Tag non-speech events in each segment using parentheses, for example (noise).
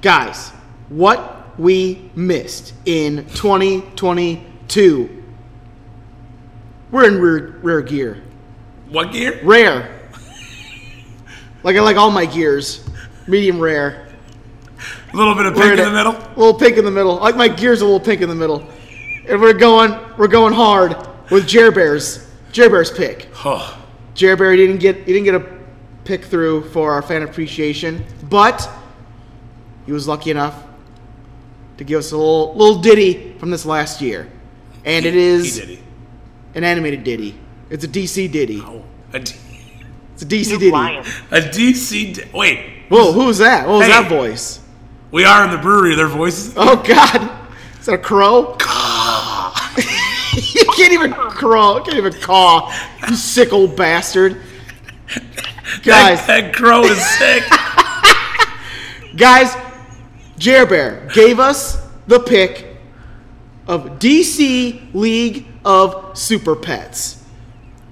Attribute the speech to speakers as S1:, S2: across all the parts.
S1: guys, what we missed in 2022. We're in rare, rare gear.
S2: What gear?
S1: Rare. like I like all my gears, medium rare.
S2: A little bit of
S1: We're
S2: pink in
S1: in
S2: the
S1: it.
S2: middle.
S1: little pink in the middle. Like my gears a little pink in the middle. And we're going we're going hard with Jer Bears. Jer Bears pick.
S2: Oh,
S1: Jer Bear didn't get he didn't get a pick through for our fan appreciation, but he was lucky enough to give us a little little ditty from this last year. And it is
S2: he did it.
S1: an animated ditty. It's a DC ditty.
S2: Oh, a, D-
S1: It's a DC
S3: You
S1: ditty.
S3: lying.
S2: a DC. D- Wait,
S1: Whoa, who's that? What was
S2: Hey.
S1: that voice?
S2: we are in the brewery. Their voices. (gasps)
S1: Oh God, is that a
S2: (laughs)
S1: crow? you can't even crow. Can't even caw. You sick old bastard. Guys,
S2: That, that crow
S1: (laughs)
S2: is sick.
S1: guys, Jer Bear gave us the pick of DC League of Super Pets.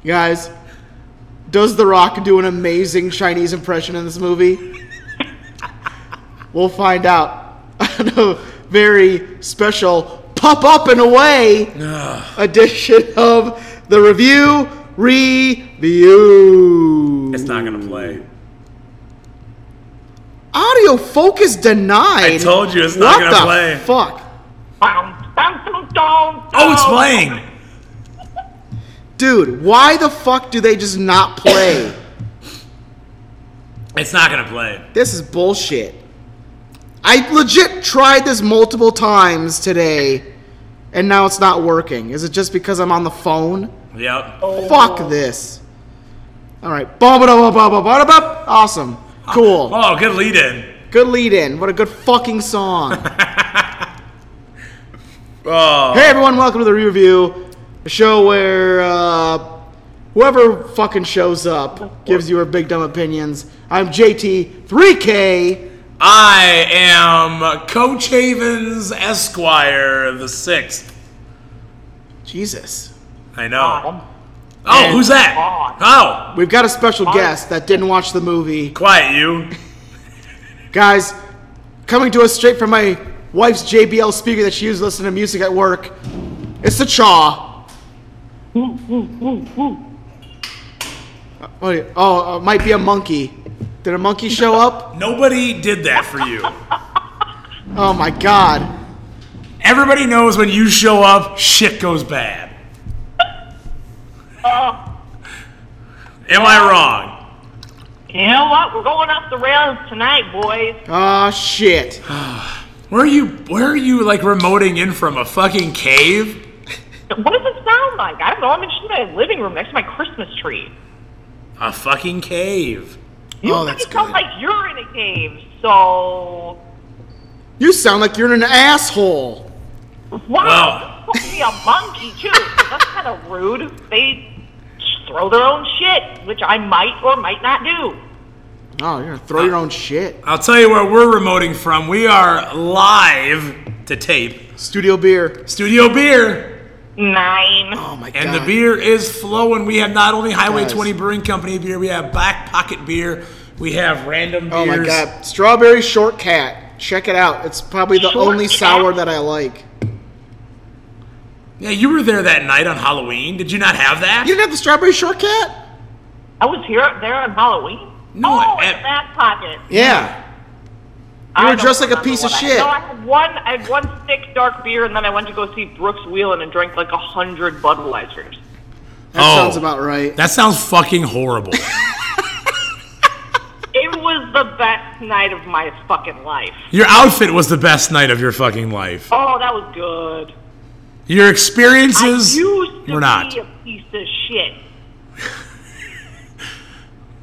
S1: Guys, does The Rock do an amazing Chinese impression in this movie? We'll find out (laughs) on a very special pop up and away edition of the review review.
S2: it's not gonna play.
S1: Audio focus denied.
S2: I told you it's
S1: What
S2: not gonna
S1: the
S2: play.
S1: Fuck.
S3: Bum, bum, dum, dum,
S2: Oh, it's
S3: dum.
S2: playing.
S1: Dude, why the fuck do they just not play?
S2: It's not gonna play.
S1: this is bullshit. I legit tried this multiple times today and now it's not working. Is it just because I'm on the phone?
S2: Yep.
S1: Fuck this. All right. Ba ba da ba ba ba ba da ba. Awesome. Cool.
S2: Oh, good lead in.
S1: Good lead in. What a good fucking song.
S2: Oh,
S1: Hey everyone, welcome to the review, a show where uh, whoever fucking shows up gives you her big dumb opinions. I'm JT3K.
S2: I am Coach Havens Esquire the sixth.
S1: Jesus,
S2: I know.
S3: Bum.
S2: Oh, who's that? Oh,
S1: we've got a special guest that didn't watch the movie,
S2: quiet you.
S1: guys. Coming to us straight from my wife's JBL speaker that she used to listen to music at work. It's the Chaw. Uh, what do you- Oh, uh, might be a monkey. Did a monkey show up?
S2: Nobody did that for you.
S1: Oh my god.
S2: Everybody knows when you show up, shit goes (laughs) bad. Am I wrong?
S3: You know what? We're going off the rails tonight, boys.
S1: Ah, shit.
S2: Where are you? Where are you? Like remoting in from a fucking cave?
S3: What does it sound like? I don't know. I'm in just my living room next to my Christmas tree.
S2: A fucking cave.
S3: You
S1: Oh, that's
S3: fucking sound
S1: good.
S3: like you're in a cave. So
S1: You sound like you're an asshole.
S2: Wow.
S3: wow, supposed to be a monkey too. That's kind of rude. They just throw their own shit, which I might or might not do.
S1: Oh, you're gonna throw your own shit.
S2: I'll tell you where we're remoting from. We are live to tape.
S1: Studio beer.
S2: Studio beer,
S3: Nine.
S1: Oh my
S2: and
S1: god.
S2: the beer is flowing. We have not only Highway
S1: Guys.
S2: 20 Brewing Company beer, we have Back Pocket beer, we have random
S1: Oh
S2: beers.
S1: my god. Strawberry short cat. Check it out. It's probably the
S3: Short
S1: only
S3: Cat?
S1: sour that I like.
S2: Yeah, you were there that night on Halloween. Did you not have that?
S1: You didn't have the strawberry short cat?
S3: I was here there on Halloween.
S2: No,
S3: oh,
S2: I-
S3: in the back pocket.
S1: Yeah.
S3: I
S1: were
S3: don't
S1: dressed like a
S3: remember
S1: piece of
S3: what I-
S1: shit.
S3: No, I had one. I had one thick dark beer, and then I went to go see Brooks Wheelan and drank like a hundred Budweisers.
S1: That
S2: Oh.
S1: sounds about right.
S2: That sounds fucking horrible.
S3: It was the best night of my fucking life.
S2: your outfit was the best night of your fucking life.
S3: Oh, that was good.
S2: Your
S3: I
S2: experiences
S3: used to
S2: were not.
S3: be a piece of shit.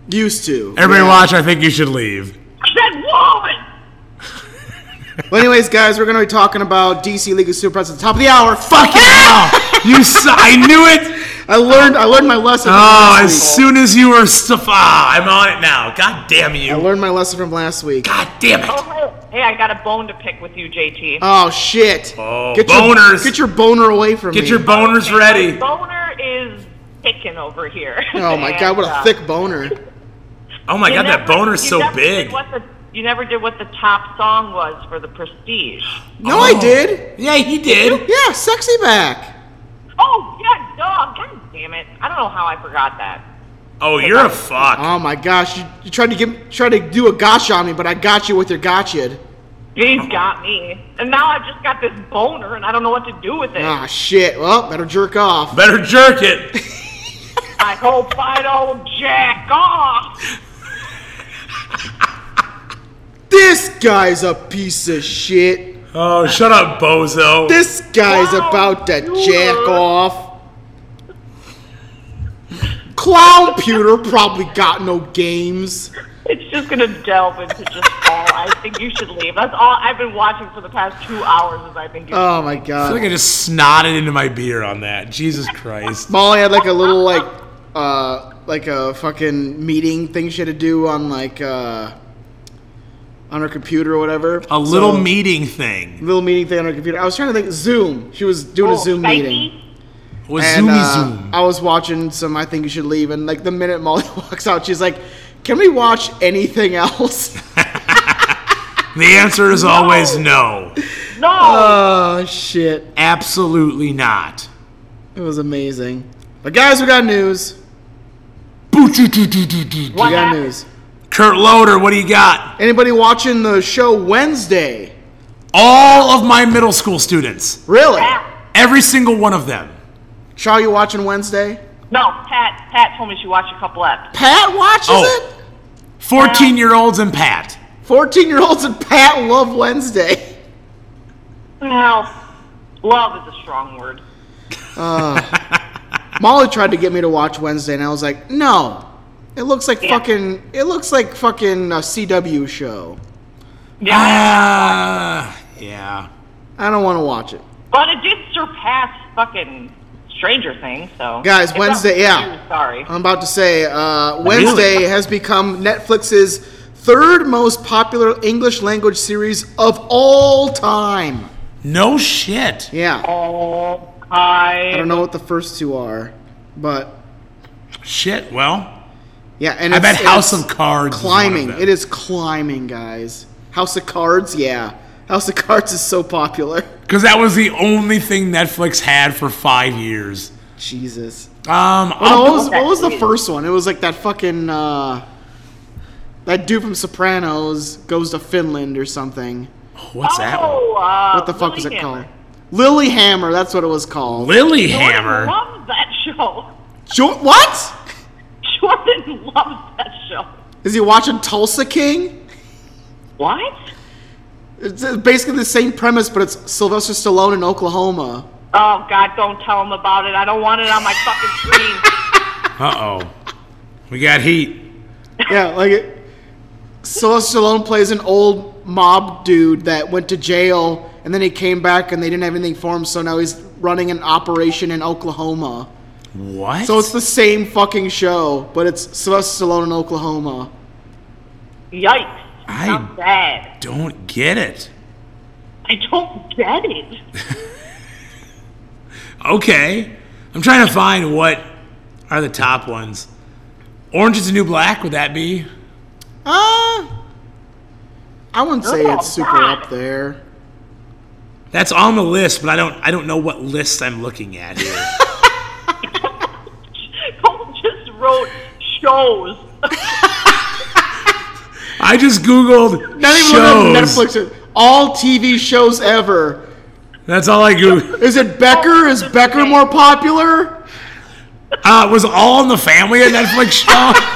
S1: Used to.
S2: Everybody
S1: Yeah.
S2: watch, I think you should leave.
S3: That woman.
S1: Well, anyways, guys, we're gonna be talking about DC League of Super Pets at the top of the hour. Fuck it!
S2: Oh, you su- I knew it.
S1: I learned I learned my lesson from
S2: Oh,
S1: last
S2: as
S1: week.
S2: soon as you were stuff, ah, I'm on it now. God damn
S1: I
S2: you.
S1: learned my lesson from last week.
S2: God damn it.
S3: Oh, hey, I got a bone to pick with you, JT.
S1: Oh shit.
S2: Oh,
S1: get your-
S2: boners.
S1: get your boner away from me.
S2: Get your boners ready.
S3: Boner is ticking over here.
S1: (laughs) Oh my god, what a
S3: (laughs) And, uh,
S1: thick boner.
S2: Oh my
S3: you
S2: god, that
S3: never-
S2: boner's
S3: you
S2: so
S3: never did
S2: big.
S3: What the You never did what the top song was for the Prestige.
S1: No, I
S2: Oh.
S1: did.
S2: Yeah, he did.
S1: Yeah, sexy back.
S3: Oh yeah, dog. God damn it! I don't know how I forgot that.
S2: Oh, you're a fuck.
S1: Oh my gosh, you, you tried to give, tried to do a gosh on me, but I got you with your gotcha.
S3: He's got me, and now I've just got this boner, and I don't know what to do with it.
S1: Ah shit. Well, better jerk off.
S2: Better jerk it.
S3: I hope I don't jack off.
S1: This guy's a piece of shit.
S2: Oh, shut up, bozo.
S1: This guy's
S3: Wow,
S1: about to
S3: you
S1: jack
S3: are-
S1: off. Clown pewter probably got no games.
S3: It's just gonna delve into just all. I think you should leave. That's all I've been watching for the past two hours. Is I think you
S1: Oh my
S2: I feel
S1: god.
S2: like I just snotted into my beer on that. Jesus Christ.
S1: Molly had like a little like uh like a fucking meeting thing she had to do on like uh on her computer or whatever.
S2: A little
S1: So-
S2: meeting thing.
S1: little meeting thing on her computer. I was trying to think Zoom. She was doing
S3: Oh,
S1: a Zoom
S3: Psyche?
S1: meeting.
S2: Was
S1: And
S2: zoomy
S1: uh,
S2: zoom.
S1: I was watching some I Think You Should Leave and like the minute Molly (laughs) walks out, she's like, Can we watch anything else? (laughs)
S2: The answer is always no.
S1: Uh,
S3: No.
S1: oh shit.
S2: Absolutely not.
S1: It was amazing. But guys, we got news.
S2: Kurt
S1: We got
S3: happened?
S1: news.
S2: Loader, what do you got?
S1: Anybody watching the show Wednesday?
S2: All of my middle school students.
S1: Really?
S3: Pat.
S2: Every single one of them.
S1: Shaw, you watching Wednesday?
S3: No, Pat. Pat told me she watched a couple eps.
S1: Pat watches
S2: Oh.
S1: it?
S2: 14 year olds and Pat.
S1: 14 year olds and Pat love Wednesday. (laughs)
S3: Well, love is a strong word.
S1: Molly tried to get me to watch Wednesday, and I was like, no. It looks like
S3: Yeah.
S1: fucking. It looks like fucking a CW show.
S3: Yeah.
S2: Ah, yeah.
S1: I don't want to watch it,
S3: but it did surpass fucking Stranger Things, so.
S1: guys.
S3: It's
S1: Wednesday,
S3: not-
S1: yeah.
S3: I'm Sorry.
S1: I'm about to say uh, Wednesday has become Netflix's third most popular English language series of all time.
S2: No shit.
S1: Yeah,
S3: Oh, I.
S1: I don't know what the first two are, but
S2: Shit. Well,
S1: yeah, and
S2: I
S1: it's-
S2: bet House
S1: it's
S2: of Cards.
S1: climbing.
S2: Is one of them.
S1: It is climbing, guys. House of Cards, yeah. House of Cards is so popular.
S2: because that was the only thing Netflix had for five years.
S1: Jesus.
S2: Um,
S1: Oh,
S2: I'll-
S1: what was, what was the
S3: That is-
S1: first one? It was like that fucking uh, that dude from Sopranos goes to Finland or something.
S2: what's that? One?
S3: Oh, uh,
S1: What the fuck was it
S3: Lilyhammer.
S1: called? Lilyhammer. That's what it was called.
S3: Jordan
S2: Lilyhammer.
S3: loves that show. (laughs)
S1: Jo- what?
S3: Jordan loves that show.
S1: Is he watching Tulsa King?
S3: What?
S1: It's uh, basically the same premise, but it's Sylvester Stallone in Oklahoma.
S3: Oh, God, don't tell him about it. I don't want it on my fucking
S1: (laughs)
S3: screen.
S2: Uh oh. We got heat.
S1: Yeah, like it, Sylvester Stallone plays an old mob dude that went to jail and then he came back and they didn't have anything for him, so now he's running an operation in Oklahoma.
S2: What?
S1: So it's the same fucking show, but it's Sylvester Stallone in Oklahoma.
S3: Yikes.
S2: I-
S3: Sounds bad.
S2: don't get it.
S3: I don't get it. (laughs)
S2: Okay. I'm trying to find what are the top ones. Orange is the New Black, would that be?
S1: Uh, I wouldn't say
S3: Oh,
S1: it's super
S3: God.
S1: up there.
S2: That's on the list, but I don't I don't know what list I'm looking at
S1: (laughs)
S2: here.
S3: Cole just wrote shows.
S2: I just googled
S1: Not even
S2: shows.
S1: on Netflix. All TV shows ever.
S2: That's all I googled.
S1: Is it Becker? Is Becker more popular?
S2: Uh, was All in the Family a
S1: (laughs)
S2: Netflix show?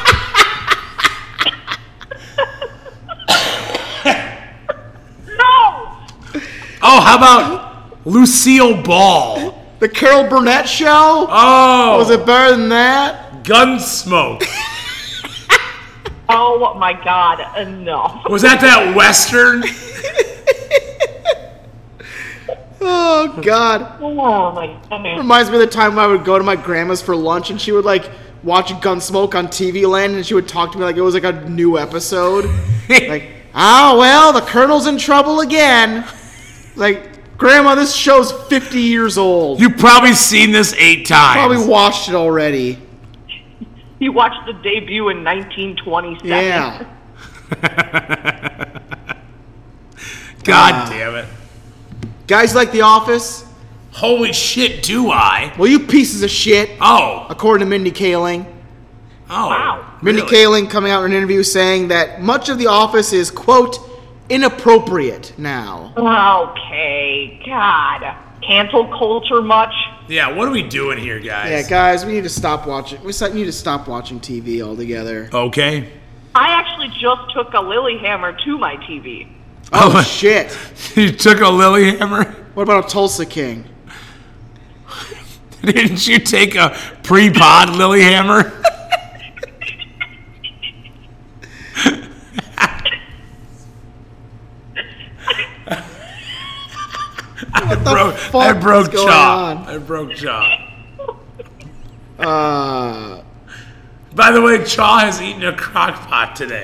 S3: No!
S2: oh, how about Lucille Ball?
S1: The Carol Burnett Show?
S2: Oh,
S1: Was it better than that?
S2: Gunsmoke?
S3: Oh my god, uh, no.
S2: Was that that western?
S1: Oh God!
S3: Oh my god.
S1: Reminds me of the time when I would go to my grandma's for lunch, and she would like watch Gunsmoke on TV Land, and she would talk to me like it was like a new episode. (laughs) like, ah, well, the Colonel's in trouble again. Like, Grandma, this show's fifty years old. You
S2: You've probably seen this eight times.
S1: probably watched it already.
S3: He watched the debut in 1927.
S1: Yeah. Ah.
S2: God damn it.
S1: Guys like The Office?
S2: Holy shit, do I?
S1: Well, you pieces of shit.
S2: Oh.
S1: According to Mindy Kaling.
S2: Oh.
S3: Wow.
S1: Mindy
S2: really?
S1: Kaling coming out in an interview saying that much of The Office is, quote, inappropriate now.
S3: (laughs) Okay, God. Cancel culture much?
S2: Yeah, what are we doing here, guys?
S1: Yeah, guys, we need to stop watching. We need to stop watching TV
S2: (laughs)
S1: altogether.
S2: Okay.
S3: I actually just took a lily hammer to my TV.
S1: Oh, shit.
S2: you took a lily hammer? (laughs)
S1: What about a Tulsa King?
S2: Didn't you take a pre pod lily hammer? (laughs)
S1: What the
S2: Bro,
S1: fuck
S2: I
S1: is
S2: broke
S1: going
S2: jaw.
S1: on?
S2: I broke jaw.
S1: Uh,
S2: By the way, Chaw has eaten a crock pot today.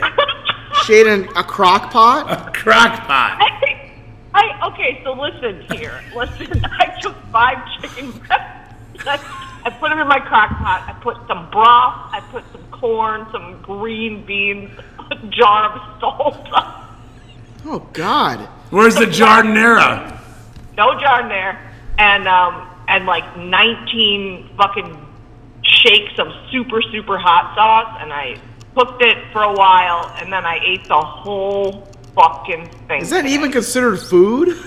S1: Shaden, a crock pot?
S2: A crock pot.
S3: (laughs) I think, I, okay, so listen here. Listen, (laughs) I took five chicken breasts. I, I put them in my crock pot. I put some broth. I put some corn, some green beans, (laughs) a jar of salt. (laughs)
S1: Oh, God.
S2: Where's the jardinera? (laughs)
S3: no jar in there. And, um, and like 19 fucking shakes of super, super hot sauce. And I cooked it for a while. And then I ate the whole fucking thing.
S1: Is that even considered food?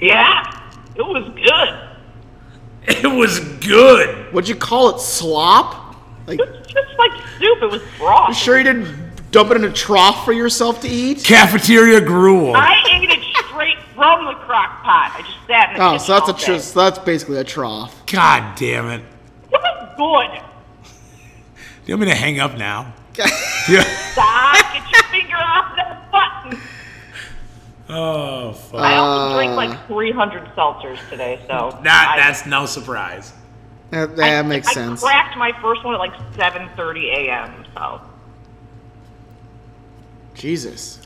S3: Yeah, it was good.
S2: It was good.
S1: Would you call it slop? Like,
S3: It
S1: you
S3: was just like soup. It was broth.
S1: sure you didn't dump it in a trough for yourself to eat?
S2: Cafeteria gruel.
S3: I ate it straight from the crock pot. I just sat in the
S1: Oh,
S3: kitchen
S1: so that's a
S3: all day.
S1: tr- so that's basically a trough.
S2: God damn it.
S3: It was good.
S2: Do you want me to hang up now? yeah.
S3: Stop. Get your finger off that button.
S2: Oh, fuck.
S3: I also drank
S1: Uh.
S3: like 300 seltzers today, so
S2: That,
S3: I,
S2: that's no surprise.
S1: That,
S3: I-
S1: that makes
S3: I
S1: sense.
S3: cracked my first one at like 7:30 a.m. So
S1: Jesus.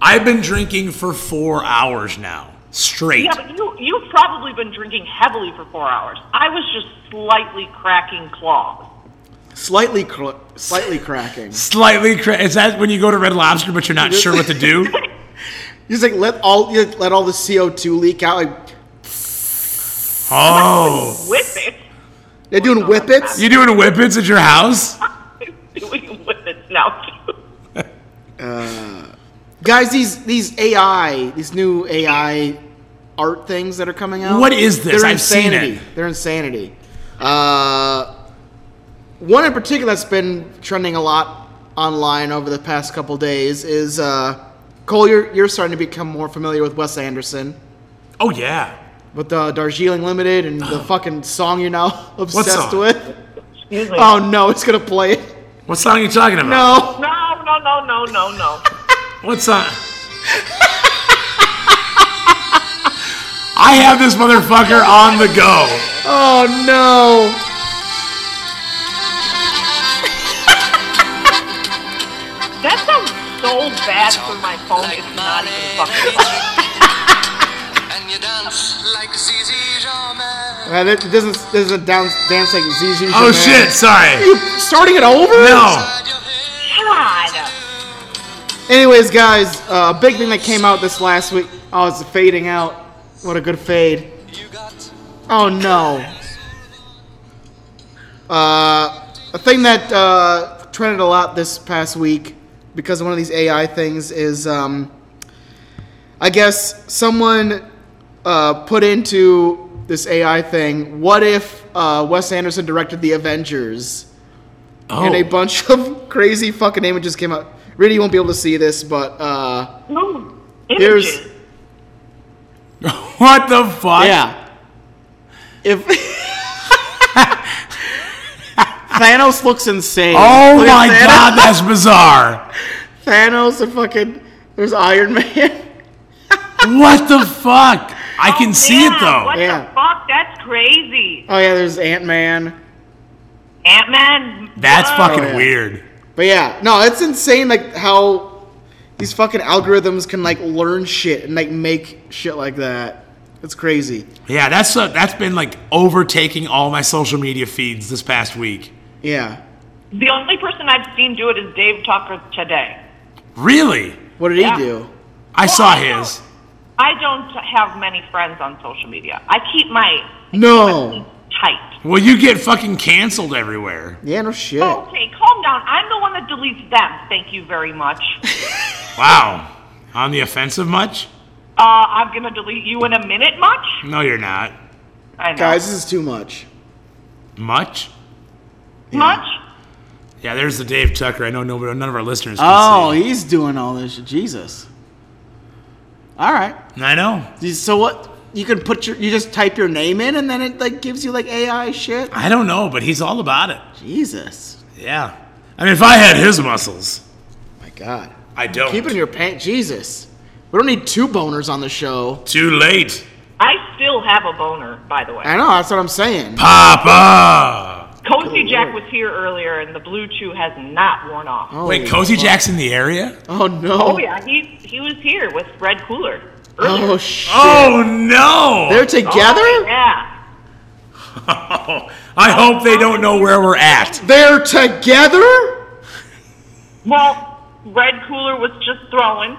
S2: I've been drinking for four hours now, straight.
S3: yeah, but you you've probably been drinking heavily for four hours. I was just slightly cracking claws.
S1: Slightly, cr- slightly cracking.
S2: Slightly. Cra- is that when you go to Red Lobster but you're not sure what
S1: (laughs)
S2: to do?
S1: He's like, let all you let all the CO two leak out. Like
S2: Oh,
S3: With it, (laughs)
S1: they're doing whippets.
S2: you doing whippets at your house?
S3: doing with it now. too.
S1: Guys, these these AI, these new AI art things that are coming out.
S2: What is this?
S1: They're
S2: I've seen
S1: insanity.
S2: it.
S1: They're insanity. Uh, one in particular that's been trending a lot online over the past couple days is uh, Cole. You're you're starting to become more familiar with Wes Anderson.
S2: Oh yeah.
S1: with the Darjeeling Limited and the fucking song you're now (laughs) obsessed
S2: Oh. song?
S1: with.
S3: Excuse me.
S1: Oh no, it's gonna play it.
S2: What song are you talking
S1: No,
S2: about?
S3: No, no, no, no, no, no.
S2: What song? (laughs) I have this motherfucker on the go.
S1: oh no.
S3: That sounds so bad for my phone. It's not even fucking.
S4: (laughs) and you dance like ZZ Jamais.
S1: Uh, that- this is this is a down, dance like ZZ.
S2: Oh shit! Sorry.
S1: You starting it over?
S2: No.
S3: God.
S1: Anyways, guys, a uh, big thing that came out this last week. Oh, it's fading out. What a good fade.
S4: You got
S1: Oh no. Uh, a thing that uh, trended a lot this past week because of one of these AI things is, um, I guess someone uh, put into this AI thing. What if uh, Wes Anderson directed the Avengers? And a
S2: Oh.
S1: bunch of (laughs) crazy fucking images came out. Really, you won't be able to see this, but uh,
S3: No.
S1: Here's-
S3: Images.
S2: (laughs) What the fuck?
S1: yeah. If (laughs) Thanos looks insane.
S2: Oh
S1: Look at
S2: my
S1: Thanos.
S2: god, that's bizarre.
S1: (laughs) Thanos and fucking there's Iron Man. (laughs)
S2: What the fuck? I can see it
S3: Oh, Yeah,
S2: though.
S3: What
S1: Yeah.
S3: the fuck? That's crazy.
S1: Oh yeah, there's Ant Man.
S3: Ant Man.
S2: That's fucking
S1: Oh, yeah.
S2: weird.
S1: But yeah, no, it's insane like how these fucking algorithms can like learn shit and like make shit like that. It's crazy.
S2: Yeah, that's uh, that's been like overtaking all my social media feeds this past week.
S1: Yeah.
S3: The only person I've seen do it is Dave Tucker today.
S2: Really?
S1: What did
S3: Yeah.
S1: he do?
S2: I saw
S3: Well, I know-
S2: his.
S3: I don't have many friends on social media. I keep my
S1: No.
S3: tight.
S2: Well, you get fucking canceled everywhere.
S1: Yeah, no shit.
S3: Okay, calm down. I'm the one that deletes them. Thank you very much.
S2: Wow. On the offensive much?
S3: Uh, I'm gonna delete you in a minute. Much?
S2: No, you're not.
S3: I know.
S1: Guys, this is too much.
S2: Much?
S3: much?
S2: Yeah, there's the Dave Tucker. I know nobody, none of our listeners. Can
S1: Oh,
S2: see.
S1: he's doing all this shit. Jesus. All right.
S2: I know.
S1: So what? You can put your, you just type your name in and then it like gives you like AI shit?
S2: I don't know, but he's all about it.
S1: Jesus.
S2: Yeah. I mean, if I had his muscles,
S1: My God.
S2: I don't.
S1: Keep it in your pants. Jesus. We don't need two boners on the show.
S2: Too late,
S3: I still have a boner, by the way.
S1: I know, that's what I'm saying.
S2: Papa.
S3: Cozy
S1: Good
S3: Jack
S1: lord.
S3: was here earlier, and the blue chew has not worn off. Oh,
S2: Wait,
S1: Holy
S2: Cozy
S1: fuck.
S2: Jack's in the area?
S1: Oh, no.
S3: yeah, he he was here with Red Cooler earlier.
S1: Oh, shit.
S2: Oh no!
S1: They're together?
S3: Oh, yeah.
S2: (laughs) I hope they don't know where we're at.
S1: They're together?
S3: Well, Red Cooler was just throwing.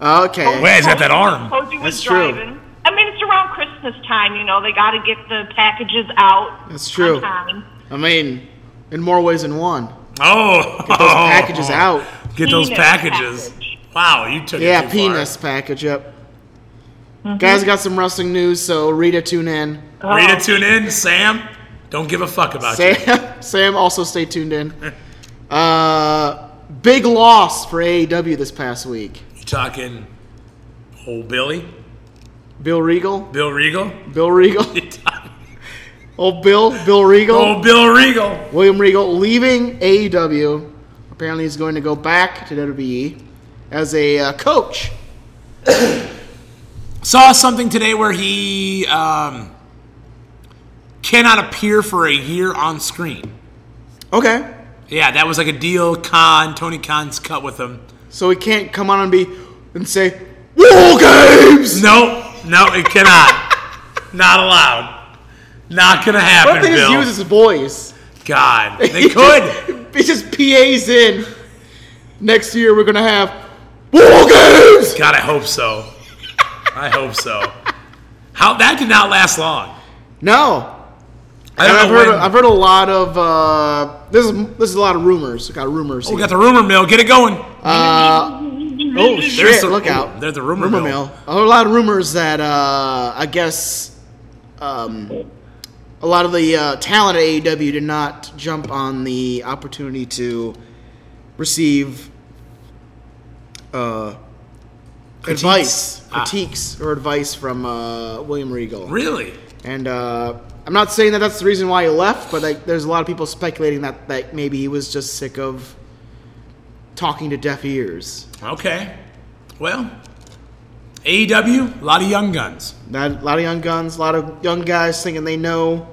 S1: Okay.
S2: Oh, Wait, is that that arm?
S3: Cozy was
S1: That's true.
S3: driving. I mean, it's around Christmas time, you know. They got to get the packages out.
S1: That's true.
S3: On time.
S1: I mean, in more ways than one.
S2: Oh,
S1: Those
S2: get (laughs)
S1: packages out.
S2: Get those
S3: Penis
S2: packages.
S3: package.
S2: Wow, you took it
S1: Yeah,
S2: too
S1: penis
S2: far.
S1: package. Yep.
S3: Mm-hmm.
S1: Guys, got some wrestling news, so Rita, tune in.
S3: Oh.
S2: Rita, tune in. Sam, don't give a fuck about you.
S1: Sam, (laughs) Sam, also stay tuned in. Uh, big loss for AEW this past week.
S2: You talking old Billy,
S1: Bill Regal,
S2: Bill Regal? (laughs)
S1: Bill Regal,
S2: You talking
S1: old Bill, Bill Regal,
S2: old Bill Regal.
S1: William Regal leaving AEW. Apparently, he's going to go back to WWE as a uh, coach.
S2: Saw something today where he um, cannot appear for a year on screen.
S1: Okay,
S2: Yeah, that was like a deal. Khan, Tony Khan's cut with him.
S1: so he can't come on and be and say War Games.
S2: No, no, it cannot. Not allowed. Not gonna happen,
S1: What if they just
S2: Bill.
S1: use his voice?
S2: God,
S1: (laughs)
S2: they
S1: He
S2: could.
S1: just- He just PAs in. Next year we're gonna have War Games.
S2: God, I hope so. I hope so. How that did not last long.
S1: No,
S2: I
S1: and
S2: don't
S1: I've
S2: know
S1: heard
S2: when-
S1: I've heard a lot of uh, this is this is a lot of rumors. I got rumors.
S2: Oh, we
S1: here.
S2: got the rumor mill. Get it going.
S1: oh shit!
S2: the-
S1: look
S2: oh,
S1: out.
S2: there's the rumor
S1: rumor
S2: mill.
S1: mill. A lot of rumors that uh, I guess um, a lot of the uh, talent at AEW did not jump on the opportunity to receive uh, advice,
S2: Ah.
S1: critiques, or advice from uh, William Regal.
S2: Really?
S1: And uh, I'm not saying that that's the reason why he left, but like, there's a lot of people speculating that that maybe he was just sick of talking to deaf ears.
S2: Okay. Well, AEW, a lot of young guns,
S1: Not, a lot of young guns, a lot of young guys thinking they know.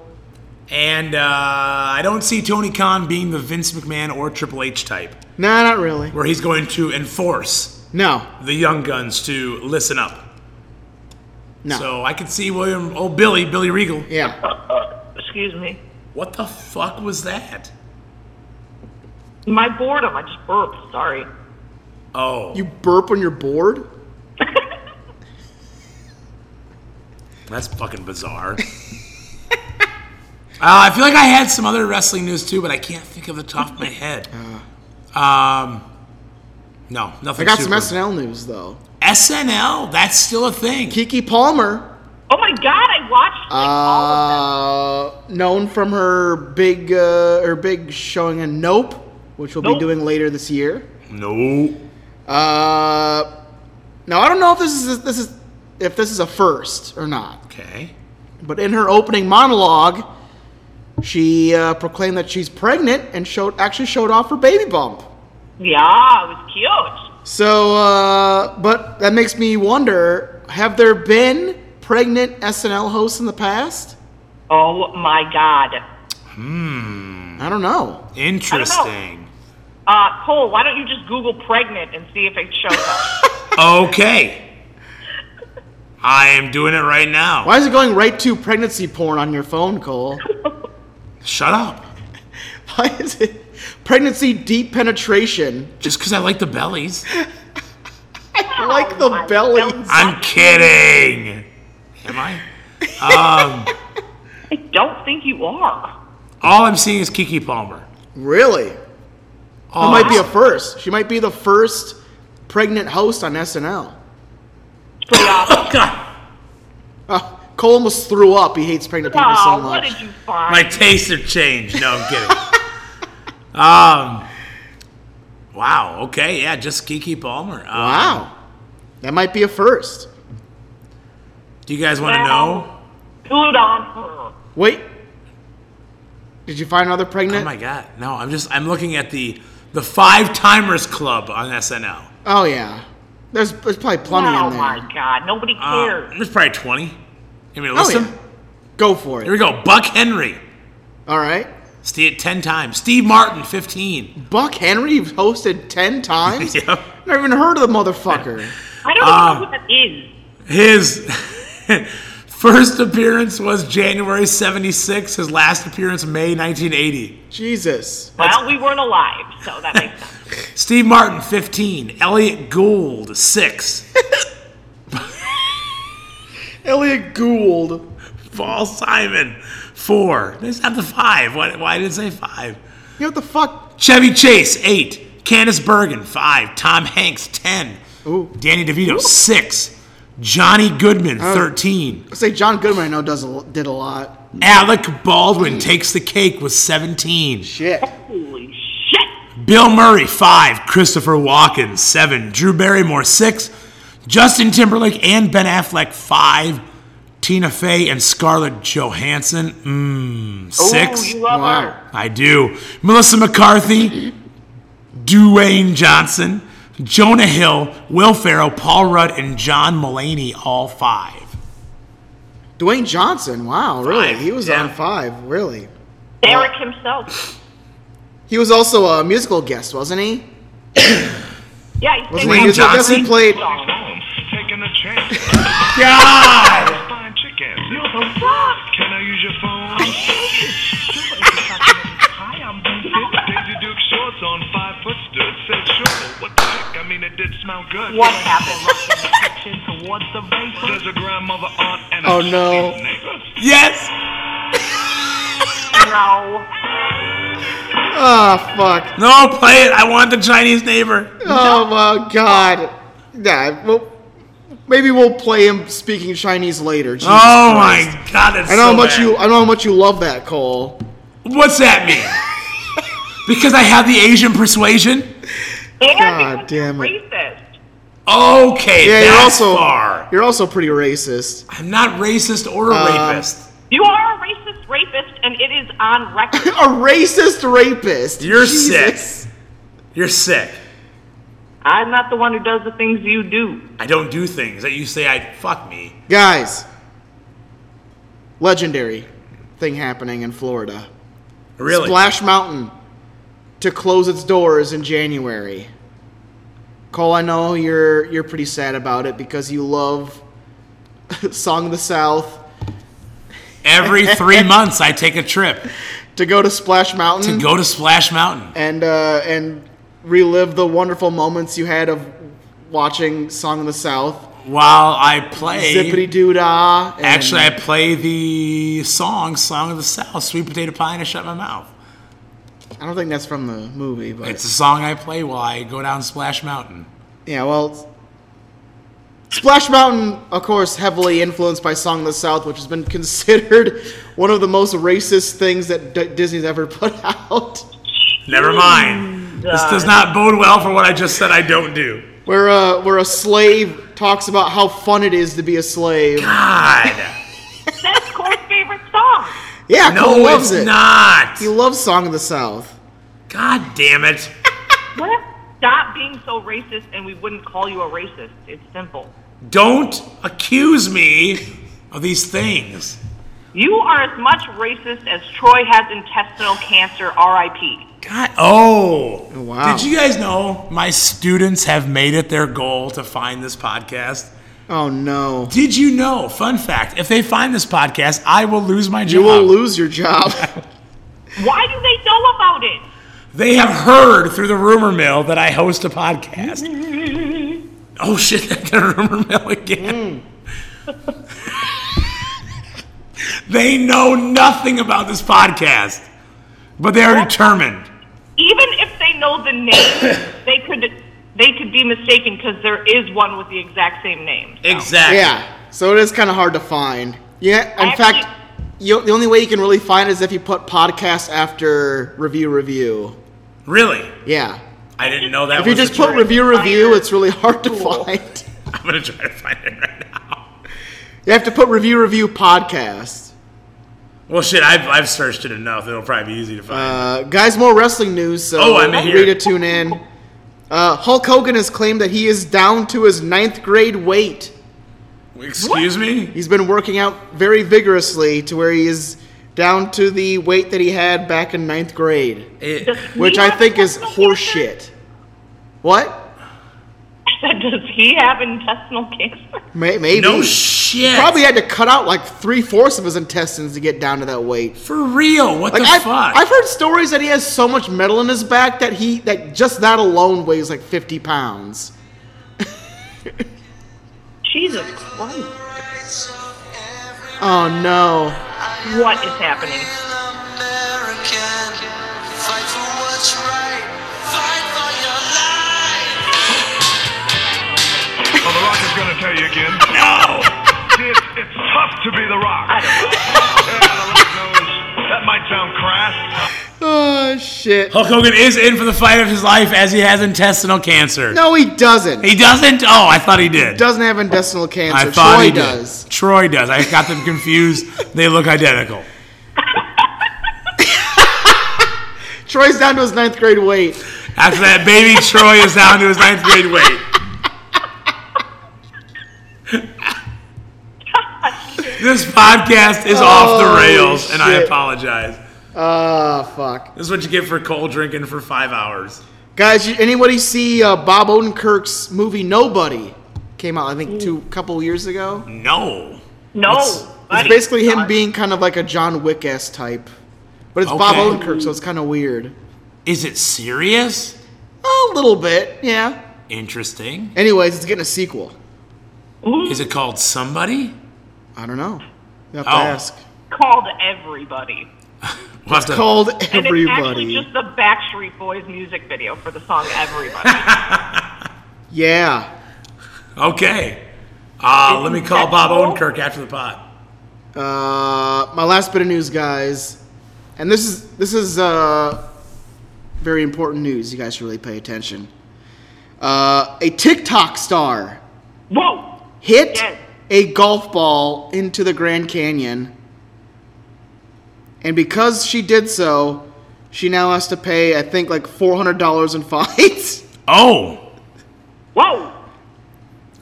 S2: and uh, I don't see Tony Khan being the Vince McMahon or Triple H type,
S1: Nah, not really.
S2: where he's going to enforce
S1: No,
S2: the young guns to listen up.
S1: no.
S2: So I could see William, oh Billy, Billy Regal.
S1: yeah,
S3: Uh, Excuse me.
S2: What the fuck was that?
S3: My boredom. I just burped. Sorry.
S2: Oh,
S1: you burp when you're bored.
S2: that's fucking bizarre. (laughs) uh, I feel like I had some other wrestling news too, but I can't think of the top of
S1: (laughs)
S2: my head. Um, no,
S1: Uh. I
S2: nothing.
S1: got
S2: super.
S1: some SNL news though.
S2: SNL, that's still a thing.
S1: Kiki Palmer,
S3: Oh my God! I watched like, all of them.
S1: uh, known from her big uh, her big showing in Nope, which we'll be
S3: Nope.
S1: doing later this year.
S2: No.
S1: Uh, now I don't know if this is this is if this is a first or not,
S2: Okay.
S1: but in her opening monologue, she uh, proclaimed that she's pregnant and showed actually showed off her baby bump.
S3: Yeah, it was cute.
S1: So, uh, but that makes me wonder: Have there been pregnant SNL hosts in the past?
S3: Oh my God.
S1: I don't know.
S2: Interesting.
S3: Uh, Cole, why don't you just Google pregnant and see if it shows
S1: (laughs)
S3: up?
S2: Okay. I am doing it right now.
S1: Why is it going right to pregnancy porn on your phone, Cole? (laughs)
S2: Shut up.
S1: Why is it pregnancy deep penetration?
S2: Just because I like the bellies.
S1: like the
S3: Oh my
S1: bellies.
S3: God.
S2: I'm kidding. Am I?
S3: I don't think you are.
S2: All I'm seeing is Kiki Palmer.
S1: Really? That
S2: All
S1: might be a
S2: I'm-
S1: first. She might be the first pregnant host on SNL. (laughs)
S3: It's pretty awesome.
S2: God,
S1: Uh, Cole almost threw up. He hates pregnant people so
S3: Oh, what
S1: much.
S3: did you
S2: (laughs)
S3: find?
S2: my tastes have changed. No, I'm kidding. um, wow. Okay, yeah, just Kiki Palmer. Um,
S1: wow. That might be a first.
S2: Do you guys want to know?
S3: Glued on her.
S1: Wait. Did you find another pregnant?
S2: Oh my God, no. I'm just I'm looking at the the Five Timers Club on SNL.
S1: Oh, yeah. There's, there's probably plenty
S3: oh
S1: in there. Uh,
S3: my God. Nobody
S2: Um,
S3: cares.
S2: there's probably 20. You mean
S1: Oh,
S2: listen?
S1: yeah. Go for
S2: Here we
S1: it.
S2: go. Buck Henry.
S1: All right.
S2: Steve 10 times. Steve Martin 15.
S1: Buck Henry (laughs) you've hosted 10 times?
S2: (laughs) Yep.
S1: Never even heard of the motherfucker.
S3: I don't
S2: Uh,
S3: even know who that is.
S2: His (laughs) first appearance was January 76. His last appearance May 1980.
S1: Jesus.
S3: Well, we weren't alive, so that
S1: (laughs)
S3: makes sense.
S2: Steve Martin 15. Elliot Gould 6.
S1: Elliot Gould.
S2: (laughs) Paul Simon 4. They said the 5. Why, why did it say 5?
S1: You know what the fuck?
S2: Chevy Chase 8. Candace Bergen 5. Tom Hanks 10.
S1: Ooh. Oh.
S2: Danny DeVito 6. Johnny Goodman 13.
S1: Say John Goodman I know does a, l- did a lot.
S2: Alec Baldwin takes the cake with 17.
S1: Shit.
S3: Holy shit!
S2: Bill Murray, 5. Christopher Walken, 7. Drew Barrymore, 6. Justin Timberlake and Ben Affleck, 5. Tina Fey and Scarlett Johansson, mmm, 6.
S3: Ooh, Oh, you love her.
S1: Wow.
S2: I do. Melissa McCarthy, Dwayne Johnson, Jonah Hill, Will Ferrell, Paul Rudd, and John Mulaney, all 5.
S1: Dwayne Johnson. Wow, really?
S2: Five,
S1: He was
S2: yeah.
S1: on five, really.
S3: Derek himself.
S1: He was also a musical guest, wasn't he?
S3: Yeah, he's
S1: Wasn't
S2: Dwayne
S1: he a musical guest?
S2: Johnson?
S1: He played.
S5: Taking a (laughs) chance.
S2: God!
S5: Fine chicken.
S3: fuck?
S5: Can I use your (laughs) phone? Hi, I'm (laughs) Vincent. Daisy Duke shorts on five foot stood. Said sure. What the heck? I mean, it did smell good.
S3: What happened? Rushing towards the vapor.
S5: There's a grandmother, aunt, and a
S1: Oh, no.
S5: sleepy neighbor.
S2: Yes!
S1: (laughs)
S3: No.
S1: Oh, fuck.
S2: No, play it. I want the Chinese neighbor.
S1: Oh, my God. Nah, well, maybe we'll play him speaking Chinese later. Jesus
S2: Oh
S1: Christ.
S2: my god, that's
S1: I know
S2: so
S1: how much
S2: bad.
S1: you. I know how much you love that, Cole.
S2: What's that mean?
S1: (laughs)
S2: because I have the Asian persuasion?
S3: And
S1: God
S3: because
S1: damn
S3: you're
S1: it.
S3: Racist.
S2: Okay,
S1: Yeah,
S2: that's
S1: you're also
S2: far.
S1: you're also pretty racist. (laughs)
S2: I'm not racist or a
S1: Uh,
S2: rapist.
S3: You are a racist rapist, and it is on
S1: A (laughs)
S3: record.
S1: racist rapist.
S2: You're
S1: Jesus.
S2: You're sick.
S3: I'm not the one who does the things you do.
S2: I don't do things that you say I fuck me.
S1: Guys, legendary thing happening in Florida.
S2: Really?
S1: Splash Mountain to close its doors in January. Cole, I know you're you're pretty sad about it because you love (laughs) Song of the South
S2: Every
S1: (laughs)
S2: three months I take a trip
S1: to go to Splash Mountain
S2: to go to Splash Mountain.
S1: and uh, and relive the wonderful moments you had of watching Song of the South.
S2: While I play
S1: Zippity doo dah. and-
S2: Actually I play the song, Song of the South, Sweet Potato Pie and I Shut My Mouth.
S1: I don't think that's from the movie, but
S2: It's a song I play while I go down Splash Mountain.
S1: Yeah, well, it's- Splash Mountain, of course, heavily influenced by Song of the South, which has been (laughs) considered one of the most racist things that D- Disney's ever put (laughs) out.
S2: Never mind. This does not bode well for what I just said I don't do.
S1: Where a where a slave talks about how fun it is to be a slave. (laughs)
S2: God.
S3: That's Cole's favorite song.
S1: Yeah, Cole
S2: No,
S1: loves
S2: it's
S1: it.
S2: not.
S1: He loves Song of the South.
S2: God damn it.
S3: What if stop being so racist and we wouldn't call you a racist? It's simple.
S2: Don't accuse me of these things.
S3: You are as much racist as Troy has intestinal cancer, RIP.
S2: God. Oh.
S1: Wow.
S2: Did you guys know my students have made it their goal to find this podcast?
S1: Oh no,
S2: Did you know? Fun fact if they find this podcast, I will lose my job.
S1: you will lose your
S2: (laughs)
S1: job.
S3: Why do they know about it?
S2: They have heard through the rumor mill that I host a podcast. Oh shit, (laughs) that got rumor mill again. they know nothing about this podcast, but they are determined.
S3: Even if they know the name,
S1: (coughs)
S3: they could they could be mistaken because there is one with the exact same name.
S2: Exactly.
S1: Yeah, so it is kind of hard to find. Yeah, in
S3: Actually-
S1: fact, you, the only way you can really find is if you put podcast after review review.
S2: Really?
S1: Yeah,
S2: I didn't know that.
S1: if you
S2: was a
S1: just put
S2: trick.
S1: review review, it's really hard to find.
S2: I'm gonna try to find it right now.
S1: You have to put review review podcast.
S2: Well, shit, I've, I've searched it enough. It'll probably be easy to find.
S1: Uh, guys, more wrestling news. So
S2: Oh, I'm here.
S1: Rita, tune in. Uh, Hulk Hogan has claimed that he is down to his ninth grade weight.
S2: Excuse me?
S1: He's been working out very vigorously to where he is down to the weight that he had back in ninth grade,
S2: It-
S1: which
S3: He
S1: I
S3: has
S1: think is
S3: intestinal
S1: horseshit. What?
S3: cancer? (laughs) Does he have intestinal cancer?
S1: May- maybe.
S2: no shit.
S1: Probably had to cut out like three fourths of his intestines to get down to that weight.
S2: For real? What
S1: Like
S2: the
S1: I've,
S2: fuck?
S1: I've heard stories that he has so much metal in his back that he that just that alone weighs like fifty pounds.
S3: Jesus Christ!
S1: Oh no.
S3: What is happening?
S4: American. Fight for what's right. Fight for your life.
S5: Well, Oh, The Rock is gonna tell you again. It's, it's tough to be The Rock. (laughs) Yeah, The Rock knows. That might sound crass.
S1: Oh shit.
S2: Hulk Hogan is in for the fight of his life as he has intestinal cancer.
S1: No, he doesn't. He
S2: He doesn't? Oh, I thought he did.
S1: doesn't have intestinal cancer.
S2: I thought
S1: Troy
S2: he did.
S1: does.
S2: Troy does. I got them confused. (laughs) they look identical.
S1: Troy's down to his ninth grade weight.
S2: After that, baby Troy is down to his ninth grade weight. (laughs) this podcast is off the
S1: Holy
S2: rails, and I
S1: Oh, shit.
S2: apologize.
S1: Oh fuck.
S2: This is what you get for cold drinking for five hours.
S1: Guys, you- anybody see uh, Bob Odenkirk's movie Nobody? Came out I think two couple years ago.
S2: No.
S3: No.
S2: It's-
S1: It's
S3: buddy.
S1: basically him being kind of like a John Wick ass type. But it's Bob
S2: Okay.
S1: Odenkirk, so it's kind of weird.
S2: Is it serious?
S1: A little bit, yeah.
S2: Interesting.
S1: Anyways, it's getting a sequel.
S2: Is it called Somebody?
S1: I don't know. You have to
S2: Oh.
S1: ask.
S3: called everybody.
S2: We'll have to-
S1: Called
S3: And it's actually
S1: everybody.
S3: just the Backstreet Boys music video for the song Everybody. (laughs)
S1: Yeah.
S2: okay. Uh, let me call
S3: that
S2: Bob
S3: cool?
S2: Odenkirk after the pot.
S1: Uh, my last bit of news, guys, and this is this is uh, very important news. You guys should really pay attention. Uh, a TikTok star
S3: Whoa!
S1: hit
S3: Yes.
S1: a golf ball into the Grand Canyon, and because she did so, she now has to pay, I think, like four hundred dollars in (laughs) fines.
S2: Oh.
S3: Whoa!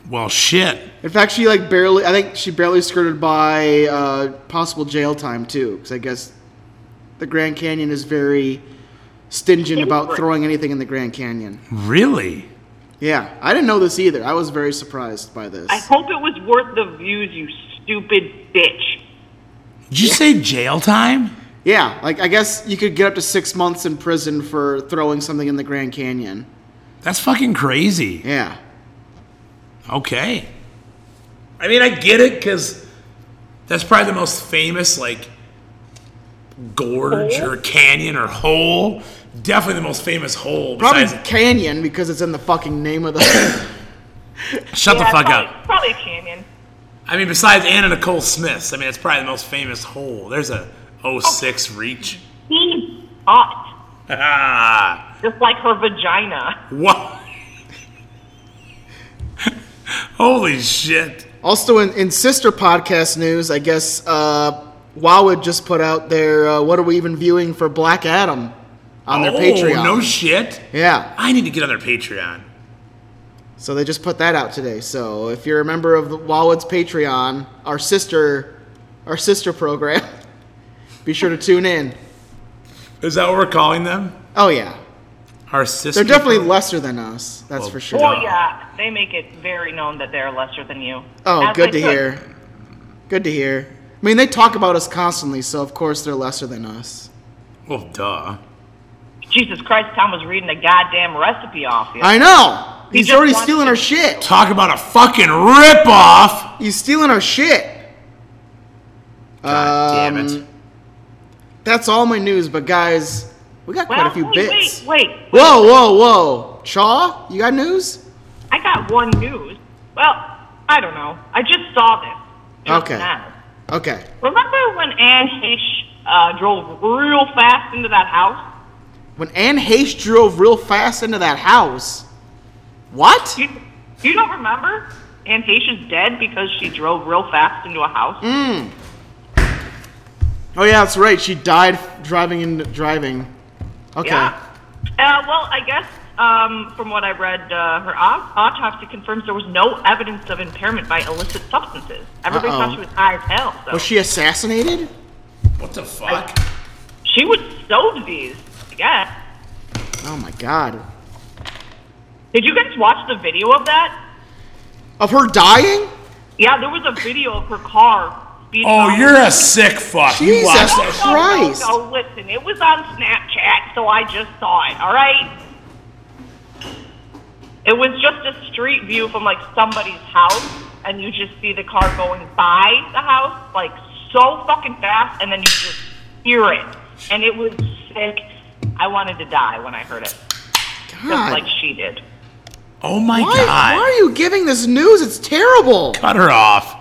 S2: Well, shit.
S1: In fact, she like barely. I think she barely skirted by uh, possible jail time too, because I guess the Grand Canyon is very stingent about throwing anything in the Grand Canyon.
S2: Really?
S1: Yeah, I didn't know this either. I was very surprised by this.
S3: I hope it was worth the views, you stupid bitch.
S2: Did you say jail time?
S1: yeah, like I guess you could get up to six months in prison for throwing something in the Grand Canyon.
S2: That's fucking crazy.
S1: Yeah,
S2: Okay. I mean, I get it because that's probably the most famous, like, gorge or canyon or hole. Definitely the most famous hole.
S1: probably
S2: Besides,
S1: canyon because it's in the fucking name of the.
S2: shut the
S3: Yeah,
S2: fuck
S3: probably,
S2: up.
S3: Probably a canyon.
S2: I mean, besides Anna Nicole Smith's, I mean, it's probably the most famous hole. There's a 06 reach. (laughs)
S3: He's hot,
S2: Ah,
S3: just like her vagina.
S2: what? Holy shit.
S1: also, in, in sister podcast news, I guess uh, Wowid just put out their uh, "What are we even viewing for Black Adam" on their
S2: oh,
S1: Patreon.
S2: no shit.
S1: Yeah.
S2: I need to get on their Patreon.
S1: So they just put that out today. So if you're a member of the Wildwood's Patreon, our sister, our sister program, (laughs) be sure to tune in.
S2: Is that what we're calling them?
S1: Oh yeah,
S2: Our sister.
S1: they're definitely lesser than us. That's
S2: Well,
S1: for sure.
S3: Oh
S2: Yeah.
S3: yeah, they make it very known that they're lesser than you.
S1: Oh,
S3: As
S1: good to
S3: they should.
S1: hear. Good to hear. I mean, they talk about us constantly, so of course they're lesser than us.
S2: Well, duh.
S3: Jesus Christ, Tom was reading a goddamn recipe off you.
S1: I know.
S3: He
S1: He's
S3: just
S1: already
S3: wants
S1: stealing
S3: to-
S1: our shit.
S2: Talk about a fucking ripoff.
S1: He's stealing our shit.
S2: God damn it.
S1: Um, That's all my news, but guys, we got quite
S3: Well,
S1: a few
S3: wait,
S1: bits.
S3: wait, wait.
S1: Whoa, whoa, whoa. Chaw, you got news?
S3: I got one news. Well, I don't know. I just saw this. just
S1: Okay.
S3: now.
S1: Okay.
S3: Remember when Anne Heche uh, drove real fast into that house?
S1: When Anne Heche drove real fast into that house. What?
S3: You, you don't remember? Anne Heche is dead because she drove real fast into a house.
S1: Mm. Oh yeah, that's right. She died driving and driving. Okay.
S3: Yeah. Uh, well, I guess um, from what I read, uh, her au- autopsy confirms there was no evidence of impairment by illicit substances. Everybody
S1: Uh-oh.
S3: thought she was high as hell. So.
S1: Was she assassinated?
S2: What the fuck?
S3: she was so diseased, I guess.
S1: Oh my god.
S3: Did you guys watch the video of that?
S1: Of her dying?
S3: Yeah, there was a video of her car. speeding
S2: Oh,
S3: off.
S2: you're a sick fuck. You
S1: Jesus.
S2: watched
S3: No,
S2: that.
S1: Oh,
S2: shit.
S3: no, no,
S1: Christ.
S3: No, listen, it was on Snapchat, so I just saw it. All right. It was just a street view from like somebody's house, and you just see the car going by the house like so fucking fast, and then you just hear it, and it was sick. I wanted to die when I heard it, just
S1: God.
S3: like she did.
S2: Oh my
S1: why,
S2: god.
S1: why are you giving this news? It's terrible.
S2: Cut her off.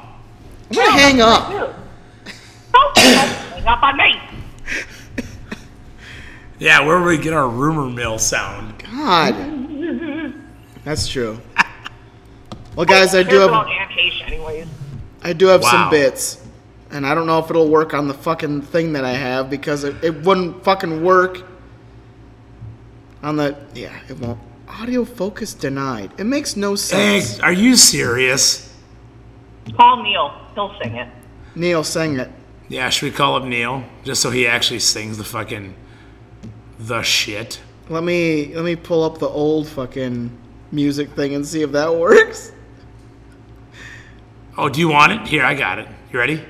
S1: I'm gonna hang up.
S3: Dude, don't hang Oh, up on me.
S2: Yeah, where we get our rumor mill sound.
S1: God. That's true. Well, guys, I do
S3: Here's about
S1: have
S3: Aunt Haitian, anyways.
S1: I do have some
S2: Wow.
S1: bits, and I don't know if it'll work on the fucking thing that I have because it, it wouldn't fucking work on the yeah it won't. Audio focus denied. It makes no
S2: Hey,
S1: sense.
S2: are you serious?
S3: Call Neil. He'll sing it.
S1: Neil sang it.
S2: Yeah, should we call up Neil just so he actually sings the fucking the shit?
S1: Let me let me pull up the old fucking music thing and see if that works.
S2: Oh, do you want it? Here, I got it. You ready?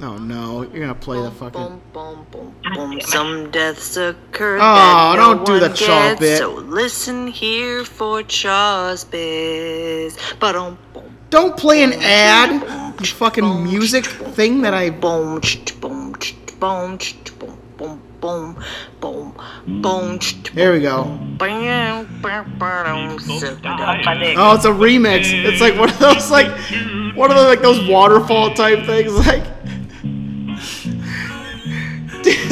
S1: Oh no, you're gonna play the fucking.
S4: Boom, boom, boom. Some deaths occur.
S1: Aw,
S4: that
S1: don't
S4: no
S1: do the
S4: one
S1: Chaw
S4: gets,
S1: bit.
S4: So listen here for Chaw's biz. Ba-dum, boom,
S1: Don't play an ad. You fucking music thing that I.
S4: boom, ch- boom, ch- boom, ch- boom, boom, boom, boom, boom, ch-
S1: There we go.
S4: bam, bam, ba-dum, so
S3: Funny.
S1: Oh, it's a remix. It's like one of those like one of the like those waterfall type things like (laughs)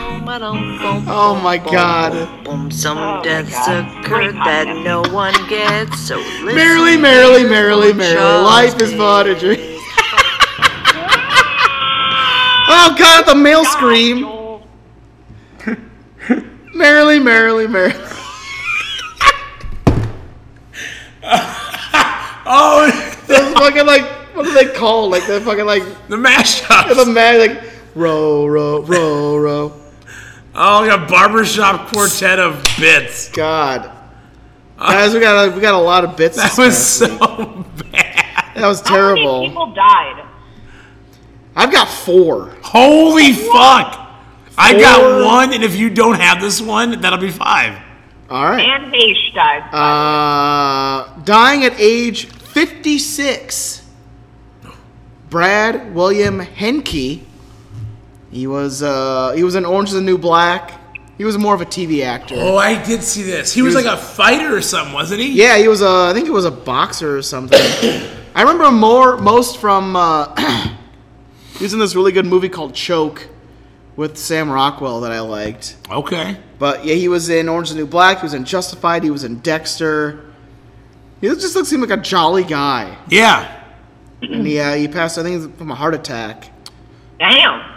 S1: Oh
S4: Oh
S1: my God.
S4: Boom, some
S3: Oh my
S4: deaths
S3: God.
S4: occur that no one gets. So listen.
S1: Merrily, merrily, merrily,
S4: Charles
S1: merrily. Life is but a dream. Oh god, the male scream.
S3: Joel.
S1: Merrily, merrily, merrily.
S2: Oh, (laughs)
S1: Those fucking like what do they call like the fucking like
S2: the mashup.
S1: the man like row, row, row, row.
S2: (laughs) Oh, like a barbershop quartet of bits.
S1: God. Guys, we got a, we got a lot of bits.
S2: That
S1: That
S2: was
S1: was,
S2: so bad.
S1: that was
S3: How many
S1: terrible.
S3: people died?
S1: I've got four.
S2: Holy fuck! I got
S1: Four.
S2: one, and if you don't have this one, that'll be five.
S1: All right.
S3: Anne Heche died.
S1: Uh, dying at age 56, Brad William Henke. He was uh, he was in Orange is the New Black. He was more of a TV actor.
S2: Oh, I did see this. He was like a fighter or something, wasn't he?
S1: Yeah, he was a I think he was a boxer or something. I remember him more most from uh, (clears throat) he was in this really good movie called Choke with Sam Rockwell that I liked.
S2: Okay.
S1: But yeah, he was in Orange is the New Black. He was in Justified. He was in Dexter. He just looks seemed like a jolly guy.
S2: Yeah.
S1: And he, uh, he passed, I think, from a heart attack
S3: Damn.
S1: at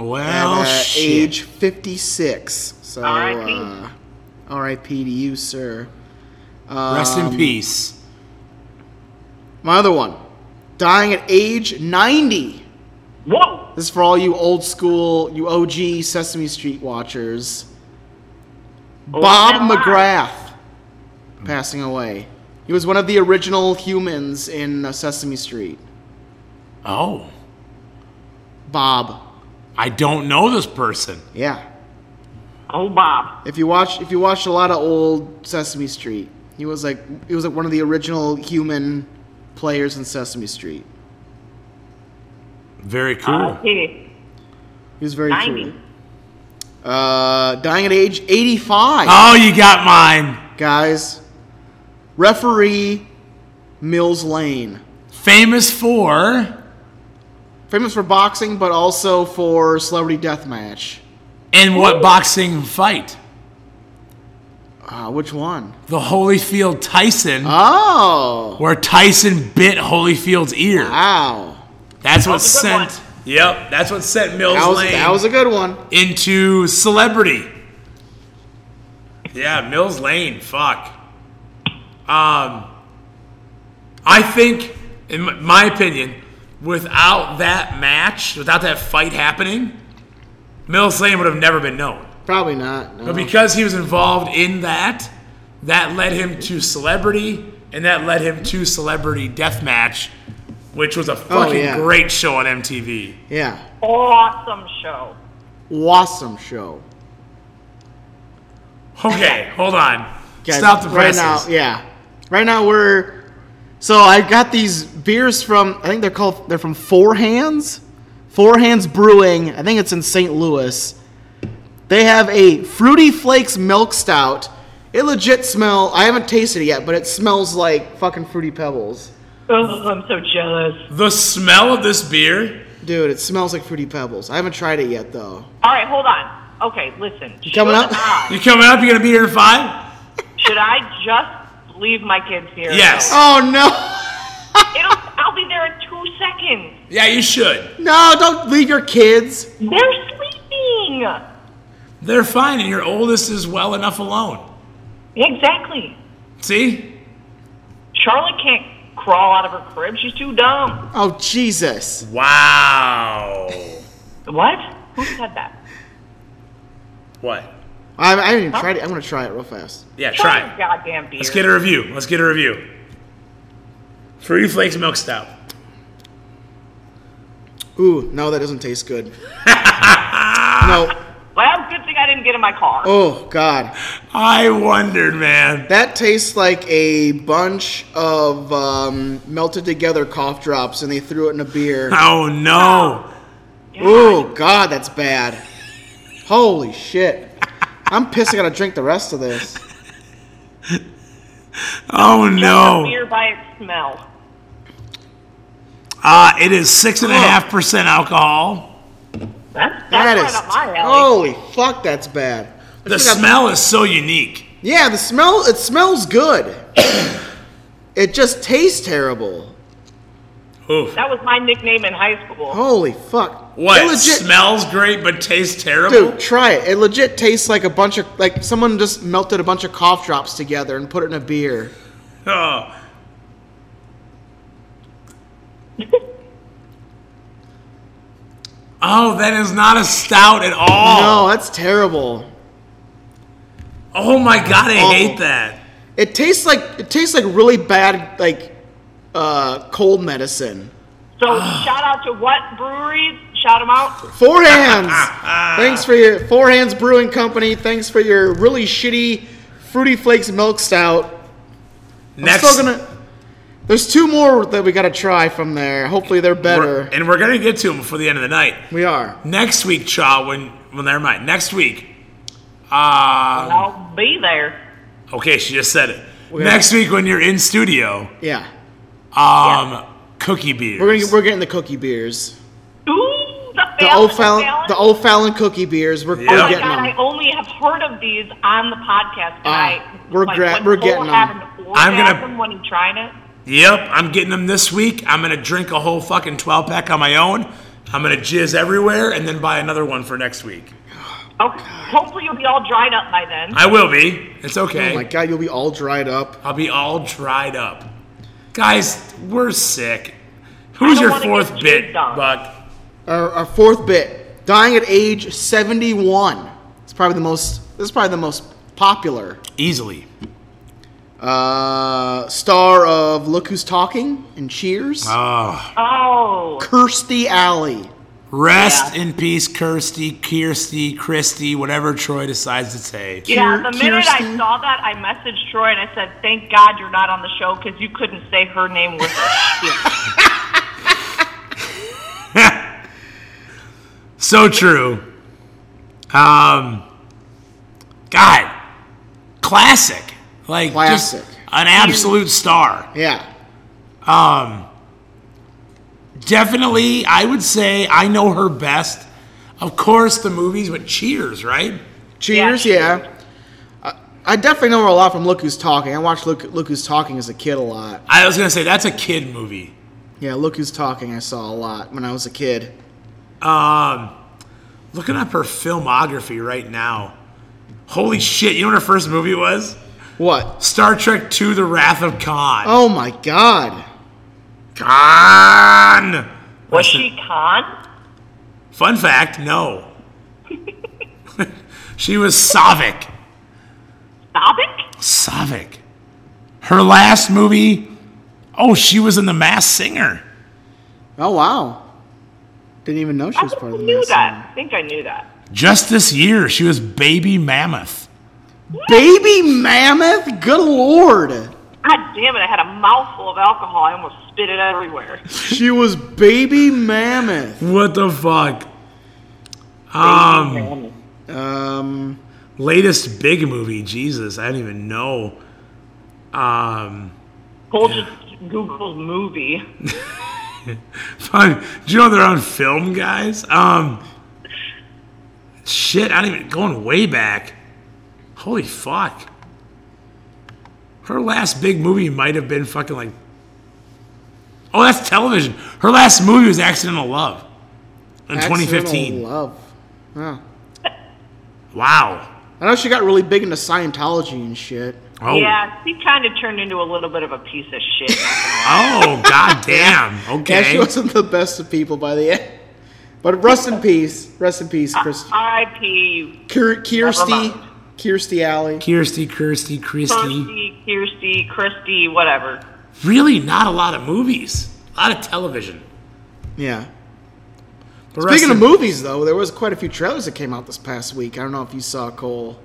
S2: Well,
S1: uh,
S2: Oh, shit.
S1: age 56. So,
S3: R.I.P..
S1: uh, R.I.P. to you, sir.
S2: Rest
S1: Um,
S2: in peace.
S1: My other one, dying at age 90.
S3: Whoa.
S1: This is for all you old school, you OG Sesame Street watchers. Bob
S3: man, why?
S1: McGrath passing away. He was one of the original humans in uh, Sesame Street.
S2: Oh,
S1: Bob.
S2: I don't know this person.
S1: Yeah.
S3: Oh, Bob.
S1: If you watch, if you watched a lot of old Sesame Street, he was like, he was like one of the original human players in Sesame Street.
S2: Very cool.
S1: Uh,
S3: Yeah.
S1: He was very
S3: 90.
S1: cool. Uh, dying at age 85,
S2: Oh, you got mine.
S1: guys. Referee Mills Lane,
S2: Famous for
S1: famous for boxing, but also for Celebrity Deathmatch.
S2: in what boxing fight?
S1: Uh, which one?
S2: The Holyfield Tyson,
S1: Uh. Oh,
S2: where Tyson bit Holyfield's ear.
S1: wow.
S2: That's what
S3: was a good
S2: sent.
S3: one.
S2: Yep, that's what sent Mills
S1: That was,
S2: Lane
S1: that was a good one.
S2: into celebrity. Yeah, Mills Lane. Fuck. Um, I think, in m- my opinion, without that match, without that fight happening, Mills Lane would have never been known.
S1: Probably not. no.
S2: But because he was involved in that, that led him to celebrity, and that led him to Celebrity Deathmatch, which was a fucking
S1: Oh, yeah.
S2: great show on MTV.
S1: yeah,
S3: Awesome show.
S1: awesome show.
S2: Okay, hold on.
S1: Guys,
S2: Stop the
S1: right now.
S2: presses.
S1: Yeah, right now we're. So I got these beers from I think they're called they're from Four Hands, Four Hands Brewing. I think it's in St. Louis. They have a fruity flakes milk stout. It legit smell. I haven't tasted it yet, but it smells like fucking fruity pebbles,
S3: Oh, I'm so jealous.
S2: The smell of this beer.
S1: dude. It smells like fruity pebbles. I haven't tried it yet though.
S3: All right, hold on. Okay, listen.
S1: coming
S2: (laughs)
S3: should
S1: up?
S2: You
S3: I,
S2: coming up? You gonna be here in five?
S3: should I just leave my kids here?
S2: Yes.
S1: Oh no,
S3: It'll, I'll be there in two seconds.
S2: Yeah, you should.
S1: no! Don't leave your kids.
S3: They're sleeping.
S2: They're fine, and your oldest is well enough alone.
S3: Exactly.
S2: See?
S3: Charlotte can't crawl out of her crib. She's too dumb.
S1: Oh Jesus.
S2: Wow.
S3: What? Who said that?
S2: what?
S1: I, I haven't even tried it. I'm gonna try it real fast.
S2: Yeah, try.
S3: Try
S2: it.
S3: your goddamn beer.
S2: Let's get a review. Let's get a review. Fruity Flakes Milk Stout.
S1: Ooh, no, that doesn't taste good. (laughs) no.
S3: Well, good thing I didn't get in my car.
S1: Oh God,
S2: I wondered, man.
S1: that tastes like a bunch of um, melted together cough drops, and they threw it in a
S3: (laughs)
S1: beer.
S2: Oh no.
S1: Ooh, God, that's bad. Holy shit! I'm pissed. I gotta drink the rest of this.
S2: Oh
S3: Judge a
S2: no.
S3: Beer by its smell.
S2: Uh, it is six and a half percent alcohol.
S3: That's, that's
S1: That
S3: right
S1: is Oh.
S3: up my alley.
S1: holy fuck. That's bad.
S2: The smell is so unique.
S1: Yeah, the smell. It smells
S3: (coughs)
S1: good. it just tastes terrible.
S2: Oof.
S3: That was my nickname in high school.
S1: Holy fuck.
S2: What
S1: It legit-
S2: smells great but tastes terrible?
S1: Dude, try it. It legit tastes like a bunch of like someone just melted a bunch of cough drops together and put it in a beer.
S2: Oh. Oh, that is not a stout at all.
S1: No, that's terrible.
S2: Oh my god, I hate
S1: Awful.
S2: that.
S1: It tastes like it tastes like really bad like uh cold medicine.
S3: So shout out to what breweries? Shout them out.
S1: Four
S2: (laughs)
S1: hands. thanks for your Four Hands Brewing Company. Thanks for your really shitty fruity flakes milk stout.
S2: Next,
S1: I'm still gonna There's two more that we got to try from there. Hopefully they're
S2: we're-
S1: better.
S2: and we're gonna get to them before the end of the night.
S1: We are.
S2: Next week, Cha, when well, never mind. Next week, uh,
S3: I'll be there.
S2: okay, she just said it.
S1: We're-
S2: Next week, when you're in studio,
S1: Yeah.
S2: um, cookie beers.
S1: We're gonna, we're getting the cookie beers.
S3: Ooh, the,
S1: The
S3: Fallon-
S1: O'Fallon, the
S3: Fallon-
S1: O'Fallon cookie beers. We're,
S2: Yeah.
S3: Oh
S1: we're
S3: my
S1: getting
S3: god! I
S1: them.
S3: only have heard of these on the podcast, and
S1: Ah,
S3: I
S1: we're
S3: like,
S1: gra-
S3: when
S1: we're
S3: Cole
S1: getting
S3: had
S1: them.
S3: an
S2: I'm gonna-
S3: orgasm when he tried it.
S2: Yep, I'm getting them this week. I'm gonna drink a whole fucking 12 pack on my own. I'm gonna jizz everywhere and then buy another one for next week.
S3: Okay. Hopefully, you'll be all dried up by then.
S2: I will be. It's okay.
S1: Oh my god, you'll be all dried up.
S2: I'll be all dried up. Guys, we're sick. Who's
S3: don't
S2: your
S3: wanna
S2: fourth
S3: get
S2: bit,
S3: jizzed on.
S2: Buck?
S1: Our, our fourth bit, dying at age 71. It's probably the most. This is probably the most popular.
S2: Easily.
S1: Uh, star of Look Who's Talking and Cheers,
S2: Oh,
S3: Oh,
S1: Kirstie Alley.
S2: Rest
S3: Yeah.
S2: in peace, Kirsty, Kirsty, Christy, whatever Troy decides to say.
S3: Yeah,
S1: Kier-
S3: the minute
S1: Kirsten.
S3: I saw that, I messaged Troy and I said, "Thank God you're not on the show because you couldn't say her name with her."
S2: (laughs) So true. Um, God, classic, like
S1: Classic.
S2: just an absolute star. Um,
S1: Yeah.
S2: Definitely, I would say I know her best. Of course, the movies with Cheers, right?
S1: Cheers,
S3: Yeah,
S1: yeah. I, I definitely know her a lot from Look Who's Talking. I watched Look, Look Who's Talking as a kid a lot.
S2: I was gonna say that's a kid movie.
S1: Yeah, Look Who's Talking I saw a lot when I was a kid.
S2: Um, looking up her filmography right now. Holy shit! You know what her first movie was?
S1: What?
S2: Star Trek II: The Wrath of Khan.
S1: Oh my god.
S2: Khan.
S3: Was she Khan?
S2: Fun fact, no. (laughs) she was Savik.
S3: Sabic?
S2: Savik. Her last movie, oh, she was in The Masked Singer.
S1: Oh wow. Didn't even know she
S3: I
S1: was part
S3: think I
S1: of the
S3: knew
S1: Masked
S3: that. I think I knew that.
S2: Just this year, she was Baby Mammoth.
S1: Singer. Baby Mammoth? Good lord.
S3: God damn it! I had a mouthful of alcohol. I almost spit it everywhere.
S1: She was Baby Mammoth.
S2: What the fuck? Um,
S1: Um
S2: latest big movie, Jesus, I don't even know. Um, (laughs)
S3: Cole just Googled movie.
S2: fun. Do you know they're on film, guys? Um, shit, I don't even going way back. Holy fuck! Her last big movie might have been fucking like. Oh, that's television. Her last movie was Accidental Love in
S1: Accidental
S2: 2015.
S1: Love. Yeah.
S2: Wow.
S1: I know she got really big into Scientology and shit.
S2: Oh.
S3: Yeah, she kind of turned into a little bit of a piece of shit.
S2: Oh, goddamn.
S1: (laughs) Yeah,
S2: Okay.
S1: she wasn't the best of people by the end. But rest in peace. Rest in peace, Chris.
S3: R.I.P. you
S1: Kier- Kirsty.
S3: mind.
S1: Kirsty Alley.
S2: Kirsty, Kirsty, Christy.
S3: Kirsty, Kirsty, Christy, whatever.
S2: Really, not a lot of movies. A lot of television.
S1: Yeah.
S2: But rest
S1: Speaking of
S2: in-
S1: movies, though, there was quite a few trailers that came out this past week. I don't know if you saw Cole.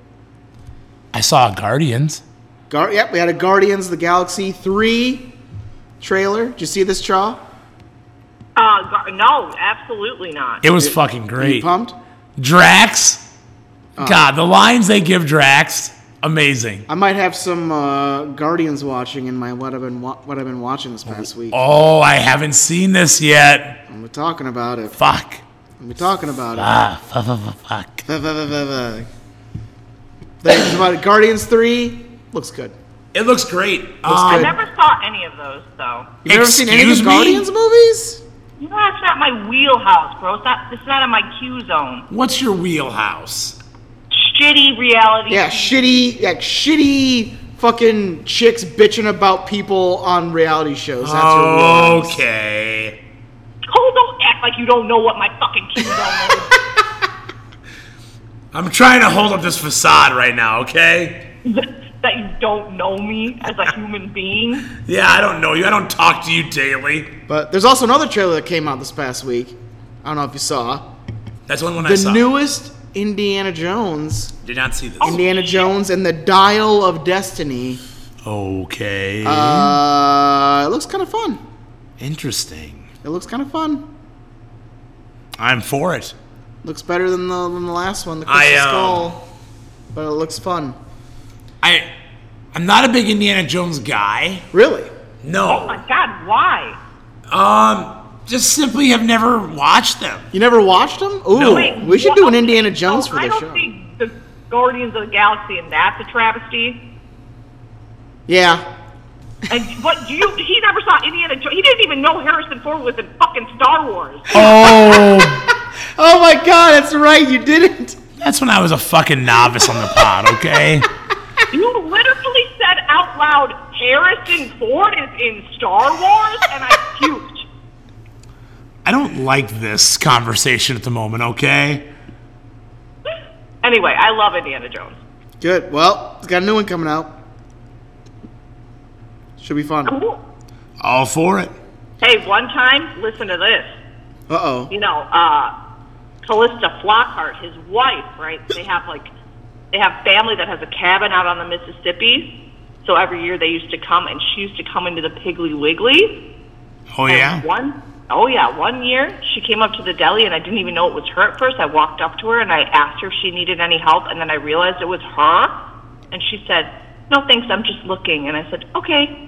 S2: I saw Guardians.
S1: Gar- yep, we had a Guardians of the Galaxy three trailer. Did you see this, Chaw?
S3: Uh, gar- no, absolutely not.
S2: It was fucking
S1: Are you Uh.
S2: great.
S1: pumped?
S2: Drax. God, the lines they give Drax, amazing.
S1: I might have some uh, Guardians watching in my what I've been wa- what I've been watching this past week.
S2: Oh, I haven't seen this yet.
S1: I'm talking about it.
S2: Fuck.
S1: I'm talking about it.
S2: Ah, (laughs) fu- fu- fu- fuck.
S1: Vuh, vuh, vuh, vuh, vuh. Thanks about it. Guardians three looks good.
S2: It looks great. Um,
S3: I
S1: good.
S3: never saw any of those, though.
S1: You ever seen any of
S2: Excuse
S1: the
S2: me?
S1: Guardians movies?
S3: You know, that's not my wheelhouse, bro. It's not. It's not in my Q zone.
S2: what's your wheelhouse?
S3: Shitty reality.
S1: Yeah, shitty, like shitty fucking chicks bitching about people on reality shows. That's her real house.
S2: Okay.
S3: Cole, don't act like you don't know what my fucking Q zone is.
S2: I'm trying to hold up this facade right now, okay?
S3: that you don't know me as a human being.
S2: Yeah, I don't know you. I don't talk to you daily.
S1: But there's also another trailer that came out this past week. I don't know if you saw
S2: That's one one I
S1: the
S2: saw.
S1: newest Indiana Jones,
S2: Did not see this.
S1: Indiana Jones and the Dial of Destiny.
S2: Okay.
S1: Uh, it looks kind of fun.
S2: Interesting.
S1: It looks kind of fun.
S2: I'm for it.
S1: Looks better than the, than the last one, the
S2: I,
S1: Crystal
S2: uh,
S1: Skull. But it looks fun.
S2: I I'm not a big Indiana Jones guy.
S1: Really?
S2: No.
S3: My God, why?
S2: Um just simply have never watched them.
S1: You never watched them? Ooh,
S2: No.
S3: Wait,
S1: we should
S3: wha-
S1: do an
S3: okay,
S1: Indiana Jones
S3: so
S1: for
S3: Oh, I
S1: this
S3: don't
S1: show.
S3: think the Guardians of the Galaxy and that's a travesty.
S1: Yeah.
S3: And what do you? He never saw Indiana Jones. He didn't even know Harrison Ford was in fucking Star Wars.
S2: Oh
S1: Oh my god, that's right, you didn't.
S2: (laughs) that's when I was a fucking novice on the pod, okay?
S3: You literally said out loud, Harrison Ford is in Star Wars, and I puked.
S2: I don't like this conversation at the moment, okay?
S3: Anyway, I love Indiana Jones.
S1: Good. Well, it's got a new one coming out. Should be fun.
S3: Cool.
S2: All for it.
S3: Hey, one time, listen to this.
S1: Uh oh.
S3: you know, uh, Callista Flockhart, his wife, right? They have like, they have family that has a cabin out on the Mississippi. So every year they used to come, and she used to come into the Piggly Wiggly.
S2: Oh
S3: And
S2: yeah.
S3: One, oh yeah, one year she came up to the deli, and I didn't even know it was her at first. I walked up to her and I asked her if she needed any help, and then I realized it was her, and she said, "No thanks, I'm just looking." And I said, "Okay."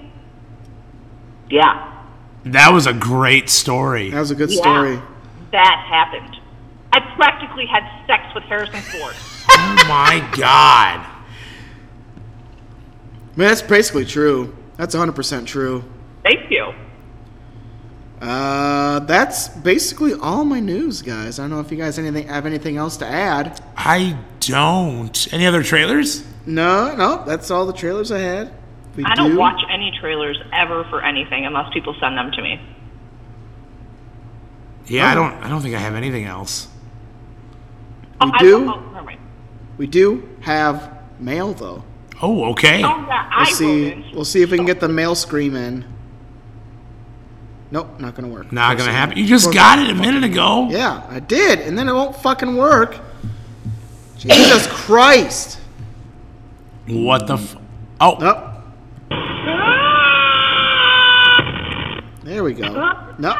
S3: Yeah,
S2: That was a great story.
S1: That was a good story.
S3: yeah, that happened. I practically had sex with Harrison Ford.
S2: Oh my god.
S1: Man, that's basically true. That's 100% true.
S3: Thank you.
S1: Uh, that's basically all my news, guys. I don't know if you guys anything have anything else to add.
S2: I don't. Any other trailers?
S1: No, no, that's all the trailers I had. We
S3: I don't watch any trailers ever for anything unless people send them to me.
S2: Yeah, I don't. I don't think I have anything else.
S3: oh, I,
S1: do?
S3: Oh, never mind.
S1: We do have mail though.
S2: Oh, okay.
S3: Oh, yeah,
S1: We'll
S3: I
S1: see.
S3: wrote in.
S1: We'll see if we can get the mail scream in. Nope, not gonna work.
S2: Not gonna happen. You just got it a minute ago.
S1: Yeah, I did, and then it won't fucking work. Jesus Christ!
S2: What the? F- oh,
S1: Nope. (laughs) There we go. Nope.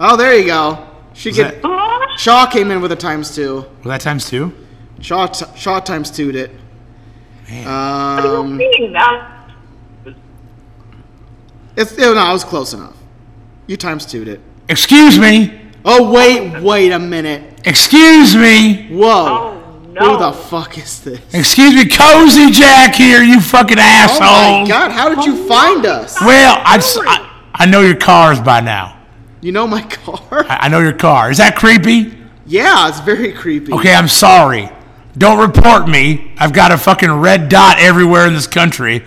S1: Oh, there you go. She
S2: Was
S1: get
S2: that-
S1: Shaw came in with a times two.
S2: well, that times two.
S1: Shaw t- Shaw times two'd it.
S2: Man.
S1: Um,
S3: Seeing that.
S1: it's no, I was close enough. You times two'd it.
S2: Excuse me.
S1: Oh wait, wait a minute.
S2: Excuse me.
S1: Whoa.
S3: Oh no.
S1: Who the fuck is this?
S2: Excuse me. Cozy Jack here. You fucking
S1: Oh
S2: asshole.
S1: my god, how did
S3: Oh,
S1: you find us?
S2: Well, I, s- I I know your cars by now.
S1: You know my car?
S2: I, I know your car. Is that creepy?
S1: Yeah, it's very creepy.
S2: Okay, I'm sorry. Don't report me. I've got a fucking red dot everywhere in this country.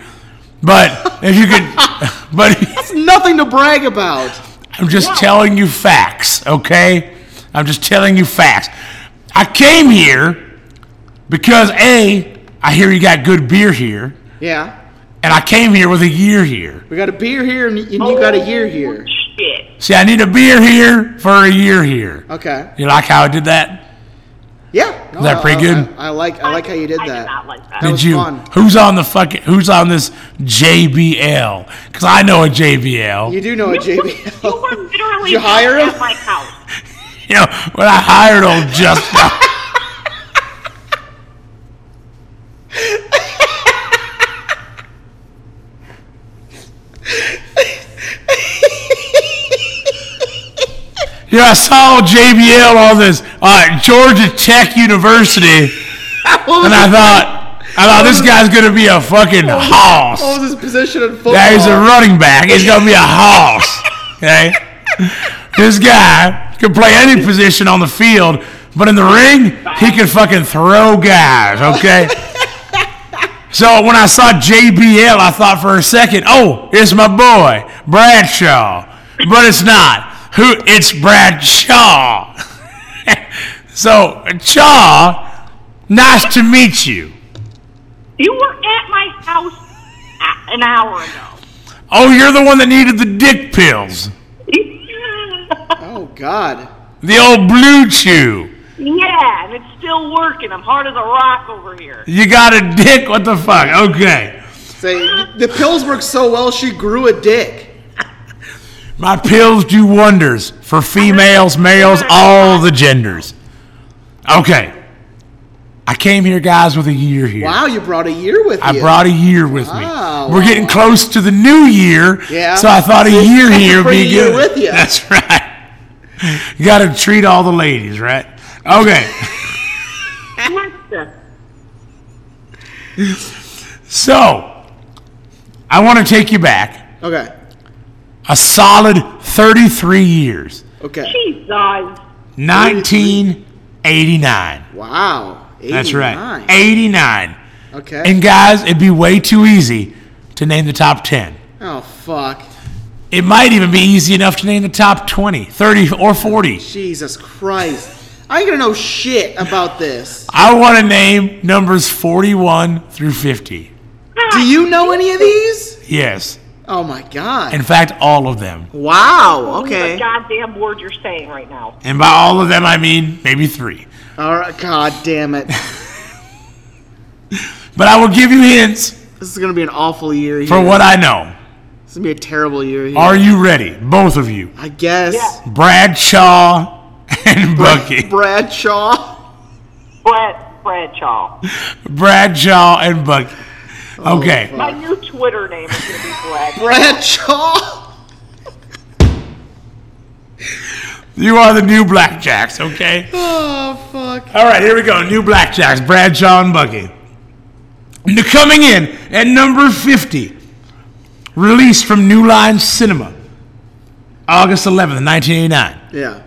S2: But if you could, (laughs) but (laughs)
S1: That's nothing to brag about.
S2: I'm just telling you facts, okay? I'm just telling you facts. I came here because A, I hear you got good beer here,
S1: Yeah.
S2: and I came here with a year here.
S1: We got a beer here and, and you got a year here.
S3: Shit.
S2: See, I need a beer here for a year here.
S3: Oh.
S1: Okay.
S2: You like how I did that?
S1: Yeah. no,
S2: Is that pretty
S1: I- I-
S2: good?
S1: I, like I like how you did
S3: I did
S1: that.
S3: not like that.
S1: That
S2: did
S1: was
S2: you?
S1: fun.
S2: Who's on the fucking? Who's on this JBL? Because I know a JBL.
S1: You do know a
S3: You
S1: (laughs)
S3: were
S1: JBL.
S3: literally
S1: Did you hire
S3: just
S1: him?
S3: at my house.
S2: You know, when I hired old Justin. Yeah, I saw JBL on this uh, Georgia Tech University, and I thought, I thought this guy's gonna be a fucking
S1: What
S2: hoss.
S1: was his position in football?
S2: Yeah, he's a running back. He's gonna be a hoss. Okay, this guy can play any position on the field, but in the ring, he can fucking throw guys. Okay. So when I saw JBL, I thought for a second, oh, it's my boy Bradshaw, but it's not. Who? It's Bradshaw. (laughs) so Chaw, nice to meet you.
S3: You were at my house a- an
S1: (laughs)
S3: hour ago.
S2: Oh, you're the one that needed the dick pills.
S1: Oh god.
S2: The old blue chew.
S3: yeah, and it's still working. I'm hard as a rock over here.
S2: You got a dick? What the fuck? Okay.
S1: Say the pills worked so well she grew a dick.
S2: My pills do wonders for females, males, all the genders. Okay. I came here, guys, with a year here.
S1: Wow, you brought a year with
S2: I
S1: you.
S2: brought a year with
S1: Oh, Wow.
S2: me. We're getting close to the new year.
S1: Yeah.
S2: So
S1: (laughs)
S2: I thought a year
S1: That's a
S2: here would
S1: pretty
S2: be
S1: year
S2: good.
S1: with ya.
S2: That's right. You got to treat all the ladies, right? Okay. (laughs)
S3: Calista,
S2: So I want to take you back
S1: Okay.
S2: a solid 33 years.
S1: Okay.
S3: Jesus.
S2: 1989.
S1: Wow. 89.
S2: That's right. 89.
S1: Okay.
S2: And guys, it'd be way too easy to name the top 10.
S1: oh fuck.
S2: It might even be easy enough to name the top 20, 30, or 40.
S1: Jesus Christ. I ain't gonna know shit about this.
S2: I want to name numbers 41 through 50.
S1: Do you know any of these?
S2: Yes.
S1: Oh my god.
S2: In fact, all of them.
S1: wow.
S3: The
S1: Oh, Okay.
S3: goddamn word you're saying right now.
S2: And by all of them, I mean maybe three.
S1: All right. God damn
S2: (laughs)
S1: it.
S2: But I will give you hints
S1: This is gonna be an awful year here.
S2: for what I know.
S1: This is gonna be a terrible year here.
S2: Are you ready? Both of you.
S1: I guess.
S3: Yeah.
S2: Bradshaw and Bucky.
S1: (laughs) Bradshaw.
S3: Brad Bradshaw.
S2: Bradshaw and Bucky. Okay.
S3: My new Twitter name is going to be
S1: (laughs)
S3: Brad.
S1: Bradshaw. (laughs)
S2: You are the new Blackjacks, okay?
S1: Oh fuck.
S2: All right, here we go. New Blackjacks, Bradshaw and Bucky. N- Coming in at number 50, released from New Line Cinema, August 11th, 1989.
S1: Yeah.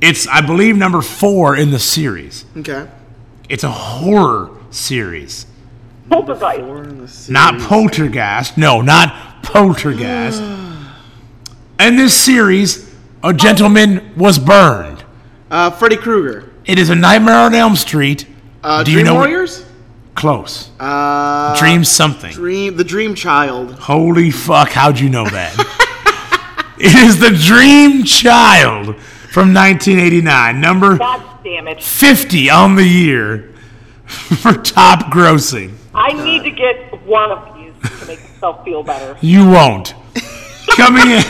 S2: It's, I believe, number four in the series.
S1: Okay.
S2: It's a horror series,
S3: Poltergeist.
S1: We're in the sea.
S2: not Poltergeist. No,
S1: (gasps)
S2: not Poltergeist. In this series, a gentleman was burned.
S1: Uh, Freddy Krueger.
S2: It is a Nightmare on Elm Street.
S1: Uh,
S2: Do
S1: Dream
S2: you know?
S1: Warriors.
S2: Close.
S1: Uh,
S2: Dream something.
S1: Dream. The Dream Child.
S2: Holy fuck, how'd you know that? (laughs) it is The Dream Child from 1989, number
S3: God damn it.
S2: 50 on the year (laughs) for top grossing.
S3: I need to get one of these to make myself feel better.
S2: You won't. Coming in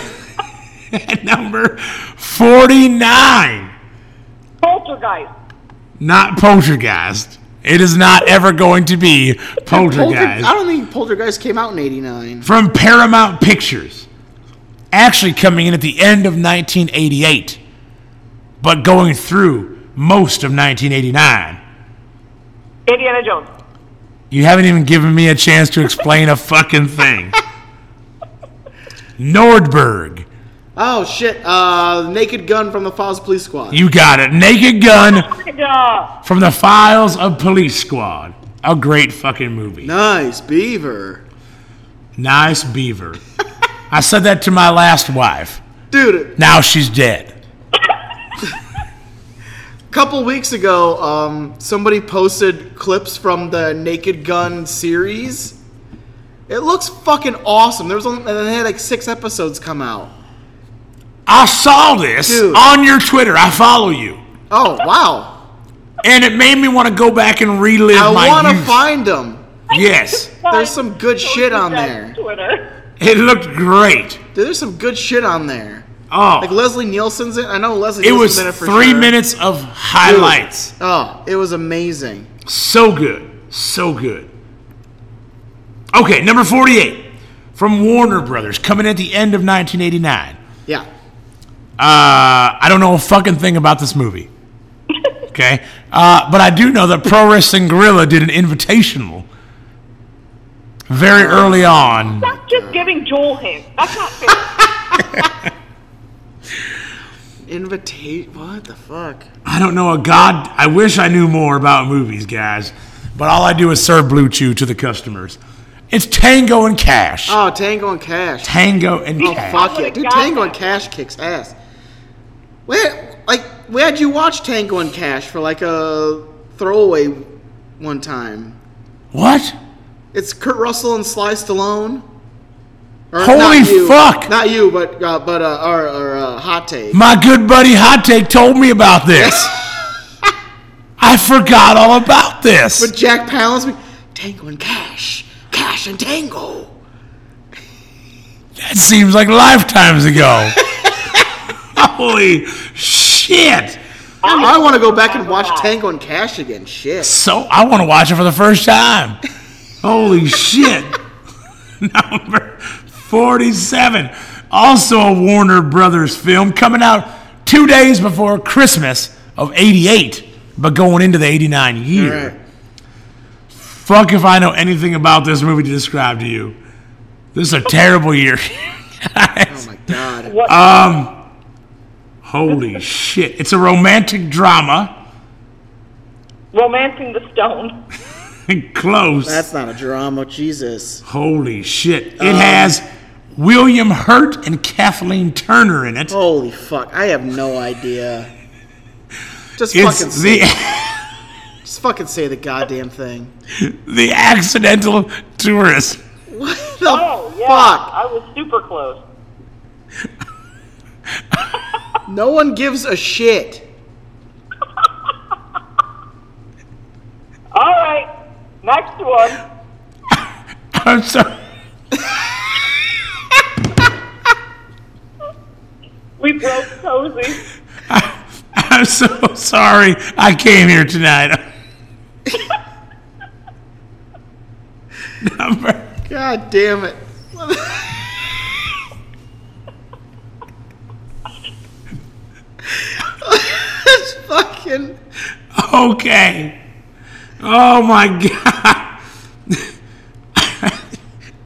S2: (laughs) at number 49,
S3: Poltergeist.
S2: not Poltergeist. It is not ever going to be
S1: Polter-
S2: Poltergeist.
S1: I don't think Poltergeist came out in '89.
S2: From Paramount Pictures. Actually coming in at the end of 1988, but going through most of 1989.
S3: Indiana Jones.
S2: You haven't even given me a chance to explain a fucking thing. Nordberg.
S1: Oh shit. Uh, Naked Gun from the Files Police Squad.
S2: You got it. Naked Gun
S3: Canada.
S2: from the files of Police Squad. A great fucking movie.
S1: nice beaver.
S2: Nice beaver. I said that to my last wife.
S1: Dude,
S2: Now she's dead.
S1: a couple weeks ago, um, somebody posted clips from the Naked Gun series. It looks fucking awesome. There was only, and they had like six episodes come out.
S2: I saw this
S1: Dude.
S2: on your Twitter. I follow you.
S1: Oh wow!
S2: And it made me want to go back and relive
S1: I
S2: my
S1: want to
S2: youth.
S1: find them.
S2: yes.
S1: There's some good shit on there.
S3: Twitter.
S2: It looked great.
S1: Dude, there's some good shit on there.
S2: Oh.
S1: Like Leslie Nielsen's in. I know Leslie.
S2: it was
S1: Nielsen's in it for
S2: three
S1: sure.
S2: minutes of
S1: Dude,
S2: highlights.
S1: Oh, it was amazing.
S2: So good. So good. Okay, number 48 from Warner Brothers, coming at the end of 1989.
S1: Yeah.
S2: Uh, I don't know a fucking thing about this movie. Okay? Uh, but I do know that Pro Wrestling Gorilla did an invitational very early on.
S3: Stop just giving Joel hints. That's not fair.
S1: Invitate. What the fuck?
S2: I don't know a god. I wish I knew more about movies, guys. But all I do is serve Blue Chew to the customers. It's Tango and Cash.
S1: Oh, Tango and Cash.
S2: Tango and
S1: Oh
S2: Cash.
S1: fuck
S3: I
S1: yeah,
S3: would've
S1: dude!
S3: got
S1: Tango
S3: that.
S1: and Cash kicks ass. Where, like, where'd you watch Tango and Cash for like a throwaway one time?
S2: What?
S1: It's Kurt Russell and Sly Stallone. Or, not
S2: Holy
S1: you.
S2: fuck!
S1: Not you, but uh, but uh, our, our uh, hot take.
S2: My good buddy Hot Take told me
S1: (laughs)
S2: about this. I forgot all about this.
S1: But Jack Palance, be- Tango and Cash, Cash and Tango.
S2: That seems like lifetimes ago.
S1: (laughs)
S2: Holy shit.
S1: I want to go back and watch Tango and Cash again. Shit.
S2: So I want to watch it for the first time. Holy shit. (laughs) Number 47. Also a Warner Brothers film coming out two days before Christmas of 88, but going into the 89 year.
S1: Alright.
S2: Fuck if I know anything about this movie to describe to you. This is a terrible year. (laughs) Um,
S1: Oh my god.
S2: Holy shit. It's a romantic drama. (laughs)
S3: Romancing the Stone.
S2: Close.
S1: That's not a drama, Jesus.
S2: Holy shit. It has William Hurt and Kathleen Turner in it.
S1: Holy fuck. I have no idea. Just fucking
S2: It's the, (laughs)
S1: Just fucking say the goddamn thing. (laughs)
S2: the accidental tourist.
S1: What the
S3: Oh, Yeah,
S1: Fuck.
S3: I was super close.
S1: No one gives a shit.
S3: All right, next one.
S2: I'm sorry.
S3: We broke cozy.
S2: I'm so sorry. I came here tonight. (laughs) Number.
S1: God damn it. That's fucking.
S2: Okay. Oh my (laughs) god.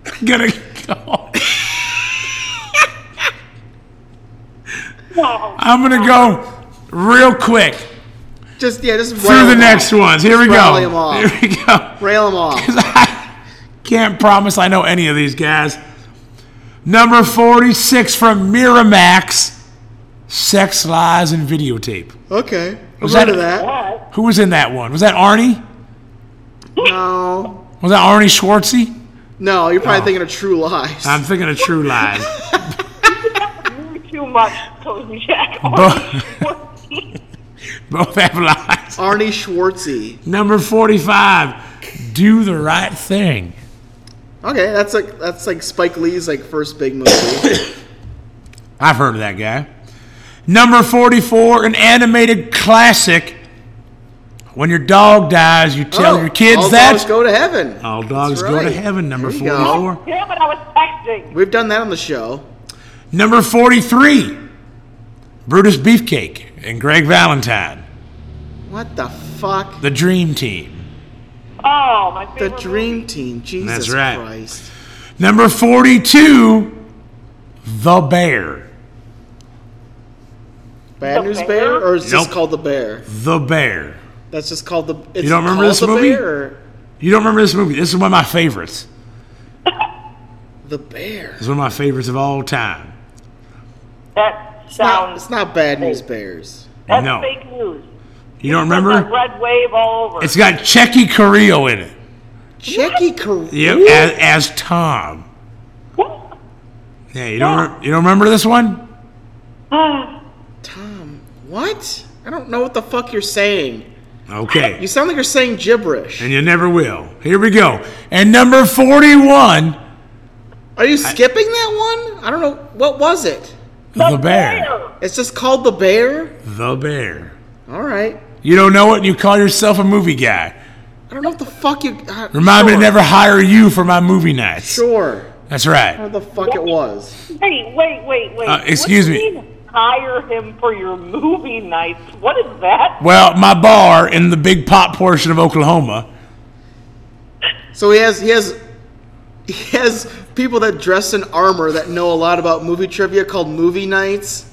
S2: I'm gonna go.
S3: Oh,
S2: I'm gonna go real quick
S1: Just, yeah, just
S2: through the next
S1: one.
S2: ones. Here we
S1: Rally 'em
S2: go.
S1: off.
S2: Here we go. (laughs)
S1: Rail them off.
S2: I can't promise I know any of these guys. Number 46 from Miramax Sex, Lies, and Videotape.
S1: Okay. I'm
S2: Was
S1: into that.
S2: that-
S3: what?
S2: Who was in that one? Was that Arnie?
S1: No.
S2: Was that Arnie Schwartzy?
S1: No, you're probably thinking of True Lies.
S2: I'm thinking of True Lies. (laughs)
S3: You're too much, Cozy Jack. (laughs)
S2: Both have lies.
S1: Arnie Schwartzy.
S2: Number 45, Do the Right Thing.
S1: Okay, that's like that's like Spike Lee's like first big movie.
S2: I've heard of that guy. Number 44, an animated classic. When your dog dies, you (coughs) tell
S1: Oh,
S2: your
S1: all
S2: kids
S1: dogs
S2: that.
S1: go to heaven.
S2: All dogs
S1: That's
S2: go to
S1: right.
S2: heaven. Number
S1: There you go.
S2: 44.
S3: Damn it, I was texting.
S1: We've done that on the show.
S2: Number 43, Brutus Beefcake and Greg Valentine.
S1: What the fuck?
S2: The Dream Team.
S3: Oh, my
S1: The
S3: favorite
S1: Dream Team. Jesus
S2: That's right.
S1: Christ.
S2: Number 42, The Bear.
S1: Bad
S3: The
S1: News Bear,
S3: Bear?
S1: or is this
S2: Nope.
S1: called the Bear?
S2: The Bear.
S1: That's just called the. It's
S2: You don't remember
S1: called
S2: this
S1: the
S2: movie?
S1: Bear or
S2: You don't remember this movie? This is one of my favorites.
S1: the Bear.
S2: It's one of my favorites of all time.
S3: Movie. That
S1: It's not,
S3: sounds.
S1: it's not Bad News Bears.
S3: that's
S2: no.
S3: fake news.
S2: You don't
S3: That's a
S2: remember?
S3: red wave all over.
S2: It's got Checky Carrillo in it.
S1: Jackie Carrillo.
S2: Yep, as, as Tom. Yeah, you don't re- you don't remember this one?
S1: Tom. What? I don't know what the fuck you're saying. (laughs)
S2: Okay.
S1: You sound like you're saying gibberish.
S2: and you never will. Here we go. And number 41,
S1: Are you skipping that one? I don't know. What was it?
S2: The, Bear.
S1: It's just called the Bear.
S2: The Bear.
S1: All right.
S2: You don't know it and you call yourself a movie guy.
S1: I don't know what the fuck you. Uh,
S2: Remind me
S1: sure.
S2: to never hire you for my movie nights.
S1: Sure.
S2: That's
S1: What
S2: right.
S1: the fuck it was?
S3: Wait, wait, wait, wait.
S2: Uh, excuse
S3: What do
S2: me.
S3: you mean, Hire him for your movie nights. What is that?
S2: Well, my bar in the big pop portion of Oklahoma.
S1: So he has he has (laughs) he has people that dress in armor that know a lot about movie trivia called movie nights.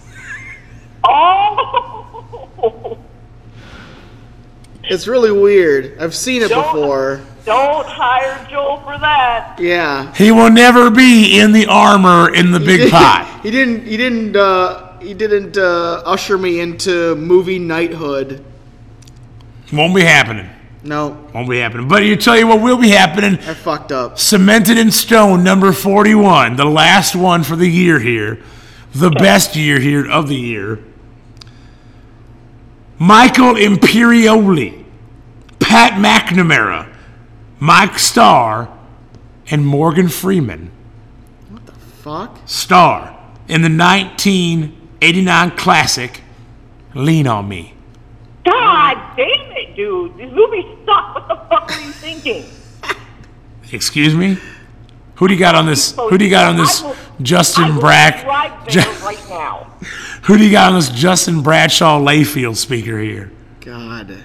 S3: Oh, (laughs)
S1: It's really weird. I've seen it
S3: Don't-
S1: before.
S3: don't hire Joel for that.
S1: Yeah.
S2: He will never be in the armor in
S1: (laughs)
S2: the big pot.
S1: he didn't. He didn't. Uh, he didn't uh, usher me into movie knighthood.
S2: Won't be happening.
S1: No,
S2: Won't be happening. But you tell you what will be happening.
S1: I fucked up.
S2: Cemented in stone, number 41, the last one for the year here, the best year here of the year. Michael Imperioli, Pat McNamara, Mike Starr, and Morgan Freeman.
S1: Fuck.
S2: Starr in the 1989 classic Lean on Me.
S3: God damn it, dude. These movies suck. What the fuck were you thinking?
S2: Excuse me? Who do you got on this? Who do you got on this?
S3: I will- I
S2: Justin
S3: will
S2: Brack.
S3: Right
S2: Ju-
S3: there, right now.
S2: Who do you got on this Justin Bradshaw Layfield speaker here?
S1: God.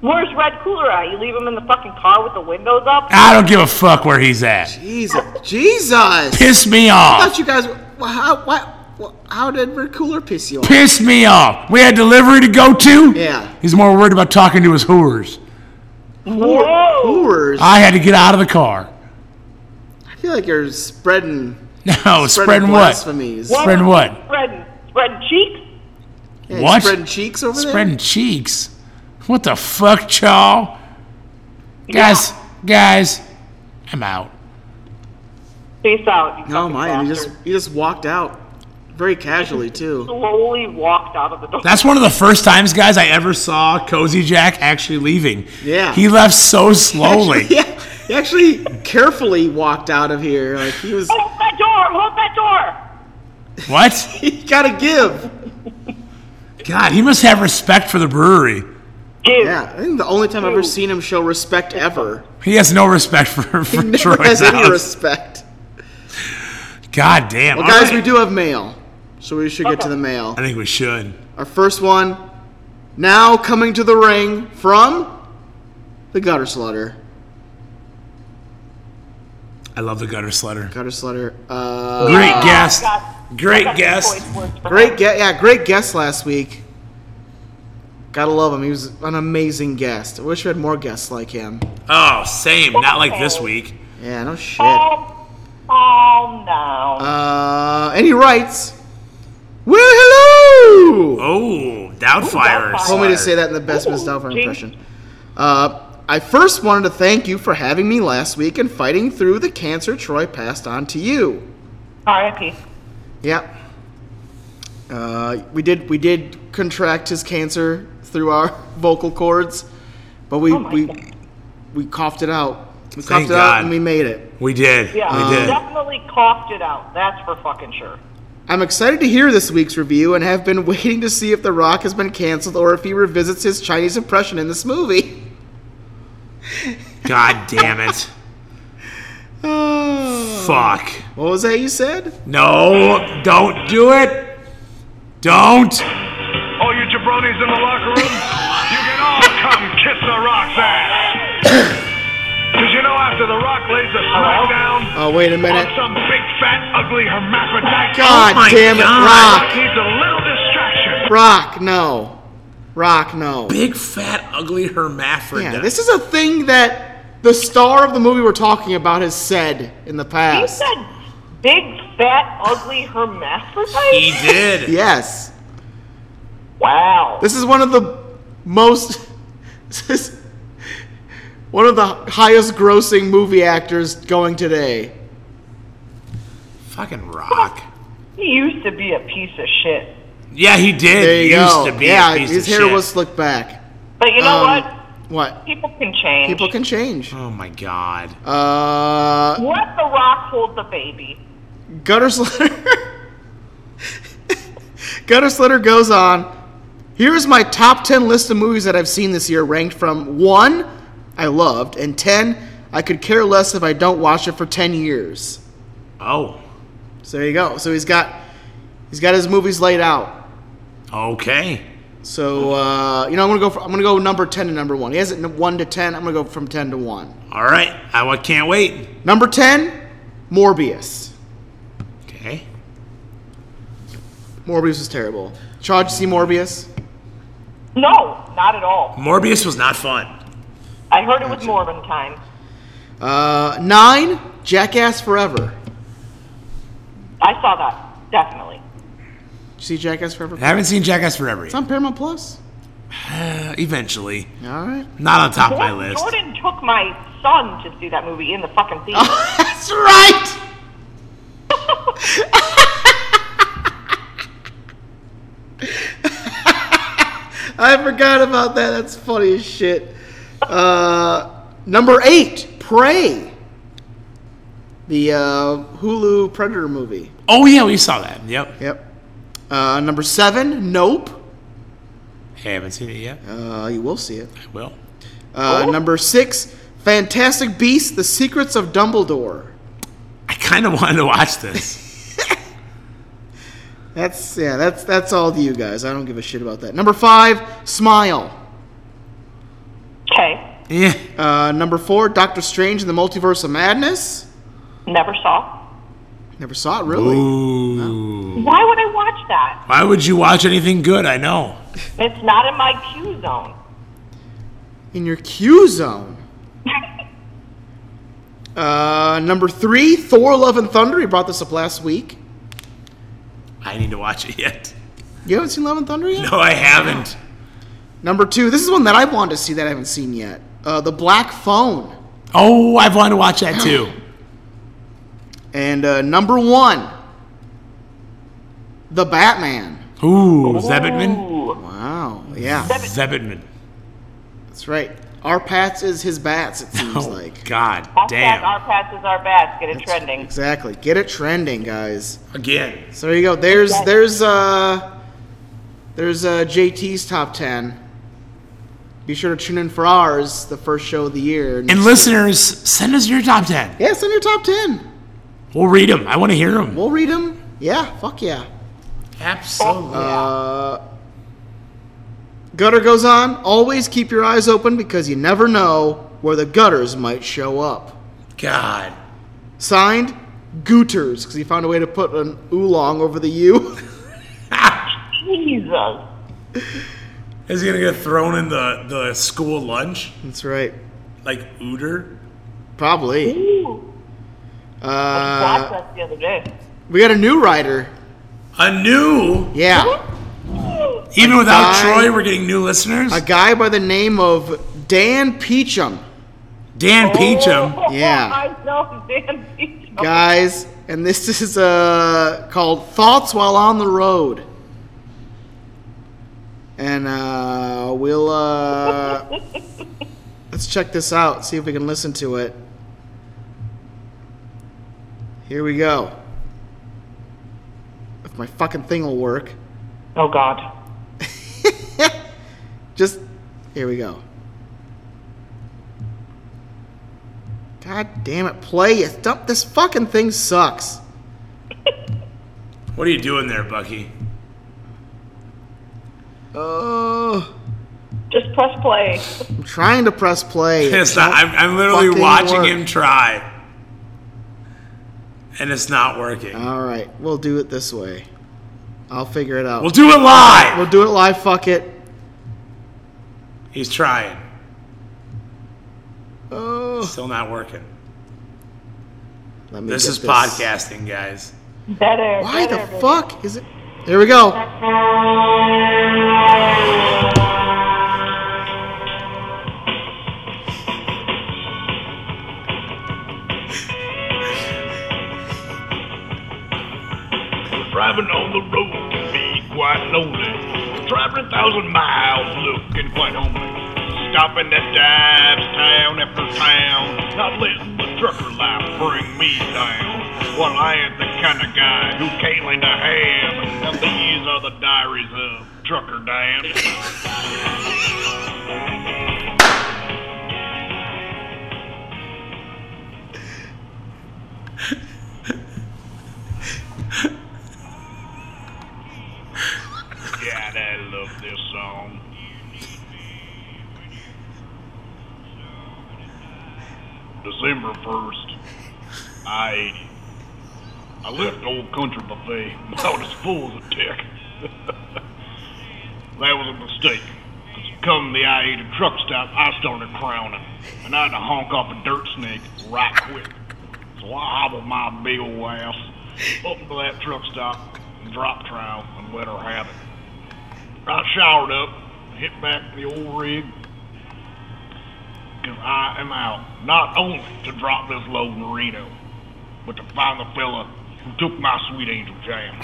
S3: Where's Red Cooler at? You leave him in the fucking car with the windows up?
S2: I don't give a fuck where he's at.
S1: Jesus. Jesus. I
S2: Piss me off.
S1: thought you guys. were- How? What? How did Red Cooler piss you off?
S2: Piss me off. We had delivery to go to.
S1: Yeah.
S2: He's more worried about talking to his whores.
S3: Whoa.
S1: Whores.
S2: I had to get out of the car. (laughs)
S1: I feel like you're spreading
S2: No, spreading, what?
S1: blasphemies.
S3: What?
S2: Spreading what?
S3: Spreading, spreading cheeks?
S1: Yeah,
S2: What?
S1: Spreading cheeks over
S2: Spreading cheeks. What the fuck, y'all? Guys, guys, I'm out.
S3: Peace out. You
S1: No,
S3: fucking
S1: Oh, my, and he just
S3: bastard.
S1: he just walked out, very casually
S2: (laughs)
S1: too.
S3: slowly walked out of the door.
S2: That's one of the first times, guys, I ever saw Cozy Jack actually leaving.
S1: Yeah.
S2: He left
S1: (laughs)
S2: so slowly.
S1: Actually, yeah, he actually carefully walked out of here. Like he was,
S3: Hold that door! Hold that door!
S2: What?
S1: he gotta give.
S2: God, he must have respect for the brewery.
S3: Dude,
S1: Yeah, I think the only time I've ever seen him show respect ever.
S2: He has no respect
S1: (laughs)
S2: for,
S1: He
S2: for
S1: never
S2: Troy's
S1: has any
S2: house.
S1: respect.
S2: God damn.
S1: Well,
S2: All
S1: guys,
S2: right.
S1: we do have mail, so we should get to the mail.
S2: I think we should.
S1: Our first one, now coming to the ring from the Gutter Slaughter.
S2: I love the gutter slutter.
S1: Gutter Slaughter. Uh,
S2: Great
S3: Oh,
S2: guest.
S3: God. I
S2: Great
S3: got
S2: guest.
S3: choice words for
S1: great
S3: him.
S1: guest. Yeah, great guest last week. Gotta love him. He was an amazing guest. I wish we had more guests like him.
S2: Oh, same. Not like this week.
S1: Yeah, no shit.
S3: Oh, oh no.
S1: Uh, and he writes, "Well, hello."
S2: Oh, Doubtfire.
S3: Doubtfire.
S1: Told me to say that in the best
S3: Ooh,
S1: Miss Doubtfire
S3: Jinx.
S1: impression. Uh, I first wanted to thank you for having me last week and fighting through the cancer Troy passed on to you.
S3: R.I.P.
S1: Yeah. Uh, we did we did contract his cancer through our (laughs) vocal cords, but we
S3: Oh my
S1: we
S3: God.
S1: we coughed it out. We
S2: Thank
S1: coughed it out
S2: God.
S1: and we made it.
S2: We did.
S3: Yeah,
S2: we did.
S3: definitely coughed it out. That's for fucking sure.
S1: I'm excited to hear this week's review and have been (laughs) waiting to see if The Rock has been canceled or if he revisits his Chinese impression in this movie. (laughs)
S2: God damn
S3: (laughs)
S2: it. Fuck.
S1: What was that you said?
S2: No, don't do it. Don't.
S5: All you jabronis in the locker room, you can all come kiss the Rock's ass. Cause you know after the Rock lays a smackdown
S1: Oh, wait a
S5: on
S1: minute.
S5: some big fat ugly hermaphrodite, oh
S1: God
S2: my
S1: damn it,
S2: God.
S5: Rock needs a little distraction.
S1: Rock! Rock, no. Rock, no.
S2: Big fat ugly hermaphrodite.
S1: Yeah, this is a thing that the star of the movie we're talking about has said in the
S3: He
S1: past.
S3: said big, fat, ugly hermaphrodite?
S2: He did.
S1: Yes.
S3: Wow.
S1: This is one of the most. (laughs) This is one of the highest grossing movie actors going today.
S2: Fucking rock.
S3: He used to be a piece of shit.
S2: Yeah, he did.
S1: There you
S2: he used
S1: go.
S2: to be
S1: yeah,
S2: a piece
S1: his
S2: of
S1: hair
S2: shit.
S1: was slicked back.
S3: But you know
S1: Um,
S3: what?
S1: What?
S3: People can change.
S1: People can change.
S2: Oh my god.
S1: Uh,
S3: Let The Rock hold the baby.
S1: Gutter Slitter. Gutter Slitter goes on. Here's my top 10 list of movies that I've seen this year, ranked from 1, I loved, and 10, I could care less if I don't watch it for 10 years.
S2: Oh.
S1: So there you go. So he's got he's got his movies laid out.
S2: Okay.
S1: So uh, you know I'm gonna go. For, I'm gonna go number ten to number one. He has it n- one to ten. I'm gonna go from ten to one.
S2: All right. I wa- can't wait.
S1: Number ten, Morbius.
S2: Okay.
S1: Morbius was terrible. Chaw, did you see Morbius?
S3: No, not at all.
S2: Morbius was not fun.
S3: I heard it was Morbin time.
S1: Uh, nine, Jackass Forever.
S3: I saw that. Definitely.
S1: Did you see Jackass Forever?
S2: I haven't seen Jackass Forever.
S1: It's on Paramount Plus.
S2: Uh, eventually.
S1: All right. (laughs)
S2: Not on top of my
S3: Jordan-
S2: list.
S3: Jordan took my son to see that movie in the fucking theater.
S1: Oh. That's right. (laughs) I forgot about that. That's funny as shit. Uh, number eight, Prey. The uh, Hulu Predator movie.
S2: Oh yeah, we saw that. Yep.
S1: Yep. Uh, number seven, Nope.
S2: Hey, I haven't seen it yet.
S1: Uh, you will see it.
S2: I will.
S1: Uh, Number six, Fantastic Beasts: The Secrets of Dumbledore.
S2: I kind of (laughs) wanted to watch this.
S1: That's yeah. That's that's all to you guys. I don't give a shit about that. Number five, Smile.
S3: Okay.
S2: yeah.
S1: Uh, number four, Doctor Strange and the Multiverse of Madness.
S3: Never saw.
S1: Never saw it really.
S2: Ooh.
S3: Why would I watch that?
S2: Why would you watch anything good? I know.
S3: It's not in my Q zone.
S1: In your Q zone. Uh, number three, Thor: Love and Thunder. He brought this up last week.
S2: I need to watch it yet. (laughs)
S1: You haven't seen Love and Thunder yet.
S2: No, I haven't.
S1: Number two, this is one that I wanted to see that I haven't seen yet. Uh, the Black Phone. (gasps)
S2: Oh, I've wanted to watch that too.
S1: And uh, number one, the Batman.
S2: Ooh, Zebedman?
S3: Ooh.
S1: Wow. Yeah,
S2: Zebedman.
S1: that's right. Our Pats is his bats. It seems
S2: (laughs) Oh,
S1: like.
S2: God
S3: Hashtag our
S2: damn.
S3: pass is our bats. Get it trending.
S1: Exactly. Get it trending, guys.
S2: Again.
S1: So there you go. There's there's uh there's uh JT's top ten. Be sure to tune in for ours, the first show of the year.
S2: And listeners, send us your top 10.
S1: yeah, send your top ten.
S2: We'll read them. I want to hear them.
S1: We'll read them. Yeah, fuck yeah.
S2: Absolutely.
S1: Uh, gutter goes on. Always keep your eyes open because you never know where the gutters might show up.
S2: God.
S1: Signed, Gooters, because he found a way to put an oolong over the U. (laughs)
S3: Jesus.
S2: Is he going to get thrown in the, the school lunch?
S1: That's right. Like
S2: Ooter?
S1: probably.
S3: Ooh.
S1: Uh,
S3: Watched that the other day.
S1: we got a new writer.
S2: A new?
S1: Yeah.
S2: Even without
S1: guy-
S2: Troy, we're getting new listeners?
S1: A guy by the name of Dan Peachum,
S2: Dan
S3: (laughs)
S2: Peachum.
S3: Oh,
S1: Yeah.
S3: I know Dan Peachum.
S1: guys, and this (laughs) is uh, called Thoughts While on the Road. And uh, we'll uh, let's check this out. See if we can listen to it. Here we go. If my fucking thing will work. (laughs)
S3: Oh God.
S1: Just here we go. God damn it, play you dump this fucking thing sucks.
S2: What are you doing there, Bucky?
S1: Oh
S3: Just press play.
S1: I'm trying to press
S2: (laughs)
S1: play.
S2: It's not, I'm, I'm literally
S1: fucking
S2: watching
S1: work.
S2: him try. And it's not working.
S1: Alright, we'll do it this way. I'll figure it out.
S2: we'll do it live!
S1: We'll do it live, fuck it.
S2: He's trying.
S1: Oh
S2: Still not working.
S1: let me
S2: This
S1: get
S2: is podcasting, guys.
S3: Better.
S1: Why the
S3: better, baby.
S1: fuck is it Here we go.
S5: Driving on the road can be quite lonely. Driving a thousand miles looking quite homely. Stopping at dives town after town. Not letting the trucker life bring me down. Well, I ain't the kind of guy who can't lend a hand. And these are the diaries of Trucker Dan. God, I love this song. December 1st, I ate. I left Old Country Buffet (laughs) about as full as a tick. (laughs) that was a mistake. 'Cause come the I 80 truck stop, I started crowning, and I had to honk off a dirt snake right quick. So I hobbled my big old ass up to that truck stop, and drop trowel, and let her have it. I showered up, hit back the old rig, 'cause I am out not only to drop this load in Reno, but to find the fella who took my sweet angel jam.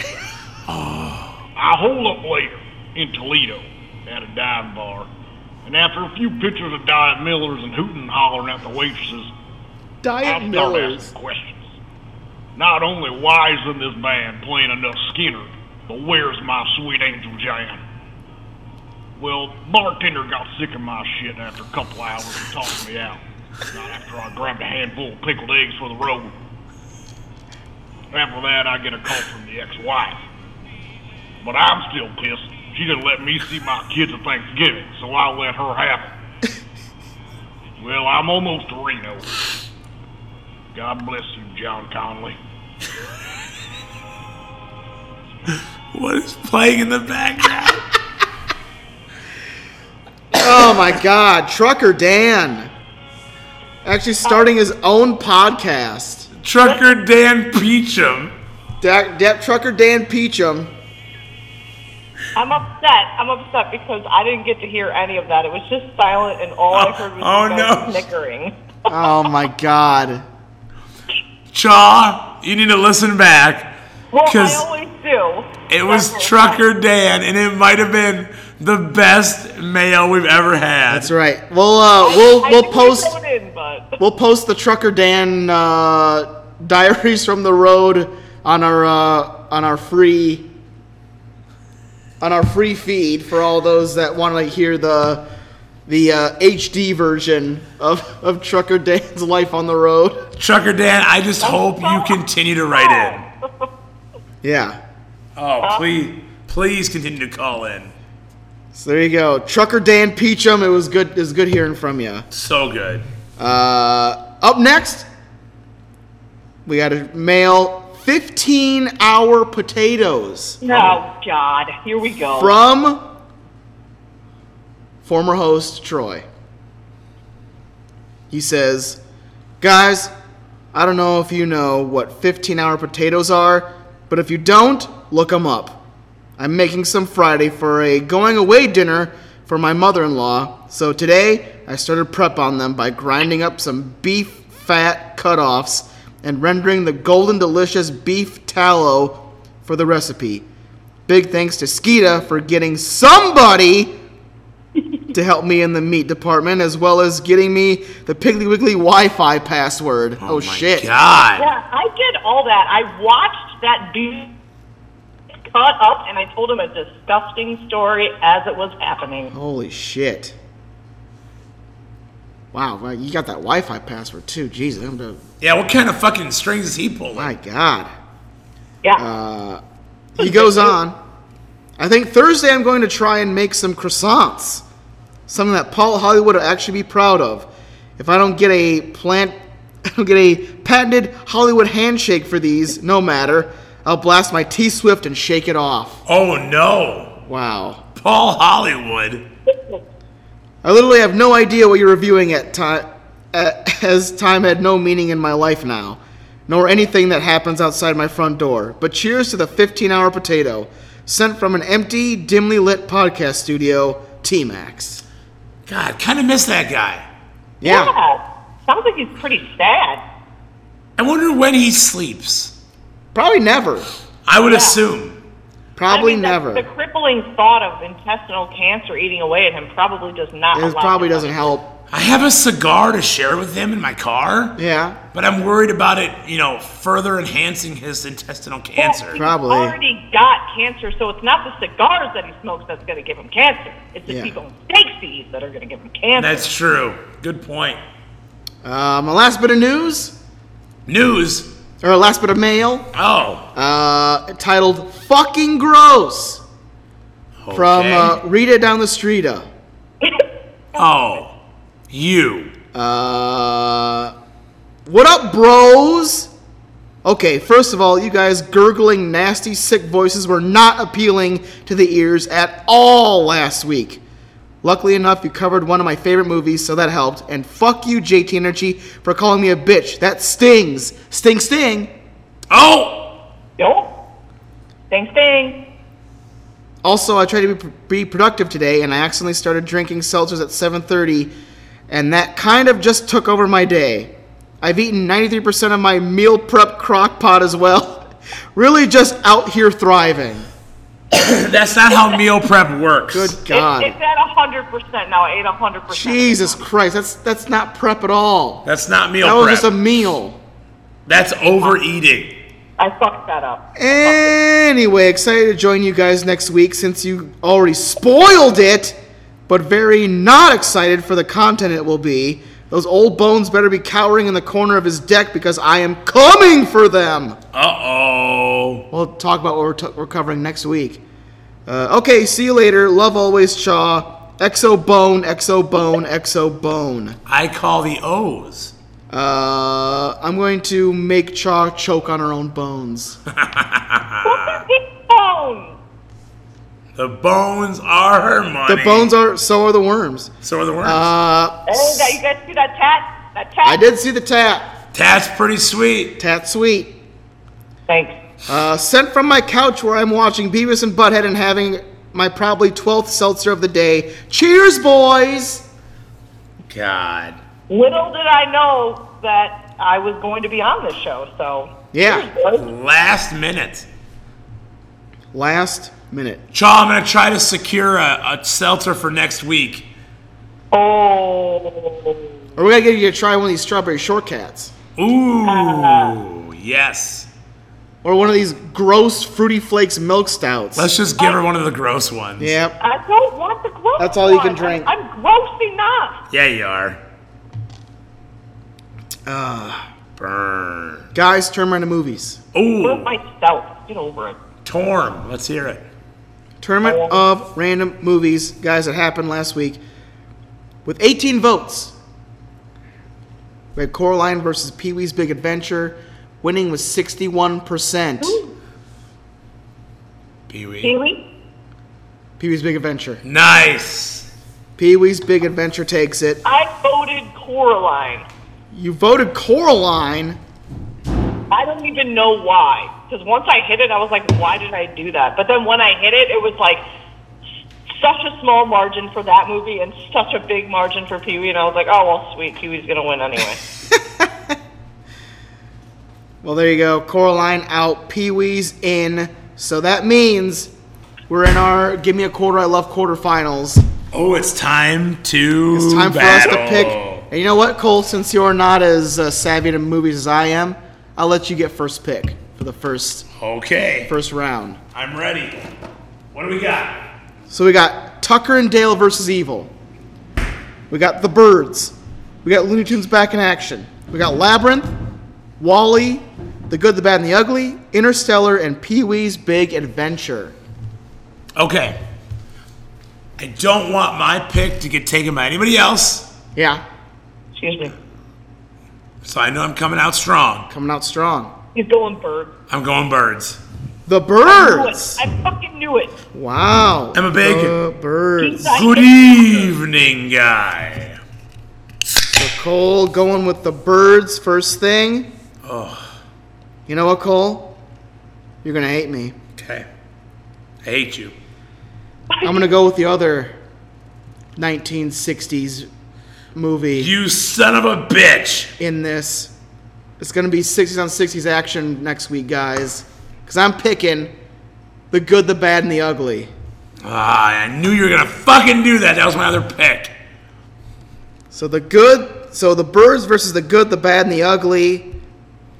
S5: I hole up later in Toledo at a dive bar, and after a few pitchers of Diet Millers and hooting and hollering at the waitresses, I'll
S1: Diet
S5: start
S1: Millers.
S5: asking questions. Not only why isn't this band playing enough Skinner, but where's my sweet angel jam? Well, bartender got sick of my shit after a couple hours and tossed me out. Not after I grabbed a handful of pickled eggs for the road. After that, I get a call from the ex-wife. But I'm still pissed. She didn't let me see my kids at Thanksgiving, so I let her have it. (laughs) Well, I'm almost to Reno. God bless you, John Conley.
S2: What is playing in the background?
S1: Oh my god, Trucker Dan. Actually starting his own podcast.
S2: Trucker Dan Peachum.
S1: Da- Da- Trucker Dan Peachum.
S3: I'm upset. I'm upset because I didn't get to hear any of that. It was just silent, and all I heard was
S2: Oh,
S3: you guys
S2: no.
S3: snickering.
S1: Oh my god.
S2: Chaw You need to listen back.
S3: Well, I
S2: 'Cause
S3: always do.
S2: It was
S3: Several
S2: Trucker
S3: times.
S2: Dan, and it might have been the best mayo we've ever had.
S1: That's right. We'll uh, we'll
S3: I
S1: we'll
S3: knew I
S1: post
S3: wrote in, but
S1: we'll post the Trucker Dan uh, diaries from the road on our uh, on our free on our free feed for all those that want to hear the the uh, HD version of, of Trucker Dan's life on the road.
S2: Trucker Dan, I just hope you continue to write in.
S1: Yeah.
S2: Oh, please, please continue to call in.
S1: So there you go, Trucker Dan Peachum. It was good. It was good hearing from you.
S2: So good.
S1: Uh, up next, we got to mail 15 hour potatoes
S3: oh God, here we go.
S1: from former host Troy. He says, Guys, I don't know if you know what 15 hour potatoes are, but if you don't, look them up. I'm making some Friday for a going away dinner for my mother in law, so today I started prep on them by grinding up some beef fat cutoffs and rendering the golden delicious beef tallow for the recipe. Big thanks to Skeeta for getting somebody to help me in the meat department, as well as getting me the Piggly Wiggly Wi-Fi password. Oh,
S2: My
S1: shit!
S2: God.
S3: Yeah, I did all that. I watched that dude cut up, and I told him a disgusting story as it was happening.
S1: Holy shit! Wow, well, you got that Wi-Fi password too. Jesus, I'm gonna,
S2: Yeah, what kind of fucking strings is he pulling?
S1: my God.
S3: Yeah.
S1: Uh, he goes on. I think Thursday I'm going to try and make some croissants, something that Paul Hollywood will actually be proud of. If I don't get a plant, (laughs) I don't get a patented Hollywood handshake for these, no matter. I'll blast my T Swift and shake it off.
S2: Oh no,
S1: Wow.
S2: Paul Hollywood.
S1: I literally have no idea what you're reviewing at time, as time had no meaning in my life now, nor anything that happens outside my front door. But cheers to the 15-hour potato, sent from an empty, dimly lit podcast studio, T-Max.
S2: God, kind of miss that guy.
S1: Yeah.
S3: Sounds like he's pretty sad.
S2: I wonder when he sleeps.
S1: probably never.
S2: I would assume.
S1: Probably
S3: I mean,
S1: never.
S3: The, the crippling thought of intestinal cancer eating away at him probably does not.
S1: It
S3: allow
S1: probably
S3: him-
S1: doesn't help.
S2: I have a cigar to share with him in my car,
S1: Yeah,
S2: but I'm worried about it, you know, further enhancing his intestinal
S3: Well,
S2: cancer.
S3: He's
S1: Probably.
S3: already got cancer, so it's not the cigars that he smokes that's going to give him cancer. It's the
S1: Yeah.
S3: people steaks he eats that are going to give him cancer. (laughs)
S2: That's true. Good point.
S1: Uh, my last bit of news,
S2: News.
S1: or last bit of mail,
S2: Oh.
S1: uh, titled "Fucking Gross" from
S2: okay.
S1: uh, Rita down the street. uh,
S2: oh, you.
S1: Uh, what up, bros? Okay, first of all, you guys gurgling, nasty, sick voices were not appealing to the ears at all last week. Luckily enough, you covered one of my favorite movies, so that helped. And fuck you, JT Energy, for calling me a bitch. That stings. Sting, sting.
S2: Oh. (clears throat)
S3: Nope. Same thing.
S1: Also, I tried to be, be productive today, and I accidentally started drinking seltzers at 7:30, and that kind of just took over my day. I've eaten 93% of my meal prep crock pot as well. (laughs) really, just out here thriving.
S2: That's not how meal prep works.
S1: Good
S3: It's,
S1: God,
S3: it's at hundred percent now. I ate hundred percent.
S1: Jesus Christ, that's that's not prep at all.
S2: That's not meal
S1: That was
S2: prep.
S1: just a meal.
S2: That's overeating.
S3: I fucked that up.
S1: Anyway, excited to join you guys next week since you already spoiled it, but very not excited for the content it will be. Those old bones better be cowering in the corner of his deck because I am coming for them.
S2: Uh oh.
S1: We'll talk about what we're, t- we're covering next week. Uh, okay, see you later. Love always, Shaw. Exo bone, exo bone, exo bone.
S2: I call the O's.
S1: Uh, I'm going to make Shaw choke on her own bones.
S3: Bones.
S2: The bones are her money.
S1: The bones are, so are the worms.
S2: So are the worms.
S1: Uh,
S3: Hey, Oh, that you guys see that tat? That tat.
S1: I did see the tap.
S2: That's pretty sweet.
S1: Tat sweet.
S3: Thanks.
S1: Uh, sent from my couch where I'm watching Beavis and Butthead and having my probably 12th seltzer of the day. Cheers, boys!
S2: God.
S3: Little did I know that I was going to be on this show. So
S1: Yeah.
S2: Last minute.
S1: Last minute.
S2: Chaw, I'm gonna try to secure a, a seltzer for next week.
S3: Oh.
S1: Or we gotta get you to try one of these strawberry shortcats.
S2: Ooh, yes.
S1: Or one of these gross fruity flakes milk stouts.
S2: Let's just give her one of the gross ones.
S1: yep.
S3: I don't want the gross
S1: That's all you
S3: one.
S1: can drink.
S3: I'm, I'm gross enough.
S2: Yeah, you are. Ah,
S1: Uh,
S2: Burn.
S1: guys, turn around to movies.
S3: Gross
S2: Ooh,
S3: myself. Get over it.
S2: Torm. Let's hear it.
S1: Tournament of Random Movies, guys, that happened last week. With 18 votes, we had Coraline versus Pee Wee's Big Adventure, winning with 61%.
S2: Pee Wee.
S3: Kiwi?
S1: Pee Wee's Big Adventure.
S2: Nice.
S1: Pee Wee's Big Adventure takes it.
S3: I voted Coraline.
S1: You voted Coraline.
S3: I don't even know why. Because once I hit it, I was like, why did I do that? But then when I hit it, it was like such a small margin for that movie and such a big margin for Pee Wee. And I was like, oh, well, sweet. Pee Wee's going to win anyway.
S1: Well, there you go. Coraline out, Pee Wee's in. So that means we're in our Give Me a Quarter, I Love quarterfinals.
S2: Oh, it's time to.
S1: It's time for us to pick.
S2: battle.
S1: And you know what, Cole? Since you're not as uh, savvy to movies as I am, I'll let you get first pick for the first
S2: Okay,
S1: first round.
S2: I'm ready. What do we got?
S1: So we got Tucker and Dale versus Evil. We got The Birds. We got Looney Tunes back in action. We got Labyrinth, Wally, The Good, the Bad, and the Ugly, Interstellar, and Pee Wee's Big Adventure.
S2: Okay. I don't want my pick to get taken by anybody else,
S1: Yeah,
S3: Excuse me.
S2: so I know I'm coming out strong.
S1: coming out strong.
S3: He's going bird.
S2: I'm going birds.
S1: The
S3: I knew it.
S1: Birds.
S3: I fucking knew it.
S1: Wow.
S2: Emma Bacon.
S1: The Birds.
S3: Keep
S2: Good evening, guy.
S1: Cole going with the birds first thing.
S2: Oh,
S1: You know what, Cole? You're gonna hate me.
S2: okay. I hate you.
S1: I'm gonna go with the other 1960s movie
S2: You son of a bitch.
S1: in this. It's gonna be 60s on 60s action next week, guys. Cause I'm picking the good, the bad, and the ugly.
S2: Ah, I knew you were gonna fucking do that. That was my other pick.
S1: So the good, so the birds versus the good, the bad, and the ugly.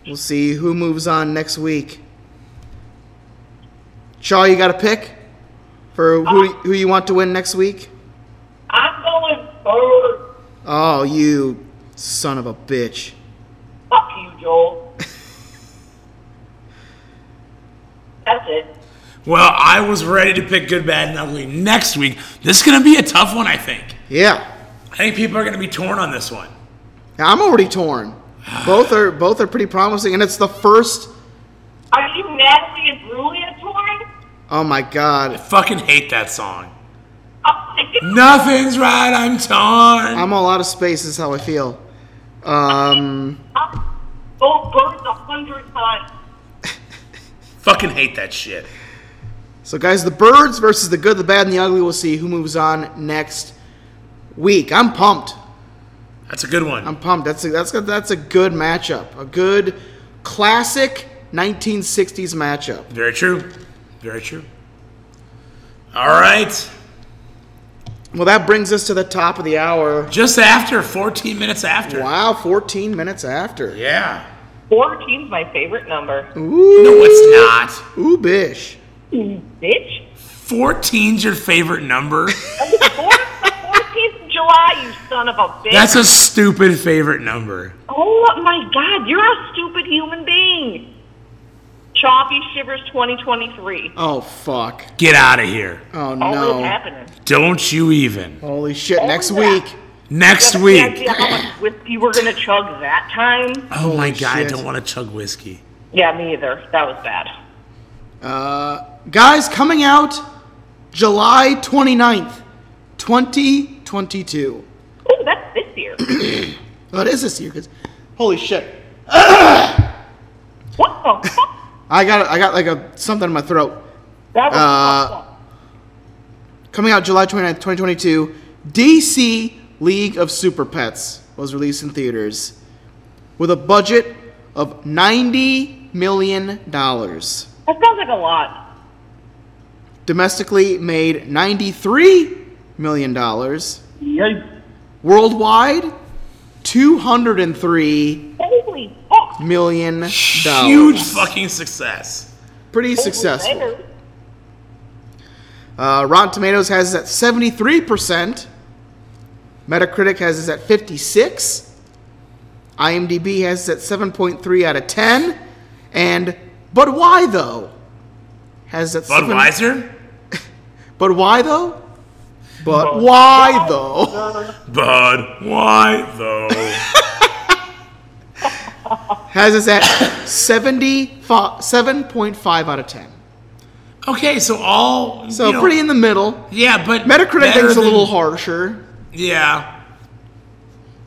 S1: We'll see who moves on next week. Shaw, you got a pick for who who you want to win next week?
S3: I'm going bird.
S1: Oh, you son of a bitch!
S3: Fuck you, Joel. That's it.
S2: Well, I was ready to pick good, bad, and ugly next week. This is gonna be a tough one, I think.
S1: Yeah,
S2: I think people are gonna be torn on this one.
S1: Now, I'm already torn. Both are both are pretty promising, and it's the first.
S3: Are you Natalie and Brulia touring?
S1: Oh my god,
S2: Fucking hate that song.
S3: I'm thinking
S2: Nothing's right, I'm torn.
S1: I'm all out of space. Is how I feel. Um,
S3: I'll go birds a hundred times.
S2: Fucking hate that shit.
S1: So, guys, the birds versus the good, the bad, and the ugly. We'll see who moves on next week. I'm pumped.
S2: That's a good one.
S1: I'm pumped. That's a, that's a, that's a good matchup. A good classic 1960s matchup.
S2: Very true. Very true. All right.
S1: Well, that brings us to the top of the hour.
S2: Just after, 14 minutes after.
S1: Wow, 14 minutes after.
S2: Yeah.
S3: Fourteen's my favorite number.
S1: Ooh,
S2: No, it's not.
S1: ooh, bish.
S3: Bitch.
S2: 14's your
S1: (laughs)
S2: favorite number.
S3: Fourteenth of July, you son of a bitch.
S2: That's a stupid favorite number.
S3: oh my god, you're a stupid human being. Choppy Shivers 2023.
S1: Oh fuck.
S2: Get out of here.
S1: Oh
S3: All is
S1: no.
S3: happening.
S2: Don't you even.
S1: Holy shit! Next
S3: yeah.
S1: week.
S2: Next
S3: You have any
S2: week.
S3: idea how much whiskey we're gonna chug that time?
S2: Oh my
S1: Holy
S2: god, I
S1: shit.
S2: don't want to chug whiskey.
S3: Yeah, me either. That was bad.
S1: Uh, guys, coming out July 29th, 2022.
S3: Oh, that's this year.
S1: Oh, it is this year, cause holy shit,
S3: what the fuck?
S1: I got I got like a something in my throat.
S3: That was
S1: Uh,
S3: fucked up.
S1: Coming out July 29th, 2022, DC League of Super Pets was released in theaters with a budget of 90 million dollars.
S3: That sounds like a lot.
S1: Domestically made 93 million dollars.
S5: Yikes.
S1: Worldwide 203
S3: Holy fuck.
S1: million dollars.
S2: Huge fucking success.
S1: Pretty
S3: Holy
S1: successful.
S3: bears.
S1: Uh, Rotten Tomatoes has it at 73%. Metacritic has it at 56. IMDb has it at 7.3 out of 10. And But Why Though has it at seven-
S2: Budweiser?
S1: But why though? But, why though?
S2: Bud, why though?
S1: Has us at 75 7.5 out of 10.
S2: okay, so all
S1: So
S2: you know,
S1: pretty in the middle.
S2: Yeah, but
S1: Metacritic
S2: better
S1: thinks a
S2: than-
S1: little harsher.
S2: Yeah,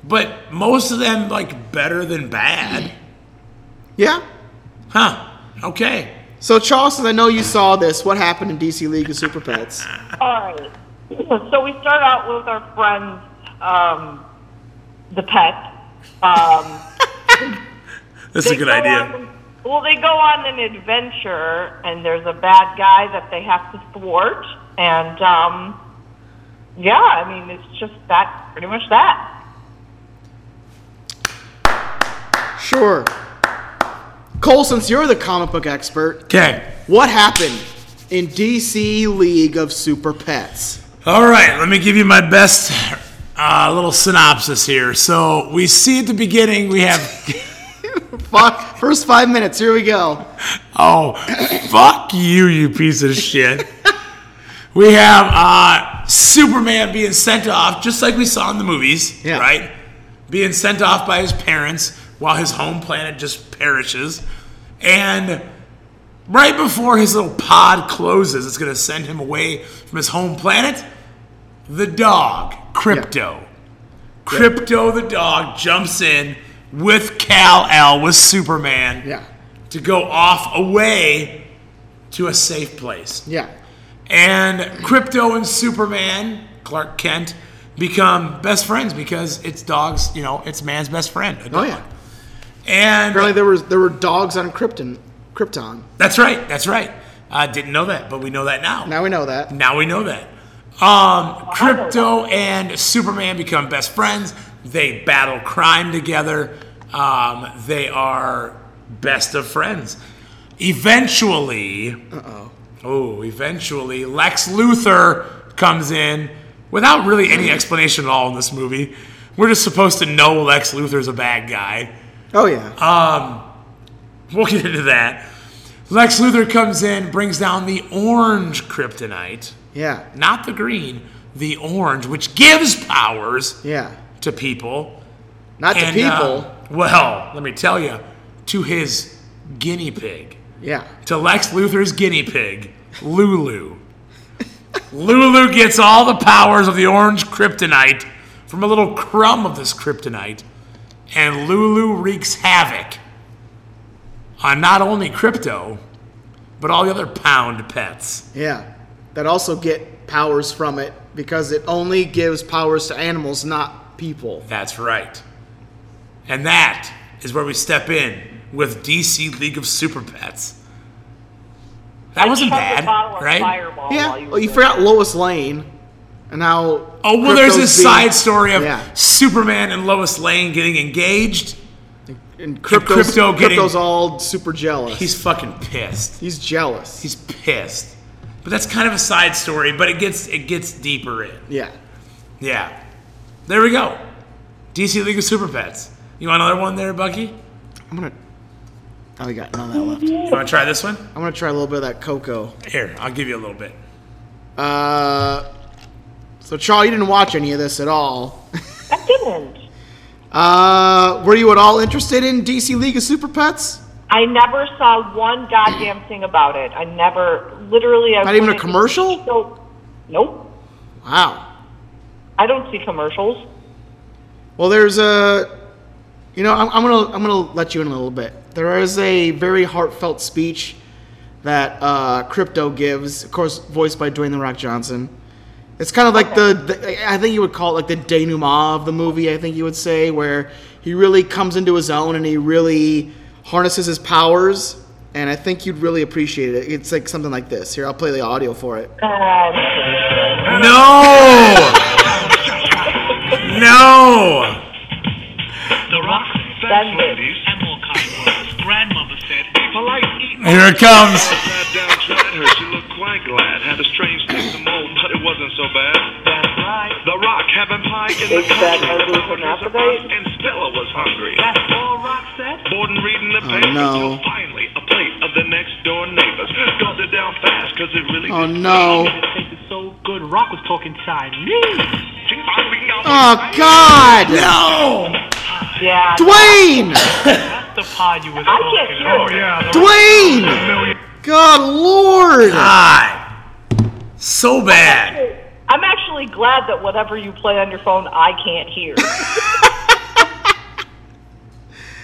S2: but most of them like better than bad,
S1: Yeah.
S2: huh? Okay,
S1: So Charles, since I know you saw this, what happened in DC League of Super Pets?
S3: All right. So we start out with our friend, um, the pet. Um,
S2: that's a
S3: they
S2: good
S3: go
S2: idea.
S3: on- well, they go on an adventure, and there's a bad guy that they have to thwart. And um, yeah, I mean, it's just that, pretty much that.
S1: Sure. Cole, since you're the comic book expert,
S2: Okay,
S1: what happened in DC League of Super Pets?
S2: All right, let me give you my best uh, little synopsis here. So we see at the beginning we have
S1: Fuck, first five minutes, here we go.
S2: oh fuck you, you piece of shit. We have uh, Superman being sent off just like we saw in the movies,
S1: Yeah.
S2: right? Being sent off by his parents while his home planet just perishes, and right before his little pod closes, it's gonna send him away from his home planet. The dog, Crypto. Crypto the dog jumps in with Cal L with Superman
S1: Yeah.
S2: to go off away to a safe place.
S1: Yeah.
S2: And Crypto and Superman, Clark Kent, become best friends because it's dogs, you know, it's man's best friend. a
S1: Oh
S2: dog.
S1: yeah.
S2: And
S1: Apparently there was there were dogs on Krypton Krypton.
S2: that's right, that's right. I didn't know that, but we know that now.
S1: Now we know that.
S2: Now we know that. Um, Crypto and Superman become best friends. They battle crime together. Um, they are best of friends. Eventually, oh, eventually, Lex Luthor comes in without really any explanation at all in this movie. We're just supposed to know Lex Luthor's a bad guy. Um,
S1: Oh yeah.
S2: Uh, We'll get into that. Lex Luthor comes in, brings down the orange kryptonite.
S1: yeah.
S2: not the green, the orange, which gives powers
S1: Yeah.
S2: to people.
S1: Not to
S2: And, uh,
S1: people.
S2: well, let me tell you, to his guinea pig,
S1: yeah.
S2: to Lex Luthor's guinea pig,
S1: (laughs)
S2: Lulu. Lulu gets all the powers of the orange kryptonite from a little crumb of this kryptonite, and Lulu wreaks havoc on not only crypto, but all the other pound pets.
S1: Yeah. That also get powers from it because it only gives powers to animals, not people.
S2: That's right. And that is where we step in with DC League of Super Pets. That
S3: I
S2: wasn't
S3: chugged a
S2: bad,
S3: bottle of
S2: right?
S3: Fireball
S1: Yeah.
S3: Oh, While you
S1: well, you
S3: were
S1: forgot Lois Lane and how.
S2: Oh, well, there's this
S1: Krypto's
S2: side story of
S1: Yeah.
S2: Superman and Lois Lane getting engaged.
S1: being- And Crypto's,
S2: Crypto getting-
S1: Crypto's all super jealous. He's,
S2: He's fucking pissed.
S1: jealous.
S2: He's pissed. But that's kind of a side story, but it gets it gets deeper in.
S1: yeah.
S2: Yeah. There we go. DC League of Super Pets. You want another one there, Bucky?
S1: I'm going to. Oh, we got none of that left.
S2: You want to try this one?
S1: I'm going to try a little bit of that cocoa.
S2: Here, I'll give you a little bit.
S1: Uh, so, Charles, you didn't watch any of this at all.
S3: I didn't.
S1: Uh, were you at all interested in DC League of Super Pets?
S3: I never saw one goddamn thing about it. I never, literally, I
S1: Not even a
S3: wouldn't
S1: commercial?
S3: So, nope.
S1: Wow.
S3: I don't see commercials.
S1: Well, there's a, you know, I'm, I'm gonna I'm gonna let you in a little bit. There is a very heartfelt speech that uh, Crypto gives, of course, voiced by Dwayne the Rock Johnson. It's kind of like the, the I think you would call it like the denouement of the movie. I think you would say where he really comes into his own and he really harnesses his powers, and I think you'd really appreciate it. It's like something like this. Here, I'll play the audio for it.
S3: Um,
S2: No! no!
S6: The Rock,
S3: That's
S6: Fast
S3: it.
S6: Ladies, and more kind Grandmother said, polite eating.
S2: (laughs) Here it comes.
S6: Sat down, tried her. She looked quite glad. Had a strange taste of mold, but it wasn't so bad.
S3: That's right.
S6: The Rock having pie in the
S3: Is that
S6: country.
S3: ugly
S6: The
S3: for an
S6: burgers are
S3: appetite?
S6: bust, and Stella was hungry.
S3: That's all Rock said.
S6: Borden reading the paper
S1: no.
S6: till finally a plate of the next door neighbors guzzled it down fast because it really
S1: Oh
S6: did-
S1: no!
S7: It tasted so good. Rock was talking Chinese.
S6: She finally got
S1: Oh God!
S2: No!
S3: Yeah.
S1: Dwayne! Oh,
S7: That's the pie you were
S3: I
S7: talking
S3: can't hear
S7: about.
S3: it.
S1: Dwayne! God Lord!
S2: Ah. God. So bad.
S3: I'm actually glad that whatever you play on your phone, I can't hear.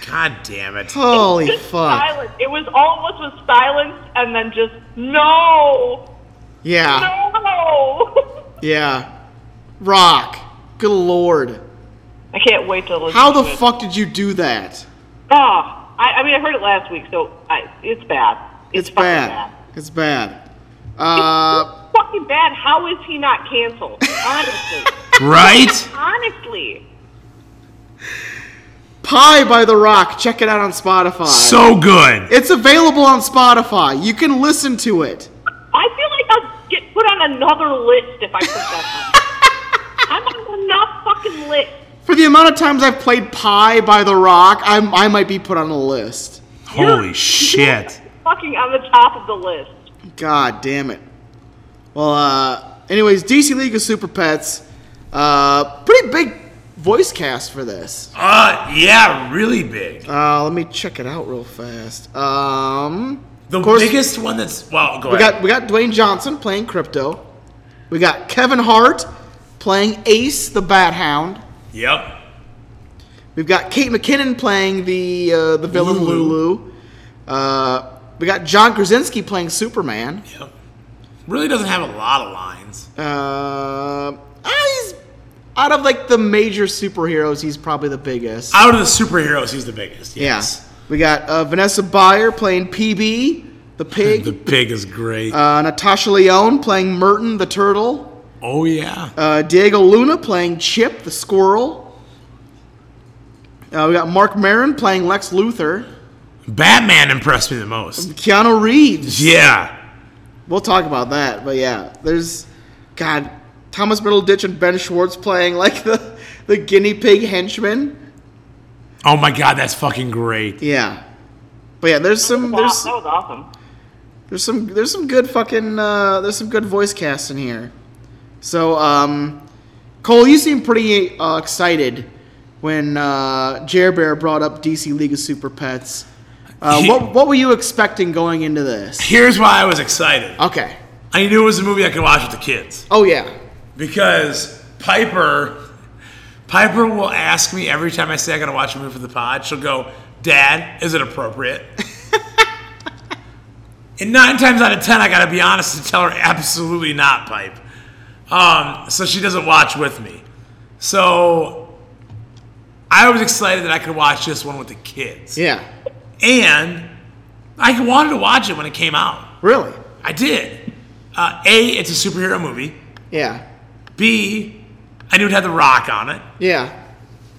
S2: God damn it.
S1: Holy
S3: just
S1: fuck!
S3: silence. It was almost was silence, and then just no,
S1: Yeah,
S3: no.
S1: yeah. Rock. Good Lord!
S3: I can't wait to listen.
S1: How
S3: to
S1: the
S3: it.
S1: fuck did you do that?
S3: Ah, I, I mean, I heard it last week, so I, it's bad.
S1: It's
S3: fucking
S1: bad. It's bad. Uh,
S3: It's fucking bad. How is he not canceled? Honestly, (laughs)
S2: Right?
S3: honestly.
S1: Pie by The Rock. Check it out on Spotify.
S2: So good.
S1: It's available on Spotify. You can listen to it.
S3: I feel like I'll get put on another list if I put that on. I'm on enough fucking list.
S1: For the amount of times I've played Pie by The Rock, I'm, I might be put on a list.
S2: Holy shit.
S3: Fucking on the top of the list.
S1: God damn it. Well, uh, anyways, DC League of Super Pets. Uh, pretty big voice cast for this.
S2: Uh, yeah, really big.
S1: Uh, let me check it out real fast. Um,
S2: The
S1: course-
S2: biggest one that's. Well, go
S1: we
S2: ahead.
S1: got we got Dwayne Johnson playing Crypto. We got Kevin Hart playing Ace the Bat Hound.
S2: yep.
S1: We've got Kate McKinnon playing the uh, the villain
S2: Lulu.
S1: Lulu. Uh, we got John Krasinski playing Superman.
S2: Yep. Really doesn't have a lot of lines.
S1: Uh, ah, he's out of like the major superheroes, he's probably the biggest.
S2: Out of the superheroes, he's the biggest.
S1: yeah,
S2: Yes.
S1: we got uh, Vanessa Bayer playing PB the
S2: (laughs) The
S1: pig.
S2: pig is great.
S1: uh, Natasha Leone playing Merton the turtle.
S2: oh, yeah.
S1: Uh, Diego Luna playing Chip the squirrel. Uh, we got Mark Maron playing Lex Luthor.
S2: Batman impressed me the most.
S1: Keanu Reeves.
S2: Yeah.
S1: We'll talk about that, but yeah, there's God, Thomas Middleditch and Ben Schwartz playing like (laughs) the the guinea pig henchmen.
S2: Oh, my God, that's fucking great.
S1: Yeah, but yeah, there's some
S3: Wow, that
S1: Um, there's
S3: was awesome.
S1: there's some there's some good fucking uh, there's some good voice cast in here. So um, Cole, you seem pretty uh, excited when uh, Jer Bear brought up DC League of Super Pets.
S2: (laughs)
S1: Uh,
S2: He-
S1: what what were you expecting going into this?
S2: Here's why I was excited.
S1: Okay.
S2: I knew it was a movie I could watch with the kids
S1: Oh yeah.
S2: because Piper, Piper will ask me every time I say I gotta watch a movie for the pod. She'll go, "Dad, is it appropriate?" and nine times out of ten, I gotta be honest and tell her, "Absolutely not, Pipe." Um, so she doesn't watch with me. So I was excited that I could watch this one with the kids,
S1: Yeah.
S2: and I wanted to watch it when it came out.
S1: Really.
S2: I did. Uh, a, it's a superhero movie.
S1: Yeah.
S2: B, I knew it had The Rock on it.
S1: Yeah.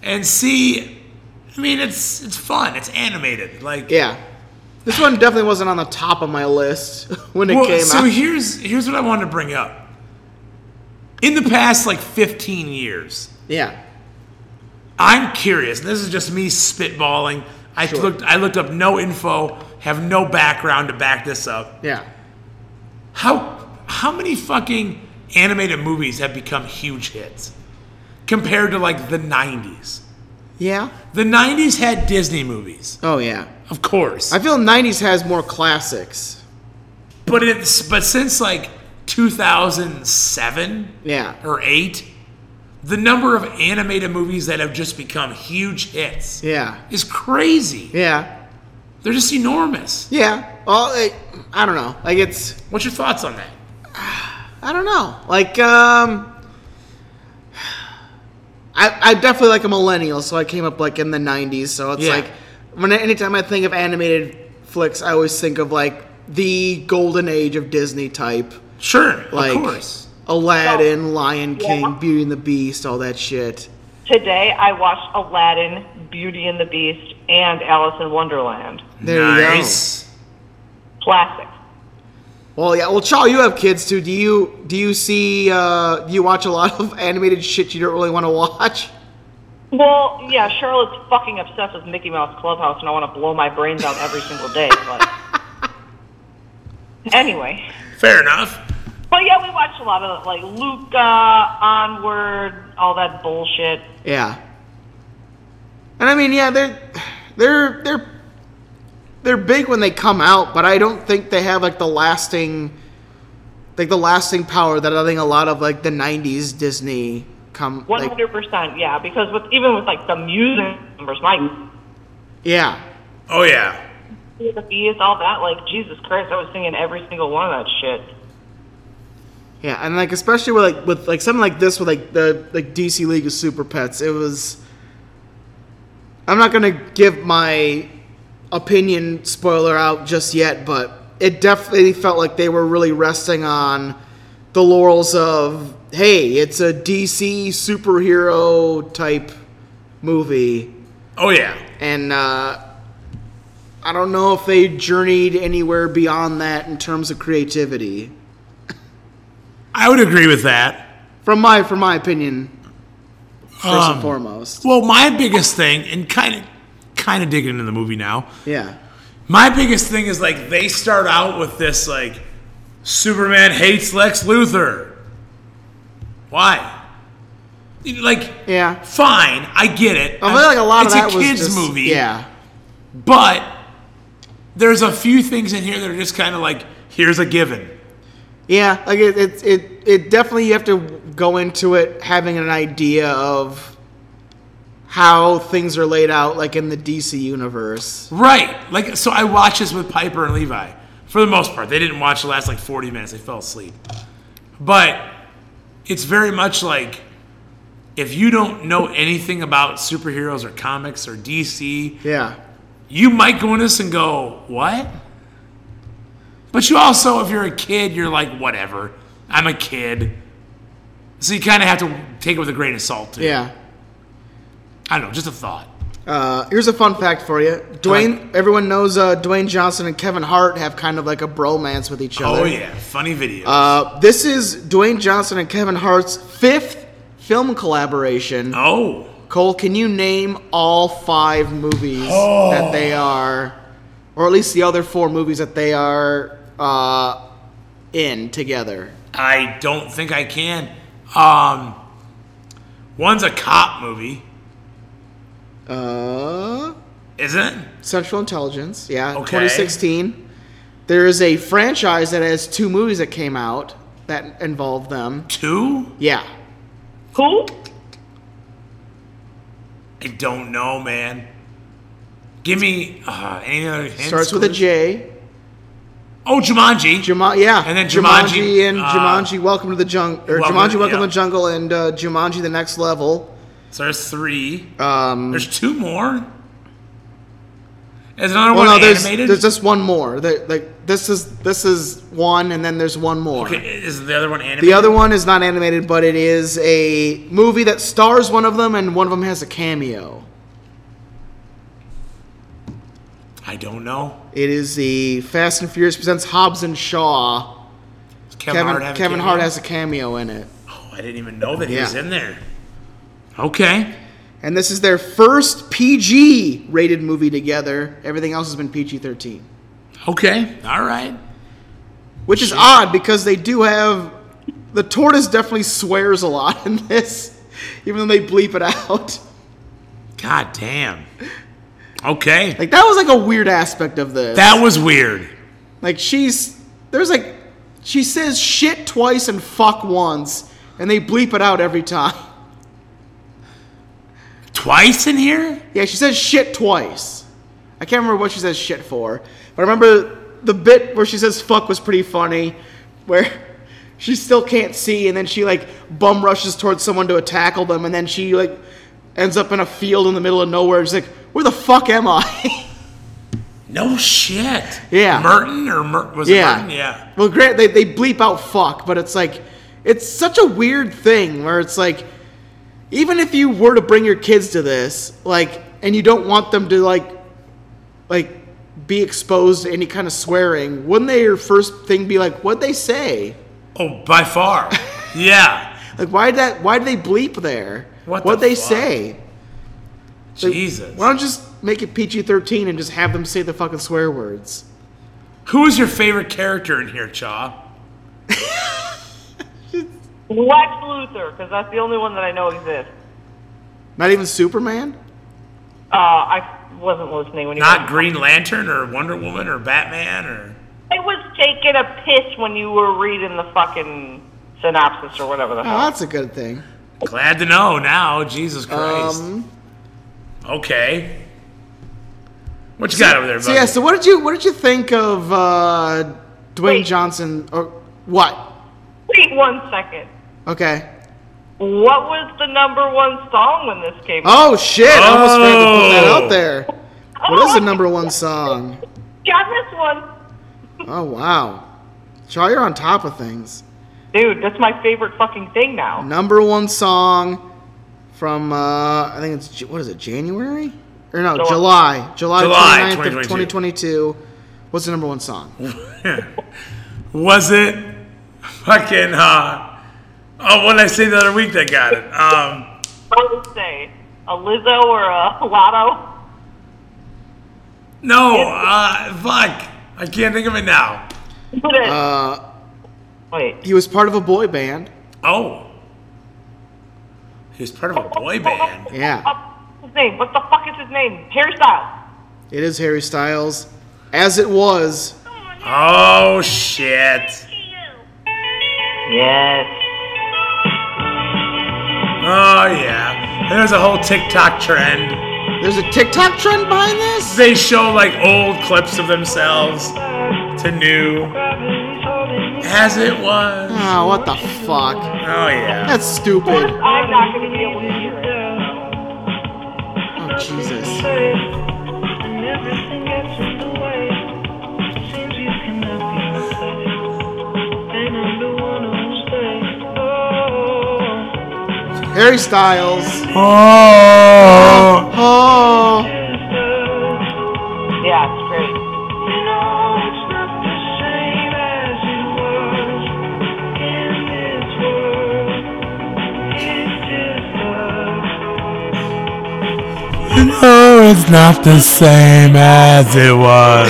S2: And C, I mean, it's it's fun. It's animated. Like,
S1: Yeah. This one definitely wasn't on the top of my list (laughs) when it
S2: Well,
S1: came
S2: so
S1: out.
S2: here's here's what I wanted to bring up. In the past, like 15 years,
S1: yeah.
S2: I'm curious. and This is just me spitballing. I
S1: Sure.
S2: looked I looked up no info, have no background to back this up.
S1: Yeah.
S2: How how many fucking animated movies have become huge hits compared to like the 90s?
S1: Yeah.
S2: The 90s had Disney movies,
S1: Oh yeah.
S2: of course.
S1: I feel 90s has more classics.
S2: but it's but since like 2007
S1: Yeah.
S2: or 8, the number of animated movies that have just become huge hits
S1: Yeah.
S2: is crazy.
S1: Yeah.
S2: They're just enormous.
S1: Yeah. Well, I, I don't know. Like it's
S2: What's your thoughts on that?
S1: I don't know. Like um (sighs) I I definitely like a millennial, so I came up like in the 90s, so it's
S2: Yeah.
S1: like When anytime I think of animated flicks, I always think of like the golden age of Disney type,
S2: Sure,
S1: like
S2: of course.
S1: Aladdin, Lion King,
S3: Yeah.
S1: Beauty and the Beast, all that shit.
S3: Today I watched Aladdin, Beauty and the Beast, and Alice in Wonderland.
S1: There
S2: nice.
S3: Classic.
S1: you go. Well, yeah. Well, Chow, you have kids too. Do you do you see? Uh, do you watch a lot of (laughs) animated shit you don't really want to watch?
S3: Well, yeah, Charlotte's fucking obsessed with Mickey Mouse Clubhouse, and I want to blow my brains out every single day. But anyway,
S2: Fair enough.
S3: but yeah, we watched a lot of like Luca, Onward, all that bullshit.
S1: Yeah. And I mean, yeah, they're they're they're they're big when they come out, but I don't think they have like the lasting like the lasting power that I think a lot of like the '90s Disney come.
S3: One
S1: like-
S3: hundred percent, yeah. Because with even with like the music numbers, my
S1: yeah,
S2: Oh yeah.
S3: the bees, all that, like Jesus Christ, I was singing every single one of that shit.
S1: yeah, and like especially with like with like something like this with like the like DC League of Super Pets, it was. I'm not gonna give my opinion spoiler out just yet, but it definitely felt like they were really resting on the laurels of hey, it's a DC superhero type movie,
S2: Oh yeah.
S1: and uh, I don't know if they journeyed anywhere beyond that in terms of creativity.
S2: I would agree with that.
S1: From my from my opinion, first
S2: Um,
S1: and foremost,
S2: Well, my biggest thing, and kind of, kind of digging into the movie now.
S1: yeah,
S2: My biggest thing is like they start out with this like Superman hates Lex Luthor. Why? Like,
S1: yeah.
S2: fine, I get it.
S1: I feel like a lot
S2: it's
S1: of that
S2: a kids'
S1: was just,
S2: movie.
S1: Yeah,
S2: But there's a few things in here that are just kind of like, here's a given.
S1: Yeah, like it, it, it, it definitely you have to go into it having an idea of how things are laid out, like in the DC universe.
S2: Right. Like so I watched this with Piper and Levi. For the most part. They didn't watch the last like 40 minutes. They fell asleep. But it's very much like if you don't know anything about superheroes or comics or DC,
S1: Yeah,
S2: you might go in this and go, "What?" But you also if you're a kid, you're like, "Whatever. I'm a kid." So you kind of have to take it with a grain of salt. Too.
S1: yeah.
S2: I don't know, just a thought.
S1: Uh, here's a fun fact for you, Dwayne. Everyone knows uh, Dwayne Johnson and Kevin Hart have kind of like a bromance with each other.
S2: Oh yeah, funny video.
S1: Uh, this is Dwayne Johnson and Kevin Hart's fifth film collaboration.
S2: oh.
S1: Cole, can you name all five movies
S2: Oh.
S1: that they are, or at least the other four movies that they are uh, in together?
S2: I don't think I can. Um, one's a cop movie,
S1: Uh,
S2: isn't it?
S1: Central Intelligence, yeah,
S2: Okay.
S1: 2016. There is a franchise that has two movies that came out that involve them.
S2: Two?
S1: Yeah,
S3: Who?
S2: I don't know, man. Give me uh, any other hints?
S1: starts with a J.
S2: Oh, Jumanji.
S1: Juma- yeah,
S2: And then Jumanji,
S1: and
S2: uh,
S1: Jumanji, Welcome to the Jungle, or
S2: Welcome-
S1: Jumanji, Welcome to
S2: yeah.
S1: the Jungle, and uh, Jumanji: The Next Level.
S2: so there's three.
S1: Um,
S2: There's two more. There's another
S1: Well,
S2: one
S1: Oh, no, there's
S2: animated.
S1: there's just one more. There- like this is this is one, and then there's one more.
S2: okay, is the other one animated?
S1: The other one is not animated, but it is a movie that stars one of them, and one of them has a cameo.
S2: I don't know.
S1: It is the Fast and Furious presents Hobbs and Shaw.
S2: Does
S1: Kevin Kevin,
S2: have a cameo?
S1: Hart has a cameo in it,
S2: Oh, I didn't even know that he
S1: Yeah.
S2: was in there. Okay.
S1: and this is their first PG rated movie together. Everything else has been PG thirteen,
S2: Okay. All right.
S1: which is odd because they do have the tortoise definitely swears a lot in this, even though they bleep it out. (laughs)
S2: God damn. Okay.
S1: Like that was like a weird aspect of this.
S2: That was weird.
S1: like she's there's like she says shit twice and fuck once, and they bleep it out every time. (laughs)
S2: Twice in here?
S1: Yeah, she says shit twice. I can't remember what she says shit for, but I remember the bit where she says fuck was pretty funny, where (laughs) she still can't see, and then she like bum rushes towards someone to tackle them, and then she like ends up in a field in the middle of nowhere. She's like, "Where the fuck am I?" (laughs)
S2: No shit.
S1: Yeah.
S2: Merton or Mer- was it
S1: Yeah.
S2: Merton? Yeah.
S1: Well, grant they, they bleep out fuck, but it's like, it's such a weird thing where it's like, even if you were to bring your kids to this, like, and you don't want them to like, like, be exposed to any kind of swearing, wouldn't their first thing be like, what'd they say?
S2: Oh, by far. yeah.
S1: Like, why that? Why do they bleep there?
S2: What the
S1: would they
S2: fuck?
S1: say? Like,
S2: Jesus.
S1: Why don't you just make it PG thirteen and just have them say the fucking swear words?
S2: Who is your favorite character in here, Cha?
S3: Lex Luthor, because that's the only one that I know exists.
S1: Not even Superman.
S3: Uh, I wasn't listening when you.
S2: Not Green Lantern or Wonder Woman or Batman or.
S3: I was taking a piss when you were reading the fucking synopsis or whatever the
S1: Oh,
S3: hell.
S1: that's a good thing.
S2: Glad to know now. Jesus Christ.
S1: Um,
S2: okay. What you got over there, buddy?
S1: so yeah. So what did you what did you think of uh, Dwayne
S3: Wait.
S1: Johnson or what?
S3: Wait one second.
S1: Okay.
S3: What was the number one song when this came out?
S1: Oh shit! I almost forgot to put that
S2: Oh.
S1: out there. What is the number one song?
S3: Got this one.
S1: Oh wow, Charlie, you're on top of things.
S3: Dude, that's my favorite fucking thing now.
S1: number one song from uh, I think it's J- what is it January or no July July, 29th
S2: July
S1: of
S2: 2022.
S1: 2022. What's the number one song?
S2: Was it fucking uh oh what did I say the other week that got it? Um
S3: I would say a Lizzo or a Lotto.
S2: no, uh fuck. I can't think of it now.
S3: What is-
S1: Uh,
S3: Wait.
S1: he was part of a boy band.
S2: Oh. He was part of a boy band.
S3: Uh,
S1: Yeah,
S3: Oh, What's his name? What the fuck is his name? Harry Styles.
S1: it is Harry Styles. As it was,
S2: Oh shit.
S3: Yes.
S2: Oh yeah. There's a whole TikTok trend.
S1: there's a TikTok trend behind this.
S2: They show like old clips of themselves to new. As it was.
S1: Oh, what the fuck?
S2: Oh yeah.
S1: That's stupid.
S3: I'm not gonna be able to hear it.
S1: Oh Jesus. Harry Styles.
S2: Oh
S1: Oh,
S3: Yeah, it's great.
S2: No, it's not the same as it was.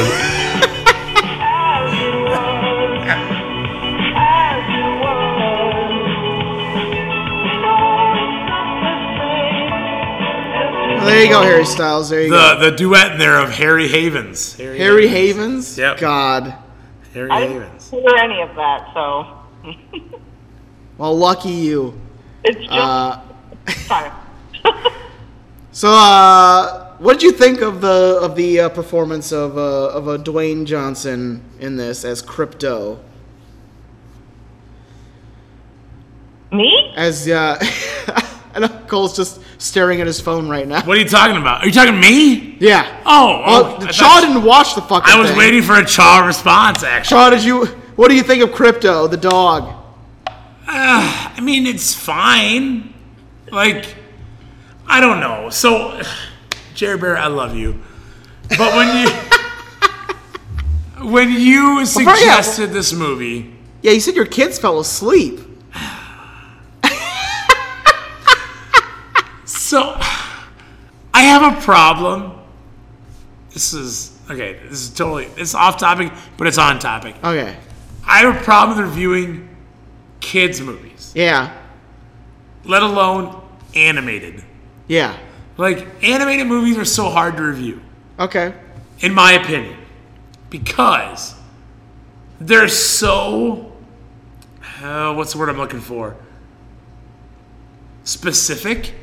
S1: there you go, Harry Styles. There you go.
S2: the the duet in there of Harry Havens. Harry,
S1: Harry Havens.
S2: Yep.
S1: God.
S2: Harry
S3: I didn't
S2: Havens.
S3: hear any of that, so
S1: Well, lucky you.
S3: it's just
S1: Uh,
S3: fine. (laughs)
S1: So, uh, what did you think of the of the uh, performance of uh, of a Dwayne Johnson in this as Crypto?
S3: Me?
S1: As uh, (laughs) I know Cole's just staring at his phone right now.
S2: What are you talking about? Are you talking me?
S1: Yeah.
S2: Oh,
S1: Well,
S2: oh, I
S1: Shaw
S2: thought-
S1: didn't watch the fucking.
S2: I was
S1: thing.
S2: waiting for a Chaw response. Actually,
S1: Shaw, did you? What do you think of Crypto, the dog?
S2: Ah, I mean it's fine. Like, I don't know. So, (sighs) Jerry Bear, I love you, but when you (laughs) when you
S1: yeah.
S2: suggested this movie.
S1: Yeah, you said your kids fell asleep.
S2: So, (sighs) I have a problem. This is okay. This is totally it's off topic, but it's on topic.
S1: Okay.
S2: I have a problem with reviewing kids movies,
S1: Yeah.
S2: let alone animated.
S1: Yeah.
S2: Like animated movies are so hard to review,
S1: Okay.
S2: in my opinion, because they're so. Uh, what's the word I'm looking for? Specific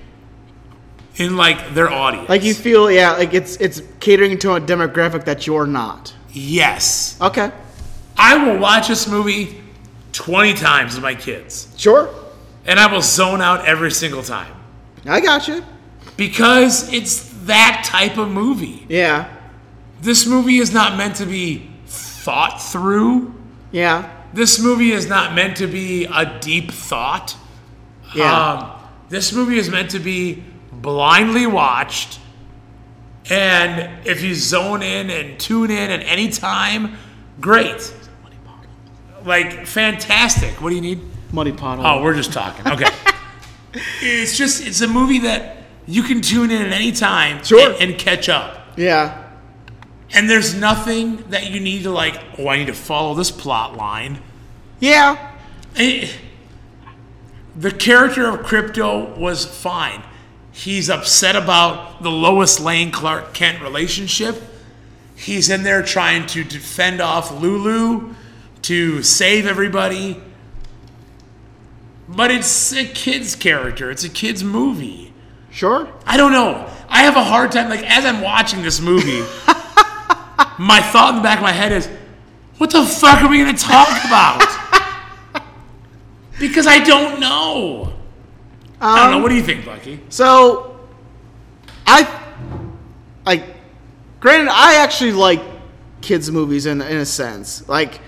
S2: in like their audience.
S1: Like you feel, yeah, like it's it's catering to a demographic that you're not.
S2: Yes.
S1: Okay.
S2: I will watch this movie 20 times with my kids,
S1: Sure.
S2: and I will zone out every single time
S1: I got you.
S2: because it's that type of movie.
S1: Yeah.
S2: This movie is not meant to be thought through.
S1: Yeah.
S2: This movie is not meant to be a deep thought.
S1: Yeah.
S2: Um, this movie is meant to be blindly watched. And if you zone in and tune in at any time, great. Like, fantastic. What do you need?
S1: Muddy puddle.
S2: Oh, we're just talking. Okay. (laughs) it's just, it's a movie that you can tune in at any time
S1: Sure.
S2: and, and catch up.
S1: Yeah.
S2: And there's nothing that you need to, like, oh, I need to follow this plot line.
S1: Yeah.
S2: Eh, the character of Crypto was fine. He's upset about the Lois Lane Clark Kent relationship. He's in there trying to defend off Lulu to save everybody. But it's a kid's character, it's a kid's movie.
S1: Sure.
S2: I don't know. I have a hard time. Like as I'm watching
S1: (laughs)
S2: this movie, my thought in the back of my head is, "What the fuck are we gonna talk about?" because I don't know. I don't know. What do you think, Bucky?
S1: Um, So, I like. Granted, I actually like kids' movies in in a sense. Like,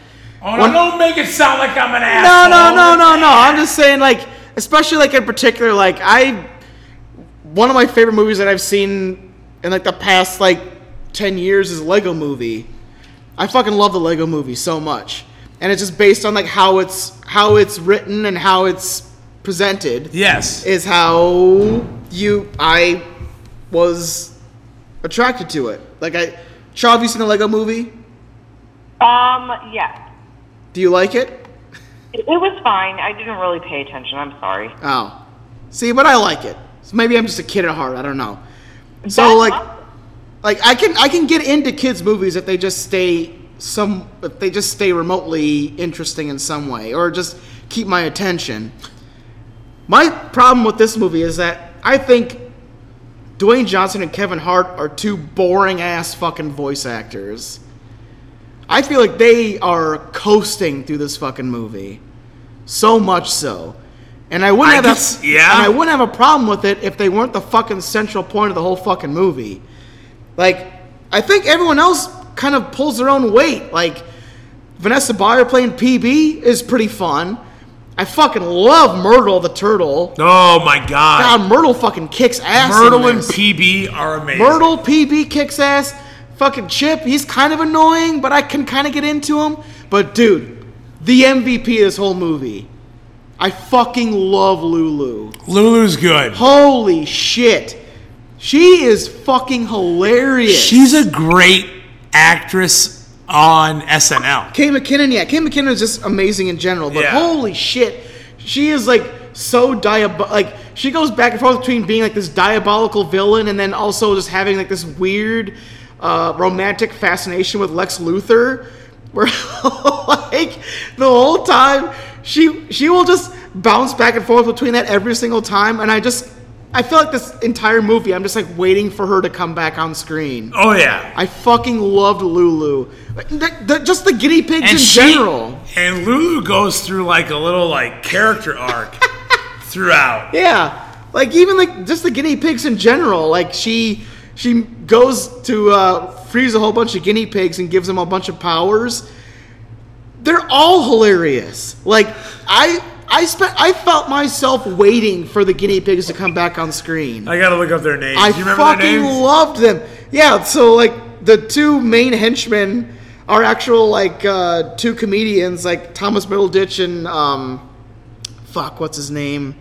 S2: Oh, no,
S1: When-
S2: don't make it sound like I'm an
S1: no,
S2: asshole.
S1: no, no, no, no. I'm just saying, like, especially like in particular, like I. One of my favorite movies that I've seen in like the past like ten years is Lego Movie. I fucking love the Lego Movie so much, and it's just based on like how it's how it's written and how it's presented.
S2: Yes.
S1: is how you I was attracted to it. Like I, Shaw, have you seen the Lego Movie?
S3: Um, yeah.
S1: Do you like it?
S3: It, it was fine. I didn't really pay attention. I'm sorry.
S1: Oh, see, but I like it. So maybe I'm just a kid at heart. I don't know. So
S3: That's
S1: like,
S3: awesome.
S1: like I can I can get into kids movies if they just stay some if they just stay remotely interesting in some way or just keep my attention. My problem with this movie is that I think Dwayne Johnson and Kevin Hart are two boring ass fucking voice actors. I feel like they are coasting through this fucking movie. So much so. And I wouldn't
S2: I
S1: have
S2: could
S1: a-
S2: s- yeah.
S1: and I wouldn't have a problem with it if they weren't the fucking central point of the whole fucking movie. Like, I think everyone else kind of pulls their own weight. Like, Vanessa Bayer playing PB is pretty fun. I fucking love Myrtle the Turtle.
S2: Oh my God.
S1: God, Myrtle fucking kicks ass. in
S2: Myrtle and
S1: this.
S2: PB are amazing.
S1: Myrtle PB kicks ass. Fucking Chip, he's kind of annoying, but I can kind of get into him. But dude, the MVP of this whole movie. I fucking love Lulu.
S2: Lulu's good.
S1: Holy shit. She is fucking hilarious.
S2: She's a great actress on SNL.
S1: Kay McKinnon, yeah, Kay McKinnon is just amazing in general, but
S2: Yeah.
S1: holy shit, she is like so diabol like she goes back and forth between being like this diabolical villain and then also just having like this weird uh, romantic fascination with Lex Luthor, (laughs) where like the whole time she she will just bounce back and forth between that every single time, and I just I feel like this entire movie I'm just like waiting for her to come back on screen.
S2: Oh yeah.
S1: I fucking loved Lulu. Like, th- th- just the guinea pigs in
S2: she-
S1: general.
S2: And Lulu goes through like a little like
S1: (laughs)
S2: character arc throughout.
S1: Yeah, like even like just the guinea pigs in general. Like she she goes to uh, freeze a whole bunch of guinea pigs and gives them a bunch of powers. They're all hilarious. Like I I spent I felt myself waiting for the guinea pigs to come back on screen.
S2: I gotta look up their names.
S1: I
S2: Do you remember their
S1: fucking
S2: names?
S1: loved them. Yeah, so like the two main henchmen are actual like uh, two comedians, like Thomas Middleditch and um, fuck, what's his name?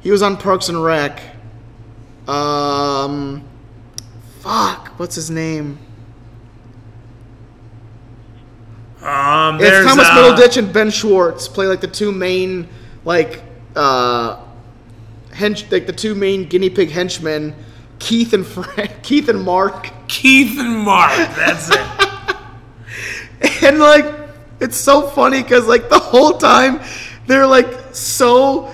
S1: He was on Parks and Rec. Um, fuck, what's his name?
S2: um,
S1: It's
S2: there's,
S1: Thomas
S2: uh,
S1: Middleditch and Ben Schwartz play like the two main like uh hench like the two main guinea pig henchmen, Keith and Frank, (laughs) Keith and Mark.
S2: Keith and Mark. That's it.
S1: (laughs) and like it's so funny because like the whole time they're like so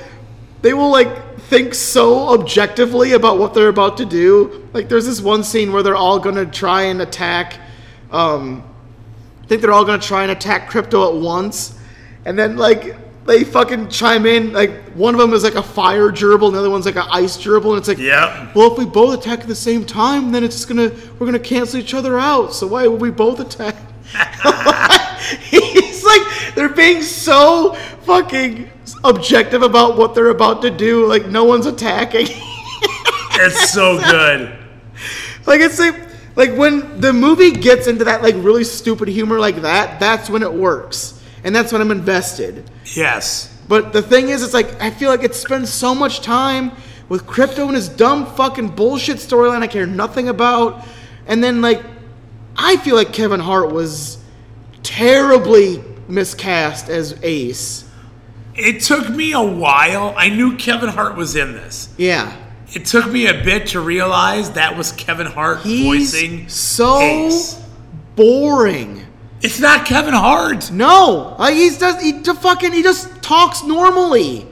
S1: they will like think so objectively about what they're about to do like there's this one scene where they're all gonna try and attack um I think they're all gonna try and attack crypto at once and then like they fucking chime in. Like one of them is like a fire gerbil, another one's like an ice gerbil, and it's like,
S2: Yep.
S1: Well, if we both attack at the same time, then it's just gonna we're gonna cancel each other out. So why would we both attack? (laughs) He's like they're being so fucking objective about what they're about to do. Like no one's attacking. (laughs)
S2: It's so good.
S1: Like it's like like when the movie gets into that like really stupid humor like that, that's when it works. And that's when I'm invested.
S2: Yes.
S1: But the thing is it's like I feel like it spends so much time with crypto and his dumb fucking bullshit storyline I care nothing about. And then like I feel like Kevin Hart was terribly miscast as Ace.
S2: It took me a while. I knew Kevin Hart was in this.
S1: Yeah.
S2: It took me a bit to realize that was Kevin Hart
S1: He's
S2: voicing
S1: so
S2: Ace.
S1: boring.
S2: It's not Kevin Hart.
S1: No, like he's just he just fucking he just talks normally.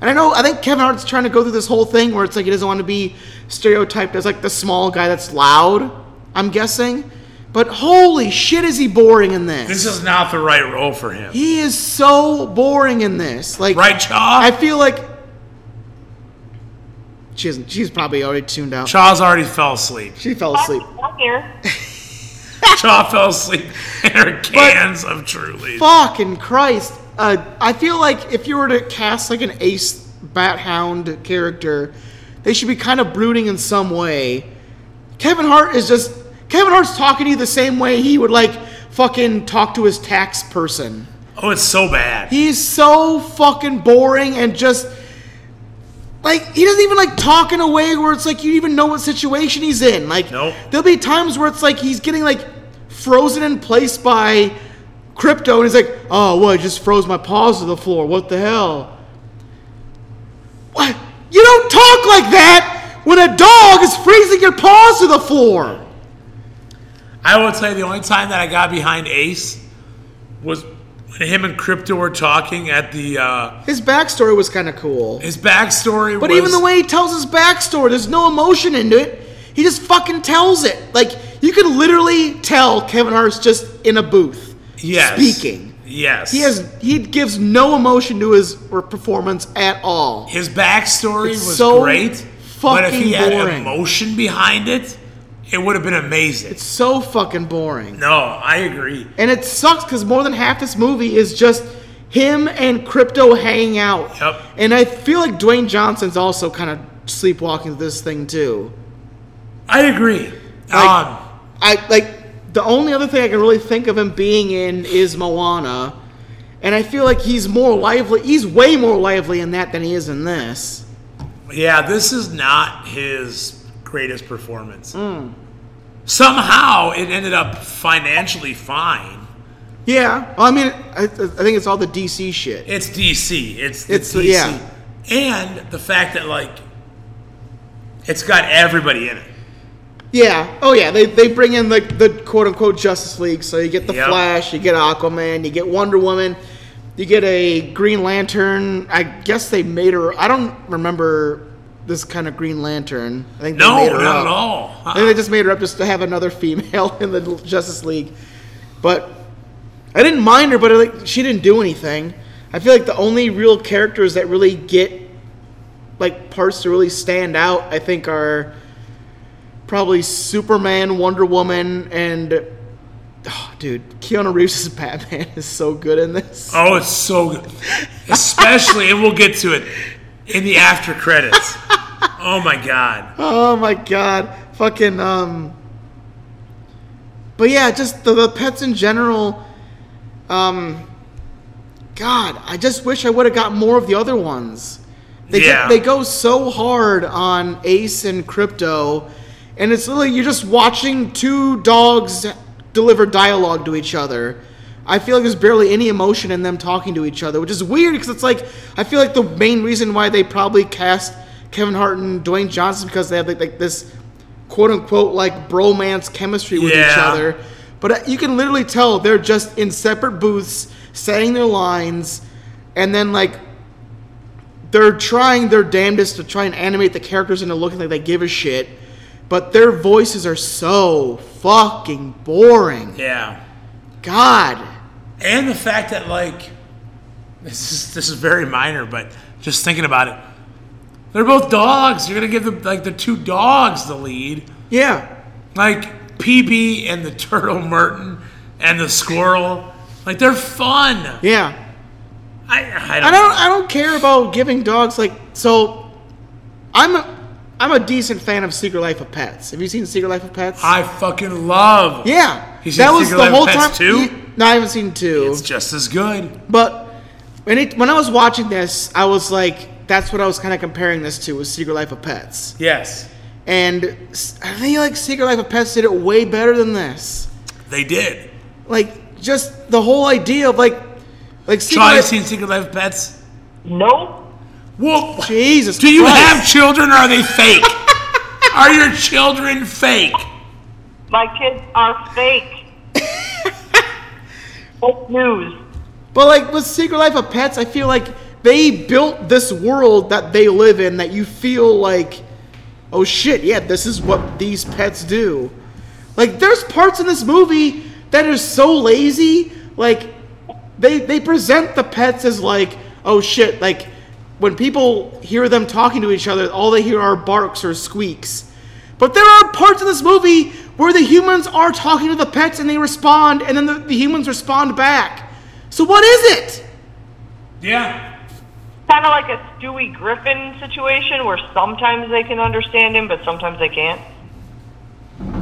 S1: And I know I think Kevin Hart's trying to go through this whole thing where it's like he doesn't want to be stereotyped as like the small guy that's loud. I'm guessing, but holy shit, is he boring in this?
S2: This is not the right role for him.
S1: he is so boring in this. Like
S2: right, Chaw?
S1: I feel like she isn't. She's probably already tuned out.
S2: Chaw's already fell asleep.
S1: She fell asleep.
S3: Out there.
S2: Chaw fell asleep in her cans of Truly.
S1: fucking Christ. Uh, I feel like if you were to cast like an ace bat hound character, they should be kind of brooding in some way. Kevin Hart is just Kevin Hart's talking to you the same way he would like fucking talk to his tax person.
S2: Oh, it's so bad.
S1: He's so fucking boring and just like he doesn't even like talk in a way where it's like you even know what situation he's in. Like
S2: Nope.
S1: there'll be times where it's like he's getting like frozen in place by crypto and he's like, oh well, I just froze my paws to the floor. What the hell? What you don't talk like that when a dog is freezing your paws to the floor.
S2: I will tell you the only time that I got behind Ace was when him and Crypto were talking at the uh
S1: His backstory was kinda cool.
S2: his backstory
S1: But
S2: was
S1: even the way he tells his backstory, there's no emotion into it. He just fucking tells it. Like you can literally tell Kevin Hart's just in a booth
S2: yes.
S1: speaking.
S2: Yes.
S1: He has he gives no emotion to his r- performance at all.
S2: his backstory
S1: It's
S2: was
S1: so
S2: great. But if
S1: fucking
S2: he had
S1: boring.
S2: emotion behind it, it would have been amazing.
S1: It's so fucking boring.
S2: no, I agree.
S1: And it sucks because more than half this movie is just him and Crypto hanging out.
S2: Yep.
S1: And I feel like Dwayne Johnson's also kind of sleepwalking this thing too.
S2: I agree.
S1: Like-
S2: um
S1: I like the only other thing I can really think of him being in is Moana, and I feel like he's more lively. He's way more lively in that than he is in this.
S2: Yeah, this is not his greatest performance.
S1: Mm.
S2: Somehow it ended up financially fine.
S1: Yeah, well, I mean, I, I think it's all the DC shit.
S2: It's DC. It's the
S1: It's-
S2: DC.
S1: yeah.
S2: And the fact that like it's got everybody in it.
S1: Yeah. Oh yeah, they they bring in like the quote unquote Justice League, so you get the
S2: Yep.
S1: Flash, you get Aquaman, you get Wonder Woman, you get a Green Lantern. I guess they made her. I don't remember this kind of Green Lantern. I think they
S2: No,
S1: made her
S2: not
S1: up.
S2: at all. Uh-uh.
S1: I think they just made her up just to have another female (laughs) in the Justice League. But I didn't mind her, but like she didn't do anything. I feel like the only real characters that really get like parts to really stand out, I think, are probably Superman, Wonder Woman, and oh, dude, Keanu Reeves' (laughs) Batman is so good in this.
S2: Oh, it's so good. Especially and we'll get to it in the after credits. oh my god.
S1: Oh my god, fucking um. But yeah, just the, the pets in general. Um, God, I just wish I would have got more of the other ones. They get-
S2: Yeah.
S1: they go so hard on Ace and Crypto, and it's literally you're just watching two dogs deliver dialogue to each other. I feel like there's barely any emotion in them talking to each other, which is weird because it's like I feel like the main reason why they probably cast Kevin Hart and Dwayne Johnson because they have like, like this quote unquote like bromance chemistry with each
S2: Yeah.
S1: other. But uh, you can literally tell they're just in separate booths, saying their lines, and then like they're trying their damnedest to try and animate the characters into looking like they give a shit, but their voices are so fucking boring.
S2: Yeah.
S1: God.
S2: And the fact that like This is this is very minor, but just thinking about it, they're both dogs. You're gonna give the like the two dogs the lead,
S1: Yeah.
S2: like PB and the turtle Merton and the squirrel. Like they're fun.
S1: Yeah.
S2: I, I
S1: I
S2: don't.
S1: don't I don't care about giving dogs like so I'm a I'm a decent fan of Secret Life of Pets. Have you seen Secret Life of Pets?
S2: I fucking love.
S1: yeah.
S2: You seen Secret Life of Pets two?
S1: Ye- No, I haven't seen two.
S2: It's just as good.
S1: but when it, when I was watching this, I was like, that's what I was kind of comparing this to was Secret Life of Pets.
S2: Yes,
S1: And s- I think like Secret Life of Pets did it way better than this.
S2: they did.
S1: Like just the whole idea of like like Secret
S2: Charlie
S1: Life-
S2: seen Secret Life of Pets?
S3: No,
S2: Whoa.
S1: Jesus.
S2: Do you
S1: Christ.
S2: have children or are they fake?
S1: (laughs)
S2: are your children fake?
S3: my kids are fake. Fake news.
S1: But like with Secret Life of Pets, I feel like they built this world that they live in that you feel like, oh shit, yeah, this is what these pets do. Like there's parts in this movie that are so lazy. Like they they present the pets as like, oh shit, like when people hear them talking to each other, all they hear are barks or squeaks. But there are parts of this movie where the humans are talking to the pets and they respond, and then the, the humans respond back. So what is it?
S2: Yeah.
S3: Kind of like a Stewie Griffin situation where sometimes they can understand him, but sometimes they can't.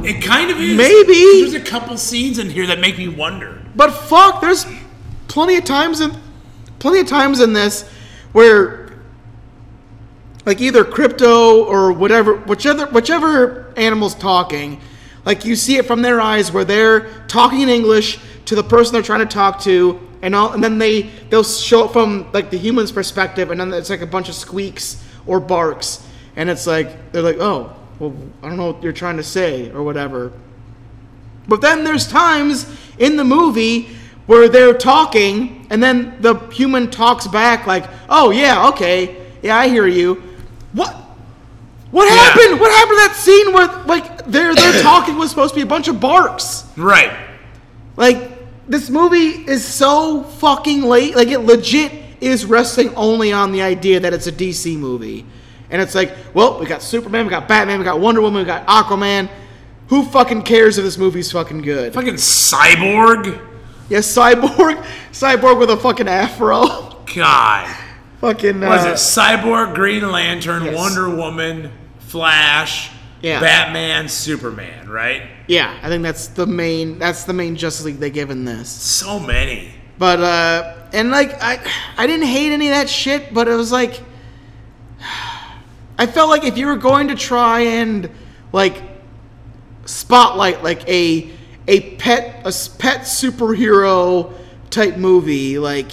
S2: It kind of is.
S1: Maybe.
S2: There's a couple scenes in here that make me wonder.
S1: But fuck, there's plenty of times in plenty of times in this where like either crypto or whatever whichever whichever animal's talking, like you see it from their eyes where they're talking in English to the person they're trying to talk to and all and then they they'll show it from like the human's perspective and then it's like a bunch of squeaks or barks and it's like they're like, "Oh, well, I don't know what you're trying to say or whatever." But then there's times in the movie where they're talking, and then the human talks back like, "Oh yeah, okay, yeah, I hear you." What? What happened? What happened to that scene where like their their talking was supposed to be a bunch of barks?
S2: Right.
S1: Like this movie is so fucking late. Like it legit is resting only on the idea that it's a DC movie. And it's like, well, we got Superman, we got Batman, we got Wonder Woman, we got Aquaman. Who fucking cares if this movie's fucking good?
S2: Fucking cyborg.
S1: Yes, cyborg, (laughs) cyborg with a fucking afro. (laughs)
S2: God.
S1: fucking. Uh,
S2: What is it? Cyborg, Green Lantern,
S1: Yes.
S2: Wonder Woman, Flash,
S1: Yeah.
S2: Batman, Superman, right?
S1: Yeah, I think that's the main. That's the main Justice League they give in this.
S2: So many.
S1: But uh, and like I, I didn't hate any of that shit, but it was like, I felt like if you were going to try and like spotlight like a a pet a s- pet superhero type movie, like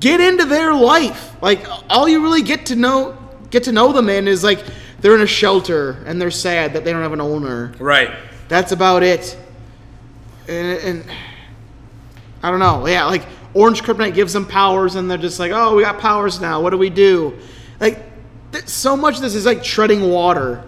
S1: get into their life. Like all you really get to know get to know them in is like they're in a shelter and they're sad that they don't have an owner.
S2: Right.
S1: That's about it. And, and I don't know. Yeah, like Orange Kryptonite gives them powers, and they're just like, "Oh, we got powers now. What do we do?" Like, th- so much of this is like treading water,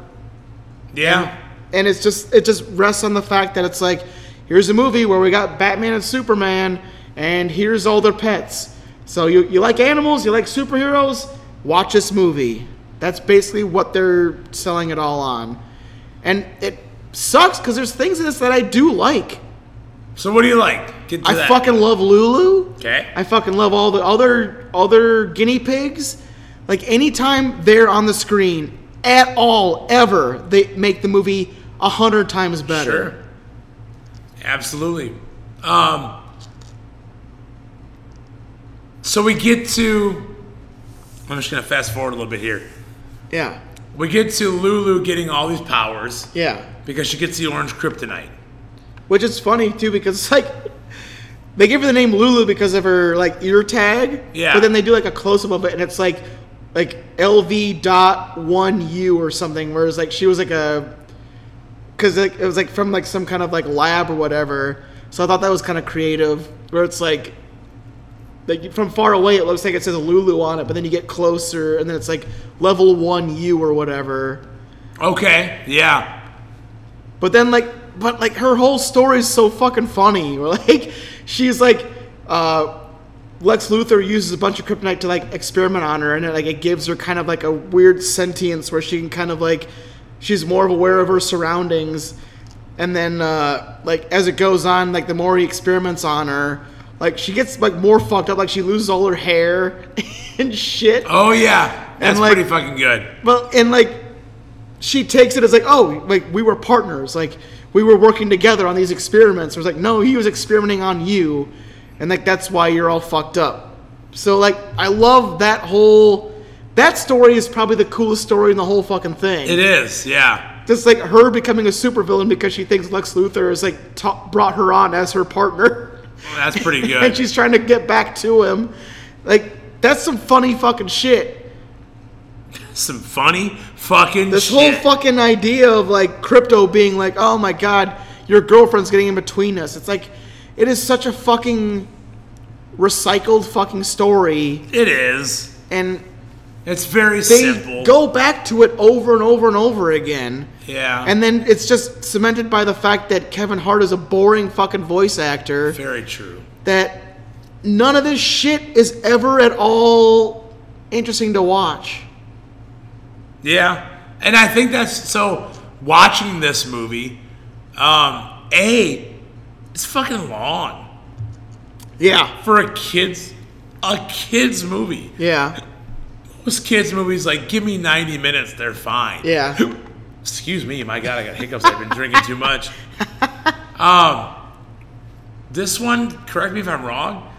S2: Yeah.
S1: and it's just it just rests on the fact that it's like, here's a movie where we got Batman and Superman, and here's all their pets. So you you like animals, you like superheroes, watch this movie. That's basically what they're selling it all on, and it sucks because there's things in this that I do like.
S2: So what do you like? Get to
S1: I
S2: that.
S1: fucking love Lulu.
S2: Okay.
S1: I fucking love all the other other guinea pigs. Like anytime they're on the screen at all, ever, they make the movie a hundred times better.
S2: Sure. Absolutely. Um, so we get to. I'm just going to fast forward a little bit here.
S1: Yeah.
S2: We get to Lulu getting all these powers
S1: Yeah.
S2: because she gets the orange kryptonite.
S1: Which is funny too because it's like they give her the name Lulu because of her like ear tag.
S2: Yeah.
S1: But then they do like a close up of it and it's like like LV dot one U or something, whereas like she was like a because it, it was like from like some kind of like lab or whatever. So I thought that was kind of creative, where it's like like from far away it looks like it says Lulu on it, but then you get closer and then it's like level one U or whatever.
S2: Okay. Yeah.
S1: But then like but (laughs) like her whole story is so fucking funny. Like she's like uh Lex Luthor uses a bunch of kryptonite to like experiment on her, and it, like it gives her kind of like a weird sentience where she can kind of like she's more aware of her surroundings. And then uh, like as it goes on, like the more he experiments on her, like she gets like more fucked up. Like she loses all her hair (laughs) and shit.
S2: Oh yeah, that's
S1: like-
S2: pretty fucking good.
S1: Well, and like she takes it as like, oh, like we were partners, like we were working together on these experiments. It was like, no, he was experimenting on you, and like that's why you're all fucked up. So like, I love that whole. That story is probably the coolest story in the whole fucking thing.
S2: It is, yeah.
S1: Just like her becoming a supervillain because she thinks Lex Luthor has like ta brought her on as her partner, (laughs)
S2: That's pretty good.
S1: and she's trying to get back to him. Like that's some funny fucking shit.
S2: Some funny fucking
S1: This
S2: shit.
S1: whole fucking idea of like crypto being like, oh my god, your girlfriend's getting in between us. It's like, it is such a fucking recycled fucking story,
S2: It is.
S1: and
S2: It's very
S1: they
S2: simple.
S1: go back to it over and over and over again.
S2: Yeah.
S1: And then it's just cemented by the fact that Kevin Hart is a boring fucking voice actor.
S2: very true.
S1: That none of this shit is ever at all interesting to watch.
S2: Yeah, and I think that's so. Watching this movie, um, a, it's fucking long
S1: Yeah.
S2: for a kids, a kids movie.
S1: Yeah.
S2: Most kids movies like give me ninety minutes, they're fine.
S1: Yeah.
S2: Excuse me, my God, I got hiccups. I've been drinking too much. Um, this one, correct me if I'm wrong,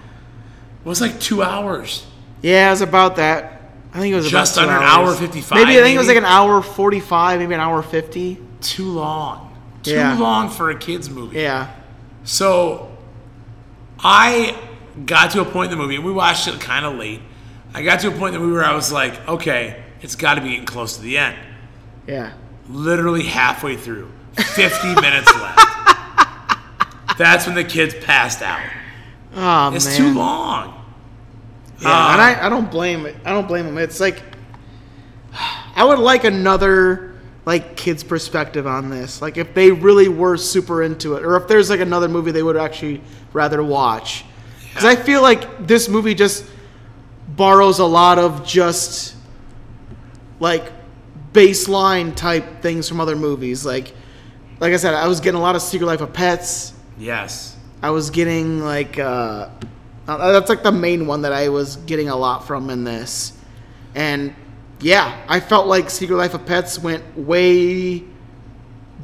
S2: was like two hours.
S1: Yeah, it was about that. I think it was about
S2: Just
S1: two
S2: under an
S1: hours.
S2: hour 55,
S1: Maybe I think it was
S2: maybe?
S1: like an hour forty-five, maybe an hour fifty.
S2: Too long. Too
S1: Yeah.
S2: long for a kids movie.
S1: Yeah,
S2: So I got to a point in the movie, and we watched it kind of late. I got to a point in the movie where I was like, okay, it's got to be getting close to the end.
S1: yeah,
S2: Literally halfway through, 50 (laughs) minutes left. That's when the kids passed out.
S1: oh
S2: It's
S1: man,
S2: too long. Ah,
S1: Yeah, Uh, and I, I don't blame it. I don't blame him. It's like I would like another like kids' perspective on this. Like if they really were super into it, or if there's like another movie they would actually rather watch. Because I feel like this movie just borrows a lot of just like baseline type things from other movies. Like, like I said, I was getting a lot of Secret Life of Pets.
S2: Yes.
S1: I was getting like uh, uh, that's like the main one that I was getting a lot from in this, and yeah, I felt like Secret Life of Pets went way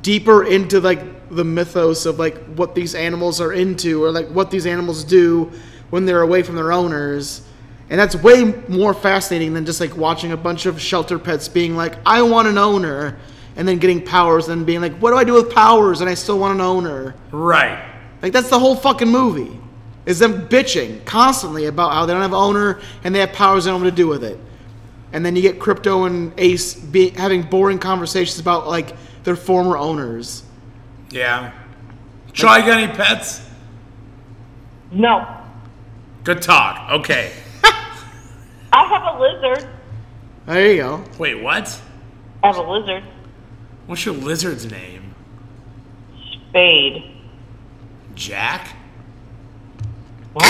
S1: deeper into like the mythos of like what these animals are into or like what these animals do when they're away from their owners. And that's way more fascinating than just like watching a bunch of shelter pets being like, I want an owner, and then getting powers and being like, what do I do with powers? And I still want an owner.
S2: Right.
S1: Like that's the whole fucking movie. Is them bitching constantly about how they don't have owner and they have powers they don't know what to do with it. And then you get Crypto and Ace be, having boring conversations about like their former owners.
S2: Yeah. Try got any pets?
S3: No.
S2: Good talk. Okay.
S3: I have a lizard.
S1: There you go.
S2: Wait, what?
S3: I have a lizard.
S2: What's your lizard's name?
S3: Spade.
S2: Jack?
S7: What?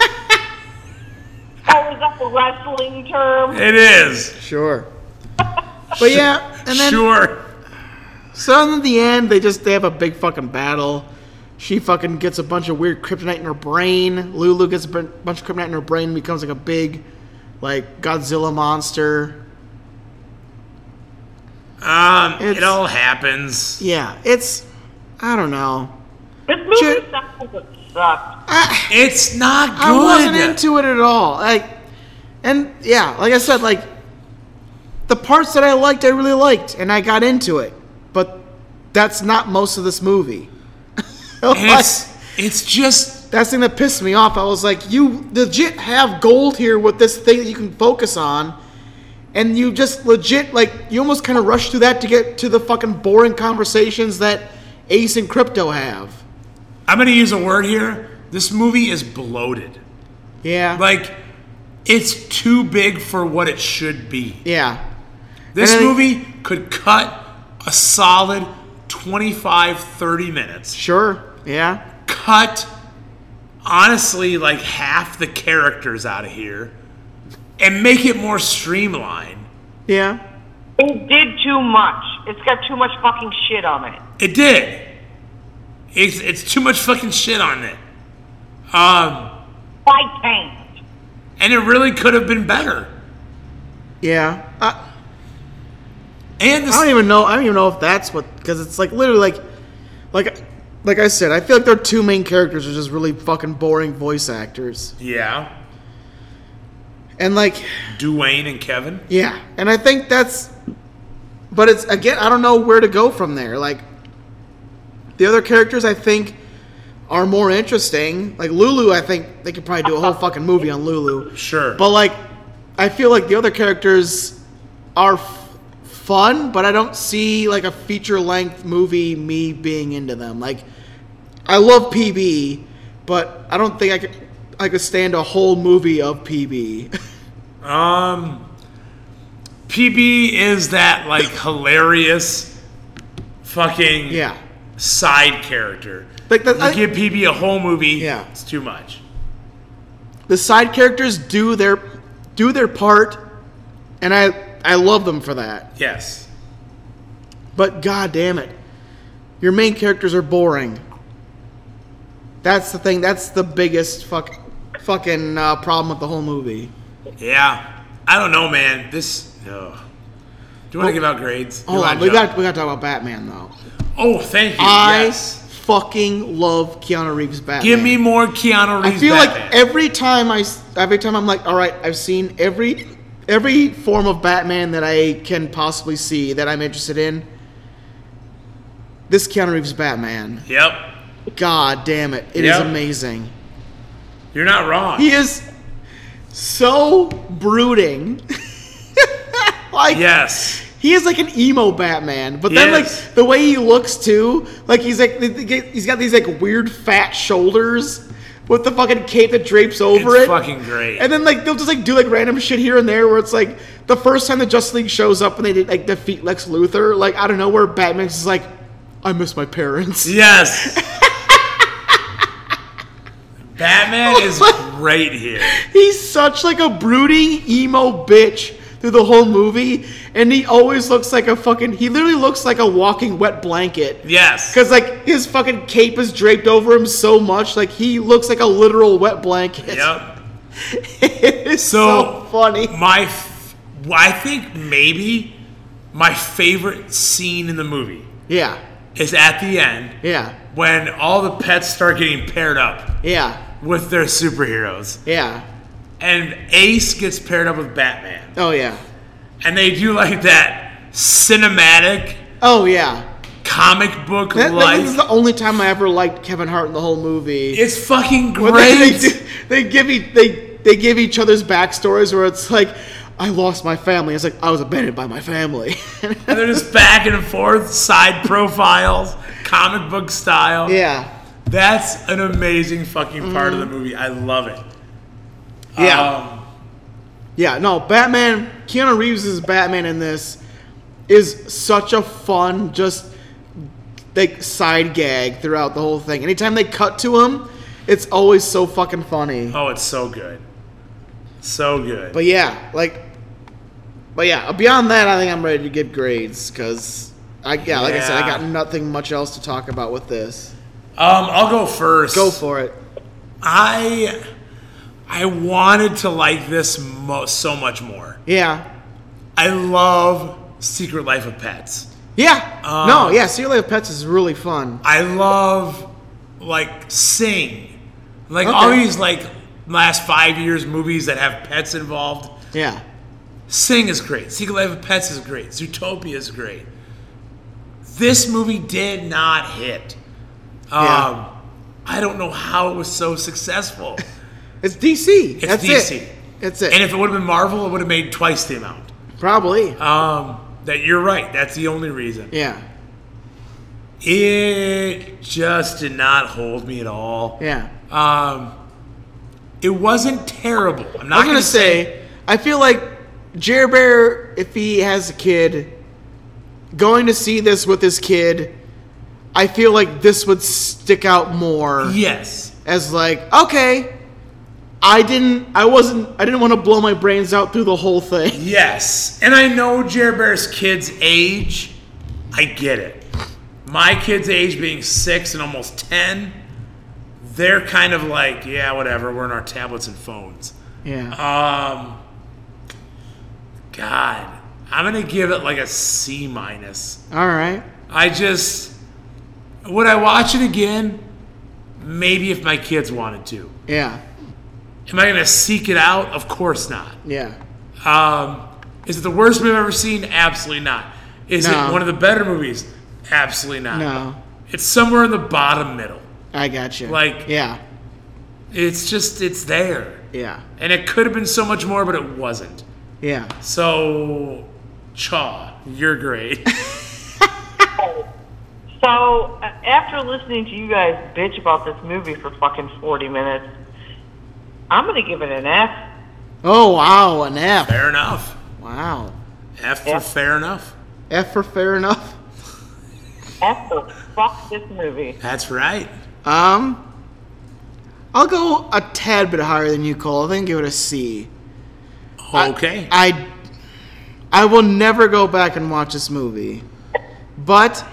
S3: Oh, is that the wrestling term?
S2: It is.
S1: Sure. But yeah, and then
S2: sure.
S1: so in the end they just they have a big fucking battle. She fucking gets a bunch of weird kryptonite in her brain. Lulu gets a bun- bunch of kryptonite in her brain, and becomes like a big, like Godzilla monster.
S2: Um, it
S1: It's-
S2: all happens.
S1: Yeah, it's I don't know.
S3: This movie
S1: Sure.
S3: sounds like it sucked.
S2: It's not good.
S1: I wasn't into it at all. Like, and yeah, like I said, like the parts that I liked, I really liked, and I got into it. But that's not most of this movie. (laughs)
S2: And it's it's just
S1: That's the thing that pissed me off. I was like, you legit have gold here with this thing that you can focus on. And you just legit, like, you almost kind of rush through that to get to the fucking boring conversations that Ace and Crypto have.
S2: I'm gonna use a word here. This movie is bloated.
S1: Yeah.
S2: Like it's too big for what it should be.
S1: yeah.
S2: This
S1: And I-
S2: movie could cut a solid 25 30 minutes.
S1: Sure. Yeah.
S2: Cut honestly like half the characters out of here and make it more streamlined.
S1: Yeah.
S3: It did too much. It's got too much fucking shit on it.
S2: It did. It's it's too much fucking shit on it. Um,
S3: Why tanked?
S2: and it really could have been better.
S1: Yeah. Uh, I,
S2: And the
S1: I don't even know. I don't even know if that's what because it's like literally like, like, like I said, I feel like their two main characters are just really fucking boring voice actors.
S2: yeah,
S1: And like,
S2: Duane and Kevin.
S1: yeah, and I think that's, but it's again, I don't know where to go from there. Like, the other characters I think are more interesting. Like Lulu, I think they could probably do a whole fucking movie on Lulu.
S2: Sure.
S1: But like, I feel like the other characters are f- fun, but I don't see like a feature length movie me being into them. Like, I love PB, but I don't think I could I could stand a whole movie of PB.
S2: Um, PB is that like hilarious
S1: (laughs)
S2: fucking
S1: yeah,
S2: side character.
S1: like the,
S2: You
S1: I-
S2: give PB a whole movie,
S1: Yeah.
S2: it's too much.
S1: the side characters do their do their part, and I I love them for that.
S2: Yes.
S1: But god damn it. Your main characters are boring. That's the thing. That's the biggest fuck, fucking uh, problem with the whole movie.
S2: Yeah. I don't know, man. This. No. Do you want to give out grades? Do you
S1: Oh. Hold
S2: wanna
S1: on, we
S2: jump?
S1: got we got to talk about Batman though.
S2: Oh, thank you.
S1: I
S2: yes.
S1: fucking love Keanu Reeves Batman.
S2: Give me more Keanu
S1: I
S2: Reeves.
S1: feel
S2: Batman.
S1: like every time I s- every time I'm like, all right, I've seen every every form of Batman that I can possibly see that I'm interested in. This Keanu Reeves Batman,
S2: Yep.
S1: god damn it, it is
S2: Yep.
S1: amazing.
S2: You're not wrong.
S1: He is so brooding. (laughs) like
S2: Yes.
S1: he is like an emo Batman, but then
S2: Yes.
S1: like the way he looks too, like he's like he's got these like weird fat shoulders with the fucking cape that drapes over
S2: It's
S1: it.
S2: fucking great.
S1: And then like they'll just like do like random shit here and there where it's like the first time the Justice League shows up and they did like defeat Lex Luthor, like out of nowhere Batman's just like, I miss my parents.
S2: Yes. (laughs) Batman
S1: Oh
S2: is great here.
S1: He's such like a brooding emo bitch through the whole movie, and he always looks like a fucking. He literally looks like a walking wet blanket.
S2: Yes.
S1: Cause like his fucking cape is draped over him so much, like he looks like a literal wet blanket.
S2: Yep.
S1: (laughs) it's so,
S2: So-
S1: funny.
S2: My, f- I think maybe my favorite scene in the movie
S1: Yeah,
S2: is at the end
S1: yeah,
S2: when all the pets start getting paired up
S1: yeah,
S2: with their superheroes,
S1: yeah.
S2: and Ace gets paired up with Batman,
S1: Oh yeah,
S2: and they do like that cinematic
S1: oh yeah.
S2: comic book
S1: That, that-
S2: like.
S1: this is the only time I ever liked Kevin Hart in the whole movie.
S2: it's fucking
S1: But they, they,
S2: great.
S1: do- they give each, they they give each other's backstories where it's like, I lost my family. It's like I was abandoned by my family. (laughs)
S2: And they're just back and forth, side profiles, comic book style.
S1: yeah, Mm-hmm.
S2: That's an amazing fucking part of the movie. I love it.
S1: Yeah.
S2: Um,
S1: yeah. No, Batman. Keanu Reeves' Batman in this is such a fun, just like side gag throughout the whole thing. Anytime they cut to him, it's always so fucking funny.
S2: oh, it's so good. So good.
S1: But yeah, like, but yeah. Beyond that, I think I'm ready to give grades because I yeah, like I said, I got
S2: Yeah.
S1: nothing much else to talk about with this.
S2: um, I'll go first.
S1: Go for it.
S2: I I wanted to like this mo- so much more.
S1: Yeah.
S2: I love Secret Life of Pets.
S1: Yeah.
S2: Um,
S1: no, yeah, Sea of Pets is really fun.
S2: I love like Sing, like all
S1: Okay.
S2: these like last five years movies that have pets involved.
S1: Yeah.
S2: Sing is great. Secret Life of Pets is great. Zootopia is great. This movie did not hit. Um,
S1: Yeah.
S2: I don't know how it was so successful.
S1: (laughs) It's DC.
S2: It's
S1: That's
S2: DC.
S1: it. That's it.
S2: And if it would have been Marvel, it would have made twice the amount.
S1: Probably.
S2: Um, that you're right. That's the only reason.
S1: yeah.
S2: It just did not hold me at all.
S1: Yeah.
S2: Um, it wasn't terrible. I'm
S1: I
S2: not
S1: was
S2: going
S1: gonna
S2: to say.
S1: say, I feel like Jer Bear, if he has a kid, going to see this with his kid, I feel like this would stick out more
S2: Yes.
S1: as like, okay, I didn't, I wasn't, I didn't want to blow my brains out through the whole thing.
S2: Yes, and I know Jer Bear's kid's age. I get it. My kid's age being six and almost ten, they're kind of like, yeah, whatever. We're in our tablets and phones.
S1: Yeah.
S2: Um, God, I'm gonna give it like a C minus.
S1: (laughs) All right.
S2: I just would I watch it again? Maybe if my kids wanted to.
S1: Yeah.
S2: Am I gonna seek it out? Of course not.
S1: Yeah.
S2: Um, is it the worst movie I've ever seen? Absolutely not. Is
S1: No.
S2: it one of the better movies? Absolutely not.
S1: No,
S2: It's somewhere in the bottom middle.
S1: I got you.
S2: Like-
S1: yeah,
S2: It's just it's there,
S1: yeah,
S2: and it could have been so much more, but it wasn't.
S1: yeah.
S2: So, Chaw, you're great.
S1: (laughs)
S3: So, uh, after listening to you guys bitch about this movie for fucking 40 minutes, I'm going to give it an F.
S1: Oh wow, an F.
S2: fair enough.
S1: Wow,
S2: F for fair enough.
S1: F for fair enough.
S3: F for fuck this movie.
S2: That's right.
S1: Um, I'll go a tad bit higher than you, Cole. I think give it a C. I-
S2: Okay.
S1: I I will never go back and watch this movie. But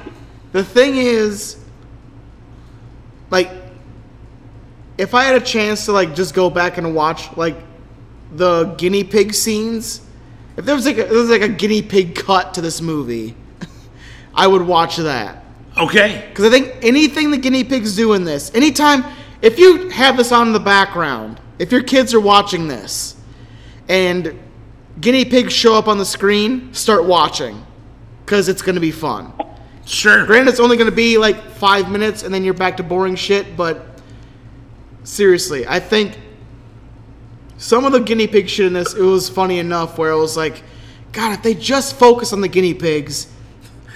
S1: the thing is like if I had a chance to like just go back and watch like the guinea pig scenes, if there was like a, there was like a guinea pig cut to this movie, (laughs) I would watch that.
S2: okay.
S1: Because I think anything the guinea pigs do in this, anytime, if you have this on in the background, if your kids are watching this, and guinea pigs show up on the screen, start watching. Because it's going to be fun.
S2: Sure.
S1: Granted, it's only going to be like five minutes and then you're back to boring shit, but seriously, I think some of the guinea pig shit in this, it was funny enough where I was like, God, if they just focus on the guinea pigs,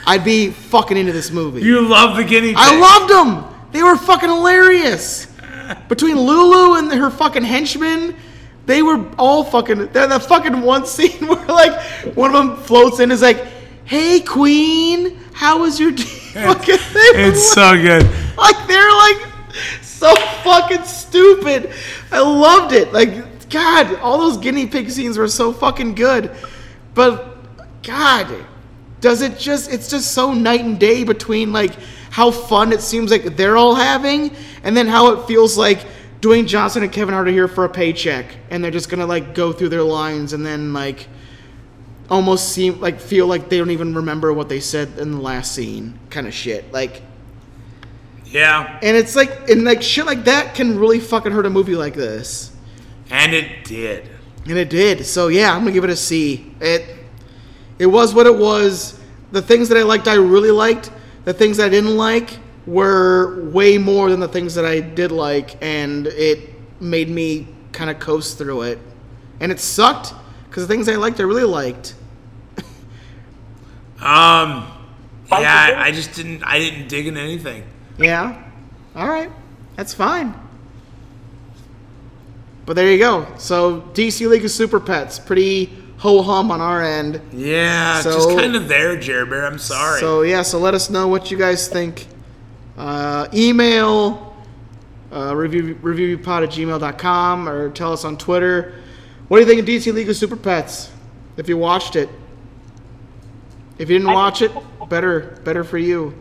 S1: I'd be fucking into this movie.
S2: You love the guinea pig.
S1: I loved them. They were fucking hilarious. Between Lulu and her fucking henchmen, they were all fucking. They're the fucking one (laughs) scene where like one of them floats in is like, "Hey queen, how was your (laughs) day?" fucking they were
S2: It's so good.
S1: like they're like so fucking stupid. I loved it. Like God, all those guinea pig scenes were so fucking good. But God, does it just? It's just so night and day between like how fun it seems like they're all having, and then how it feels like Dwayne Johnson and Kevin Hart are here for a paycheck, and they're just gonna like go through their lines, and then like almost seem like feel like they don't even remember what they said in the last scene, kind of shit. Like
S2: Yeah.
S1: and it's like, and like shit like that can really fucking hurt a movie like this.
S2: And it did.
S1: And it did. So yeah, I'm gonna give it a C. It, it was what it was. The things that I liked, I really liked. The things I didn't like were way more than the things that I did like, and it made me kind of coast through it. And it sucked because the things I liked, I really liked.
S2: Um. Yeah, I, I just didn't. I didn't dig in anything.
S1: Yeah. All right. That's fine. But there you go. So DC League of Super Pets, pretty ho hum on our end.
S2: Yeah,
S1: So-
S2: just kind of there, Jer Bear. I'm sorry.
S1: So yeah. So let us know what you guys think. Uh, email uh, review reviewpod at gmail.com or tell us on Twitter. What do you think of DC League of Super Pets? If you watched it, if you didn't watch it, better better for you.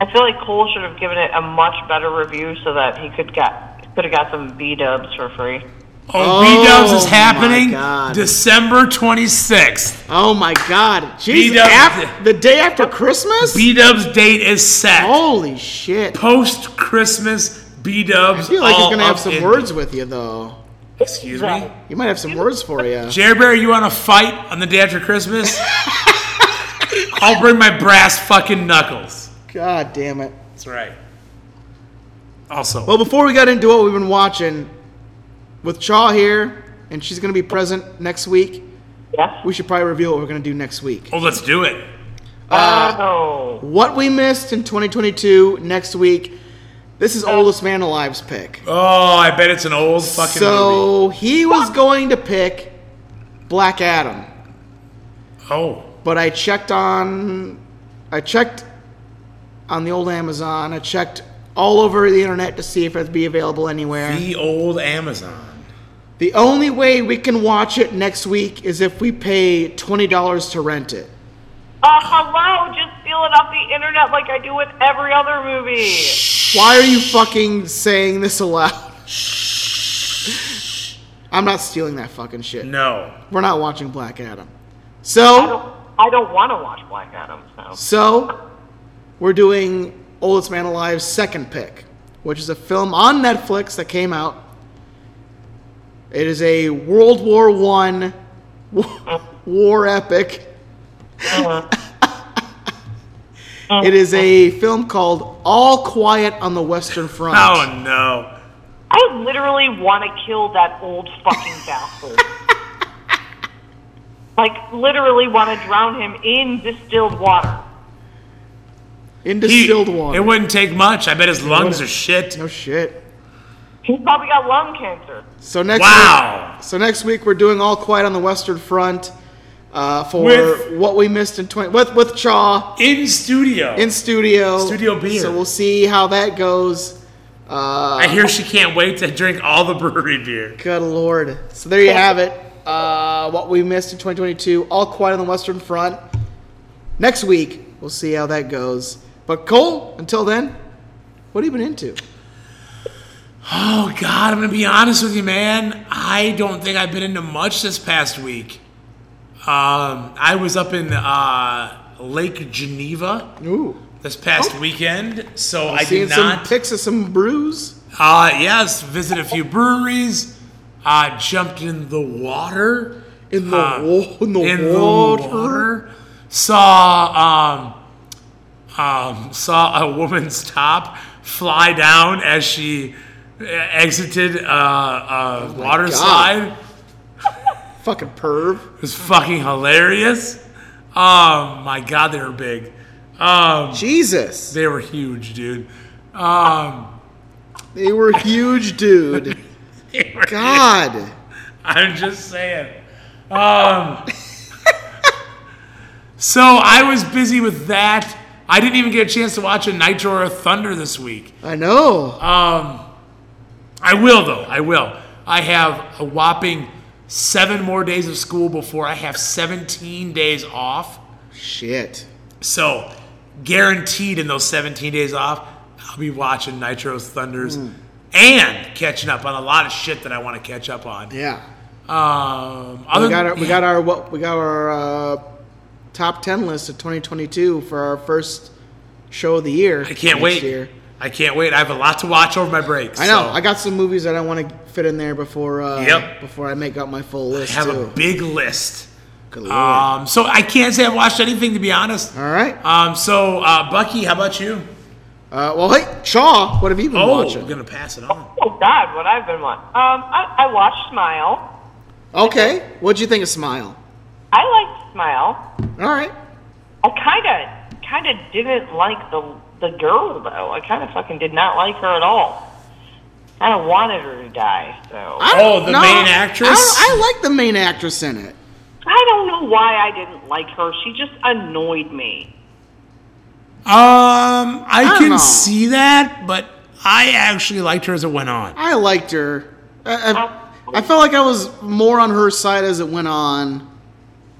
S3: I feel like Cole should have given it a much better review so that he could get could have got some B dubs for free.
S2: oh, B Dubs
S1: Oh,
S2: is
S1: my
S2: happening
S1: God.
S2: December 26th.
S1: Oh my God! Jesus,
S2: B-dub-
S1: af- the day after Christmas.
S2: B Dubs date is set.
S1: Holy shit!
S2: Post Christmas B
S1: I
S2: Dubs.
S1: feel like he's
S2: all
S1: gonna have
S2: up
S1: some
S2: Oh, in-
S1: words with you, though.
S2: Excuse me.
S1: He might have some words for you.
S2: Jer Bear, you want to fight on the day after
S1: (laughs)
S2: Christmas? I'll bring my brass fucking knuckles.
S1: God damn it!
S2: That's right. Also,
S1: Well, before we got into what we've been watching, with Chaw here, and she's gonna be present next week.
S3: Yes?
S1: We should probably reveal what we're gonna do next week.
S2: oh, let's do it.
S3: oh.
S1: What we missed in 2022 next week. This is oldest man alive's pick.
S2: Oh, I bet it's an old fucking movie.
S1: So he was going to pick Black Adam.
S2: Oh,
S1: but I checked on I checked on the old Amazon. I checked all over the internet to see if it'd be available anywhere.
S2: The old Amazon.
S1: The only way we can watch it next week is if we pay $20 to rent it.
S3: Uh, hello, just stealing off the internet like I do with every other movie.
S1: Why are you fucking saying this aloud? I'm not stealing that fucking shit.
S2: No.
S1: We're not watching Black Adam.
S3: I
S1: So,
S3: don't, I don't want to watch Black Adam, so.
S1: so we're doing Oldest Man Alive's second pick, which is a film on Netflix that came out. It is a World War One (laughs) war epic.
S2: Uh-huh.
S1: It is a film called All Quiet on the Western Front.
S2: Oh no.
S3: I literally want to kill that old fucking bastard. like, literally want to drown him in distilled water.
S1: In
S2: He-
S1: distilled water.
S2: It wouldn't take much. I bet his lungs are shit.
S1: no shit.
S3: He's probably got lung cancer.
S1: So next
S2: Wow.
S1: week, so next week we're doing All Quiet on the Western Front uh, for
S2: With-
S1: what we missed in 20 with with Chaw
S2: In studio.
S1: in studio.
S2: Studio beer.
S1: So we'll see how that goes. Uh,
S2: I hear she can't wait to drink all the brewery beer.
S1: good lord. So there you have it. Uh, what we missed in 2022, All Quiet on the Western Front. Next week we'll see how that goes. But Cole, until then, what have you been into?
S2: Oh God, I'm gonna be honest with you, man. I don't think I've been into much this past week. Um, I was up in uh, Lake Geneva
S1: Ooh,
S2: this past
S1: Oh.
S2: weekend, so I
S1: seeing
S2: did
S1: some
S2: not.
S1: pics of some brews.
S2: Uh, yes, visit a few breweries. Uh, jumped in the water.
S1: In the
S2: Uh,
S1: wa- in the water.
S2: Saw um, um, saw a woman's top fly down as she uh, exited uh, a water
S1: God.
S2: slide.
S1: Fucking perv.
S2: It was fucking hilarious. Um, my god, they were big. Um,
S1: Jesus.
S2: they were huge, dude. Um,
S1: They were huge, dude.
S2: (laughs) they were-
S1: God.
S2: (laughs) I'm just saying. Um, so I was busy with that. I didn't even get a chance to watch a Nitro or a Thunder this week.
S1: I know.
S2: I will though. I will. I have a whopping seven more days of school before I have 17 days off.
S1: Shit.
S2: So, guaranteed in those 17 days off, I'll be watching Nitro's Thunders and catching up on a lot of shit that I want to catch up on.
S1: Yeah.
S2: Um, other
S1: We got our, we
S2: yeah.
S1: got our what we got our uh, top ten list of 2022 for our first show of the year.
S2: I can't
S1: next
S2: wait.
S1: year.
S2: I can't wait. I have a lot to watch over my breaks.
S1: I know.
S2: so
S1: I got some movies that I want to fit in there before uh,
S2: Yep.
S1: before I make up my full
S2: I
S1: list
S2: have
S1: too.
S2: a big list.
S1: Good lord.
S2: Um, so I can't say I've watched anything to be honest.
S1: All right.
S2: Um, so uh, Bucky, how about you?
S1: Uh, well, hey, Shaw, what have you been
S2: Oh, I'm
S1: watching?
S2: gonna pass it on.
S3: Oh, God, what I've been watching. Um, I, I watched Smile.
S1: Okay. What'd you think of Smile?
S3: I liked Smile.
S1: All right.
S3: I kind of, kind of didn't like the the girl though. I kind of fucking did not like her at all. Kind of wanted her to die. So
S1: I don't-
S2: Oh, the main actress?
S1: I, don't- I like the main actress in it.
S3: I don't know why I didn't like her. She just annoyed me.
S2: Um,
S1: I
S2: I, can
S1: don't know.
S2: see that, but I actually liked her as it went (laughs) on.
S1: I liked her. I, I, I felt like I was more on her side as it went on,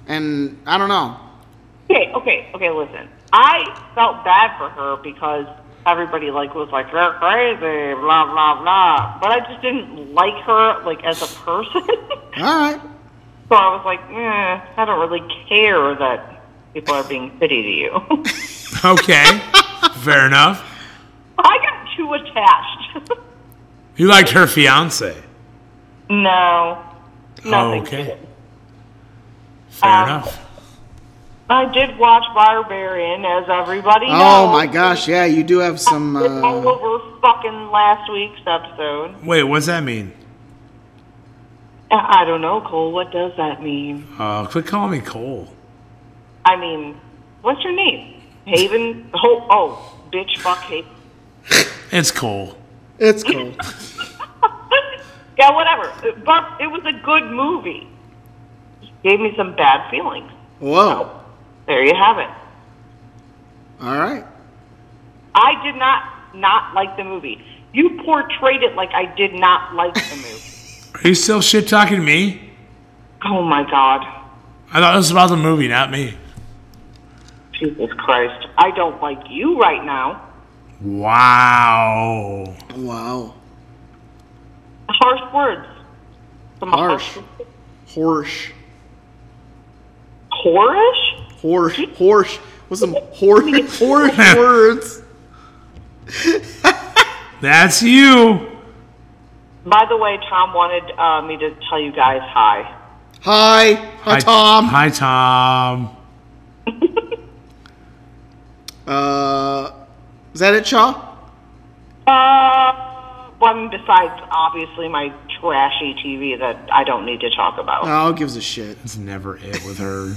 S1: and I don't know.
S3: Okay, okay, okay. Listen, I felt bad for her because everybody like was like you're crazy, blah blah blah. But I just didn't like her like as a person. (laughs)
S1: All right,
S3: so I was like, eh, I don't really care that people are being shitty to you. (laughs)
S2: Okay, fair enough.
S3: I got too attached. (laughs)
S2: You liked her fiance.
S3: no, nothing.
S1: Um,
S2: okay, fair
S3: Um,
S2: enough.
S3: I did watch Barbarian, as everybody knows.
S1: Oh my gosh, yeah, you do have some.
S3: I did all
S1: Uh,
S3: over fucking last week's episode.
S2: Wait, what's that mean?
S3: I I don't know, Cole. What does that mean?
S2: Uh, quit calling me Cole.
S3: I mean, what's your name? Haven? Oh, oh, bitch, fuck Haven. (laughs)
S2: It's Cole.
S1: it's cool.
S3: yeah, whatever. But it was a good movie. Gave me some bad feelings.
S1: Whoa.
S3: There you have it.
S1: All right.
S3: I did not not like the movie. You portrayed it like I did not like the movie.
S2: Are you still shit talking me?
S3: Oh my God.
S2: I thought it was about the movie, not me.
S3: Jesus Christ. I don't like you right now.
S2: Wow.
S1: Wow.
S3: Harsh words. Some
S1: Harsh. Horsh.
S3: Horish?
S1: Horsh. Horsh. What's some horsh, horsh words?
S2: That's you.
S3: By the way, Tom wanted uh, me to tell you guys hi.
S1: Hi. Hi, Tom.
S2: Hi, Tom.
S1: Uh, is that it, Shaw?
S3: Uh, one besides obviously my trashy TV that I don't need to talk about.
S1: Oh, gives a shit.
S2: That's never it
S1: (laughs)
S2: with her.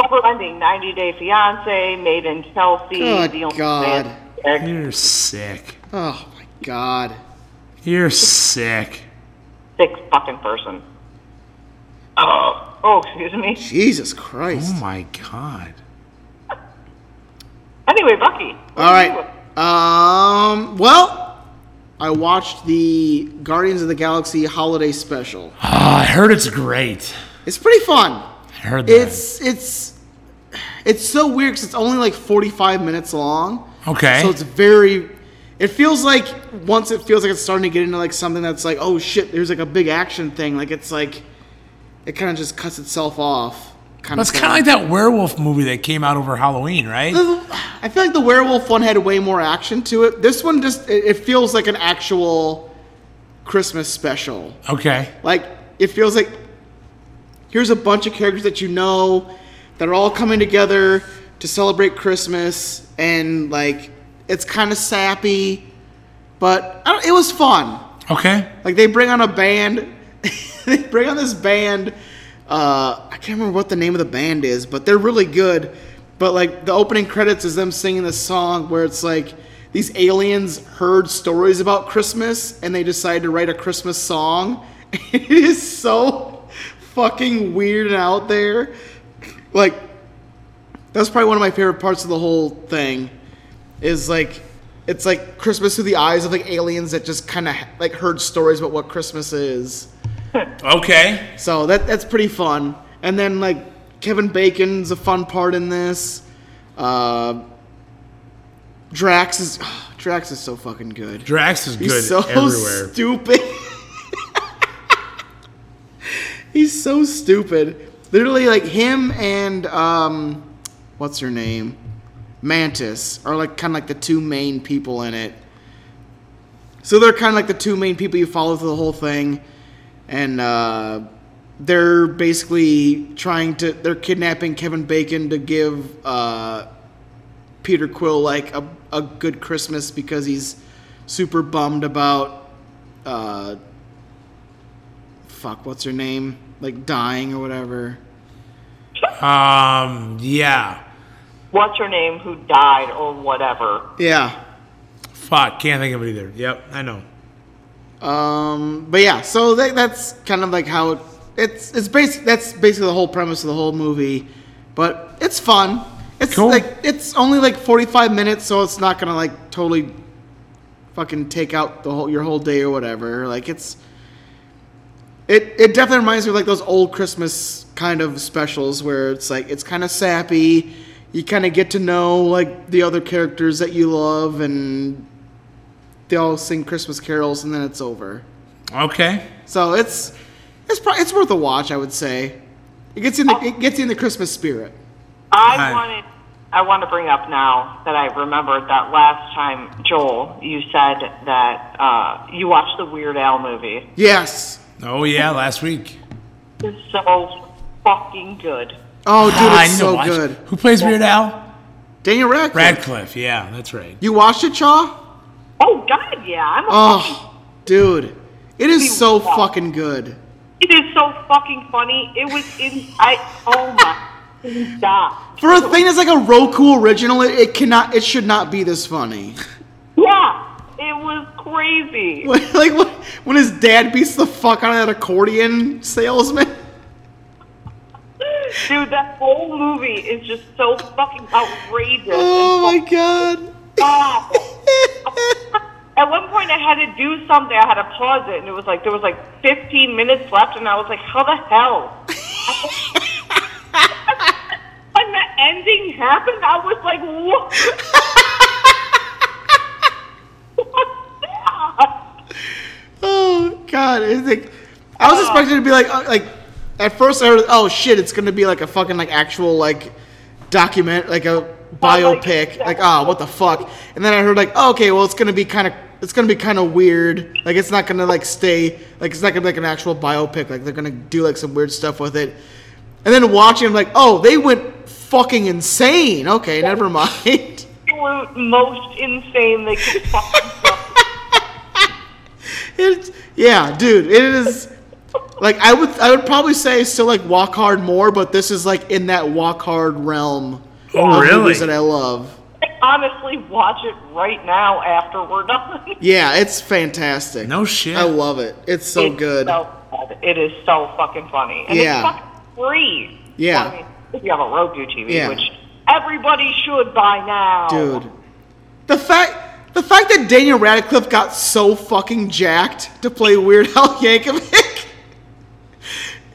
S3: Never ending 90 Day Fiance, Made in Chelsea,
S1: Good
S3: The Only
S1: God.
S3: Man Sick.
S2: You're sick.
S1: Oh my God.
S2: You're sick.
S3: sick fucking person. Oh, oh, excuse me.
S1: Jesus
S2: Oh
S1: Christ.
S2: my god.
S3: Anyway, Bucky. what
S1: All
S3: are
S1: right.
S3: you doing?
S1: Um. Well, I watched the Guardians of the Galaxy holiday special.
S2: Ah, I heard it's great.
S1: It's pretty fun.
S2: I heard that.
S1: It's it's it's so weird because it's only like 45 minutes long.
S2: okay.
S1: So it's very. It feels like once it feels like it's starting to get into like something that's like oh shit, there's like a big action thing. Like it's like it kind of just cuts itself off. Kind
S2: That's kind of like that werewolf movie that came out over Halloween,
S1: Mm.
S2: right?
S1: I feel like the werewolf one had way more action to it. This one just it, it feels like an actual Christmas special.
S2: Okay.
S1: Like it feels like here's a bunch of characters that you know that are all coming together to celebrate Christmas, and like it's kind of sappy, but I don't, it was fun.
S2: Okay.
S1: Like they bring on a band, (laughs) they bring on this band. Uh, I can't remember what the name of the band is, but they're really good. But like the opening credits is them singing this song where it's like these aliens heard stories about Christmas and they decided to write a Christmas song. (laughs) It is so fucking weird and out there. Like that's probably one of my favorite parts of the whole thing is like it's like Christmas through the eyes of like aliens that just kind of like heard stories about what Christmas is.
S2: Okay.
S1: So that that's pretty fun. And then like Kevin Bacon's a fun part in this. Uh, Drax is (sighs) Drax is so fucking good.
S2: Drax is good
S1: He's so
S2: everywhere.
S1: stupid. He's so stupid. Literally, like him and um, what's her name, Mantis, are like kind of like the two main people in it. So they're kind of like the two main people you follow through the whole thing, and uh, they're basically trying to they're kidnapping Kevin Bacon to give uh, Peter Quill like a, a good Christmas because he's super bummed about uh fuck what's her name like dying or whatever.
S2: um, yeah.
S3: What's her name who died or whatever?
S1: Yeah.
S2: Fuck, can't think of it either. Yep, I know.
S1: Um but yeah, so that, that's kind of like how it, it's it's basic that's basically the whole premise of the whole movie, but it's fun. It's
S2: Cool.
S1: like it's only like 45 minutes so it's not going to like totally fucking take out the whole your whole day or whatever. Like it's It it definitely reminds me of like those old Christmas kind of specials where it's like it's kind of sappy. You kind of get to know like the other characters that you love, and they all sing Christmas carols, and then it's over.
S2: Okay.
S1: So it's it's probably it's worth a watch, I would say. It gets in the,
S2: Oh.
S1: it gets in the Christmas spirit.
S3: I
S2: Hi.
S3: wanted, I want to bring up now that I remembered that last time, Joel, you said that uh, you watched the Weird Al movie.
S1: Yes.
S2: Oh yeah, last week.
S3: It's so fucking good.
S1: Oh, dude,
S2: Ah, I
S1: it's
S2: need to
S1: so
S2: watch-
S1: good.
S2: Who plays Weird Al?
S1: Daniel Radcliffe.
S2: Radcliffe. Yeah, that's right.
S1: you watched it, Chaw?
S3: Oh God, yeah, I'm a
S1: Oh, dude, it is so
S3: Wow.
S1: fucking good.
S3: It is so fucking funny. It was in. I oh my god.
S1: For a thing that's like a Roku original, it, it cannot, it should not be this funny. (laughs)
S3: Yeah, it was crazy.
S1: When- like when when his dad beats the fuck out of that accordion salesman. (laughs)
S3: Dude, that whole movie is just so fucking outrageous.
S1: Oh my god. (laughs)
S3: Wow. At one point, I had to do something. I had to pause it, and it was like there was like 15 minutes left, and I was like, "How the hell?" (laughs) when the ending happened, I was like, (laughs) "What?" What's that?
S1: Oh god, it's like I was expecting it to be like uh, like at first I was oh shit, it's gonna be like a fucking like actual like document like a biopic like oh what the fuck, and then I heard like oh, okay well it's gonna be kind of it's gonna be kind of weird like it's not gonna like stay like it's not gonna be like an actual biopic like they're gonna do like some weird stuff with it, and then watching I'm like oh they went fucking insane okay never mind. (laughs)
S3: Absolute most insane they could fucking do.
S1: It's yeah, dude. It is like I would I would probably say still like Walk Hard more, but this is like in that Walk Hard realm.
S2: Oh,
S1: of
S2: really?
S1: movies That I love.
S3: I (laughs) honestly watch it right now after we're done.
S1: Yeah, it's fantastic.
S2: No shit.
S1: I love it. It's so
S3: It's
S1: good.
S3: so good. It is so fucking funny. And
S1: Yeah.
S3: it's fucking free.
S1: Yeah.
S3: I mean, if you have a Roku TV,
S1: Yeah.
S3: which everybody should by now.
S1: Dude, the fact the fact that Daniel Radcliffe got so fucking jacked to play Weird (laughs) Al Yankovic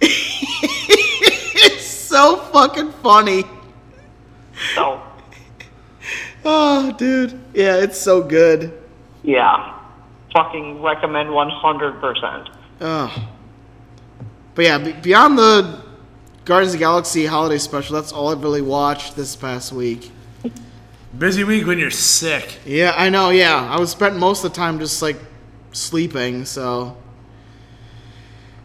S1: (laughs) is so fucking funny.
S3: So,
S1: Oh, dude. Yeah, it's so good.
S3: yeah. Fucking recommend 100%.
S1: Ugh. But yeah, be- beyond the Guardians of the Galaxy holiday special, that's all I've really watched this past week.
S2: Busy week when you're sick.
S1: Yeah, I know. Yeah, I was spent most of the time just like sleeping. So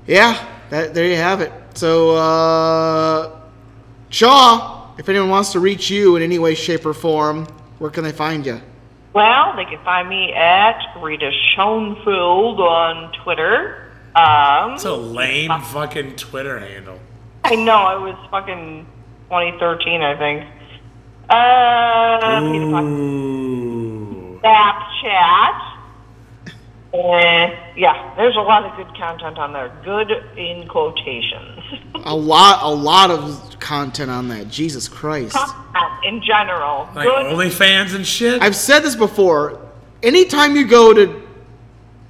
S1: yeah, that there you have it. So uh, Shaw, if anyone wants to reach you in any way, shape, or form, where can they find you?
S3: Well, they can find me at Rita Schoenfeld on Twitter. Um,
S2: That's a lame fucking Twitter handle.
S3: I know, it was fucking 2013, I think. Uh, Peter Pan-
S2: Ooh.
S3: Snapchat. Uh, yeah, there's a lot of good content on there. Good in quotations. (laughs)
S1: A lot, a lot of content on that. Jesus Christ.
S3: Content in general.
S2: Like
S3: good.
S2: OnlyFans and shit?
S1: I've said this before. Anytime you go to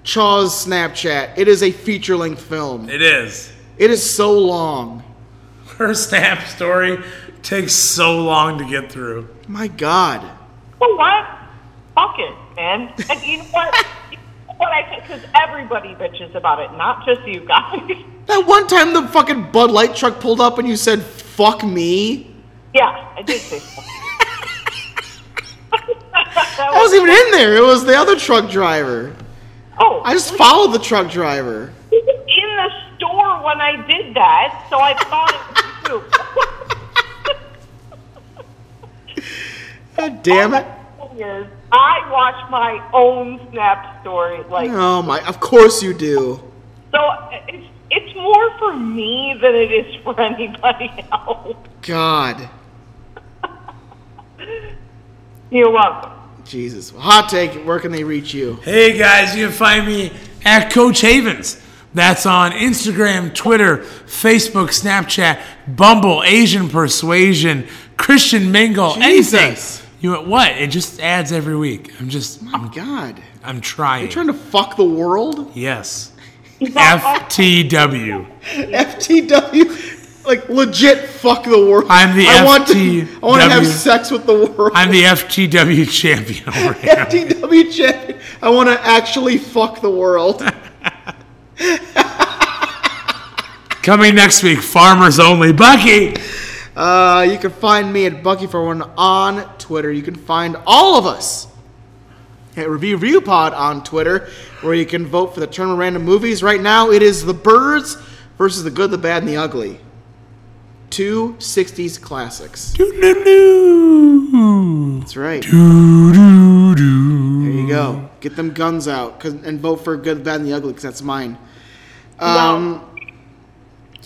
S1: Chaw's Snapchat, it is a feature length film.
S2: it is. (laughs)
S1: It is so long.
S2: Her snap story takes so long to get through.
S1: My God.
S3: Well, what? Fuck it, man. And you know what? (laughs) You know what I because everybody bitches about it, not just you guys. (laughs)
S1: That one time the fucking Bud Light truck pulled up and you said, fuck me?
S3: yeah, I did say so. (laughs) that
S1: I wasn't even in there. It was the other truck driver.
S3: oh,
S1: I just followed the truck driver.
S3: he was in the store when I did that, so I thought it was you.
S1: God damn it.
S3: thing is, I watch my own snap story. Like,
S1: Oh my, of course you do.
S3: so it's it's more for me than it is for (laughs) anybody else.
S1: God.
S3: You're welcome.
S1: Jesus. Hot take, where can they reach you?
S2: Hey guys, you can find me at Coach Havens. That's on Instagram, Twitter, Facebook, Snapchat, Bumble, Asian Persuasion, Christian Mingle,
S1: Jesus.
S2: anything. You what? It just adds every week. I'm just, I'm,
S1: My God.
S2: I'm trying.
S1: You're trying to fuck the world?
S2: yes. FTW.
S1: FTW, like legit, fuck the world.
S2: I'm the
S1: I want to,
S2: FTW.
S1: I want to have sex with the world. (laughs)
S2: I'm the FTW champion over here.
S1: FTW champion. I want to actually fuck the world.
S2: (laughs) Coming next week, Farmers Only. Bucky!
S1: Uh, you can find me at Bucky for one on Twitter. You can find all of us at Review Review Pod on Twitter, where you can vote for the Turner Random movies. Right now, it is The Birds versus The Good, the Bad, and the Ugly. Two 60s classics.
S2: Doo-doo-doo.
S1: That's right.
S2: Doo-doo-doo.
S1: There you go. Get them guns out 'cause- and vote for good, bad, and the ugly because that's mine. Um,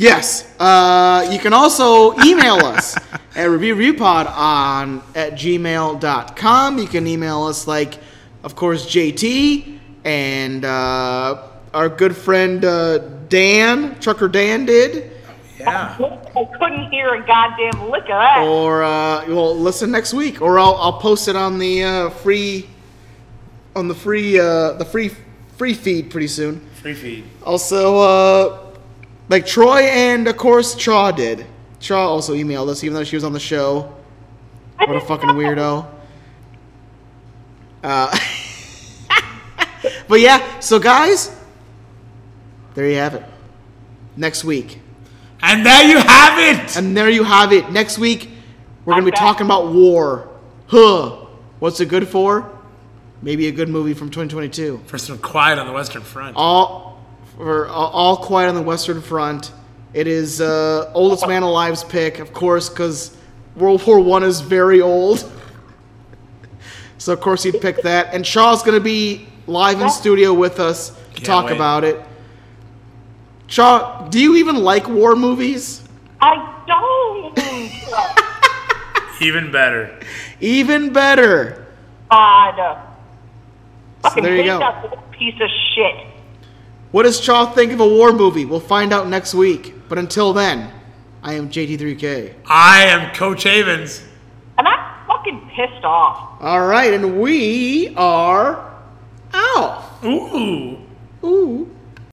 S1: Yes. Uh, you can also email us at reviewreviewpod on at gmail.com. You can email us like, of course, JT and uh, our good friend uh, Dan, Trucker Dan did.
S2: Yeah.
S3: I couldn't hear a goddamn lick of that.
S1: Oh. Or uh, well, listen next week, or I'll, I'll post it on the uh, free on the free uh, the free free feed pretty soon.
S8: Free feed.
S1: Also, uh, like Troy and of course Chaw did. Chaw also emailed us, even though she was on the show. What a fucking weirdo. Uh, (laughs) but yeah, so guys, there you have it. Next week.
S2: And there you have it.
S1: And there you have it. Next week, we're going to be
S3: Okay.
S1: talking about war. Huh. What's it good for? Maybe a good movie from 2022.
S2: For some quiet on the Western Front.
S1: All for All Quiet on the Western Front. It is uh, oldest man alive's pick, of course, because World War One is very old. (laughs) So of course he'd pick that. And Shaw's going to be live in studio with us to talk
S2: wait.
S1: about it. Shaw, do you even like war movies?
S3: I don't. (laughs)
S8: Even better.
S1: Even better.
S3: God. Fucking
S1: there you
S3: hate
S1: go.
S3: that little piece of shit.
S1: What does Chaw think of a war movie? We'll find out next week. But until then, I am JT3K.
S2: I am Coach Havens.
S3: And I'm fucking pissed off.
S1: All right, and we are out.
S2: Ooh.
S1: Ooh.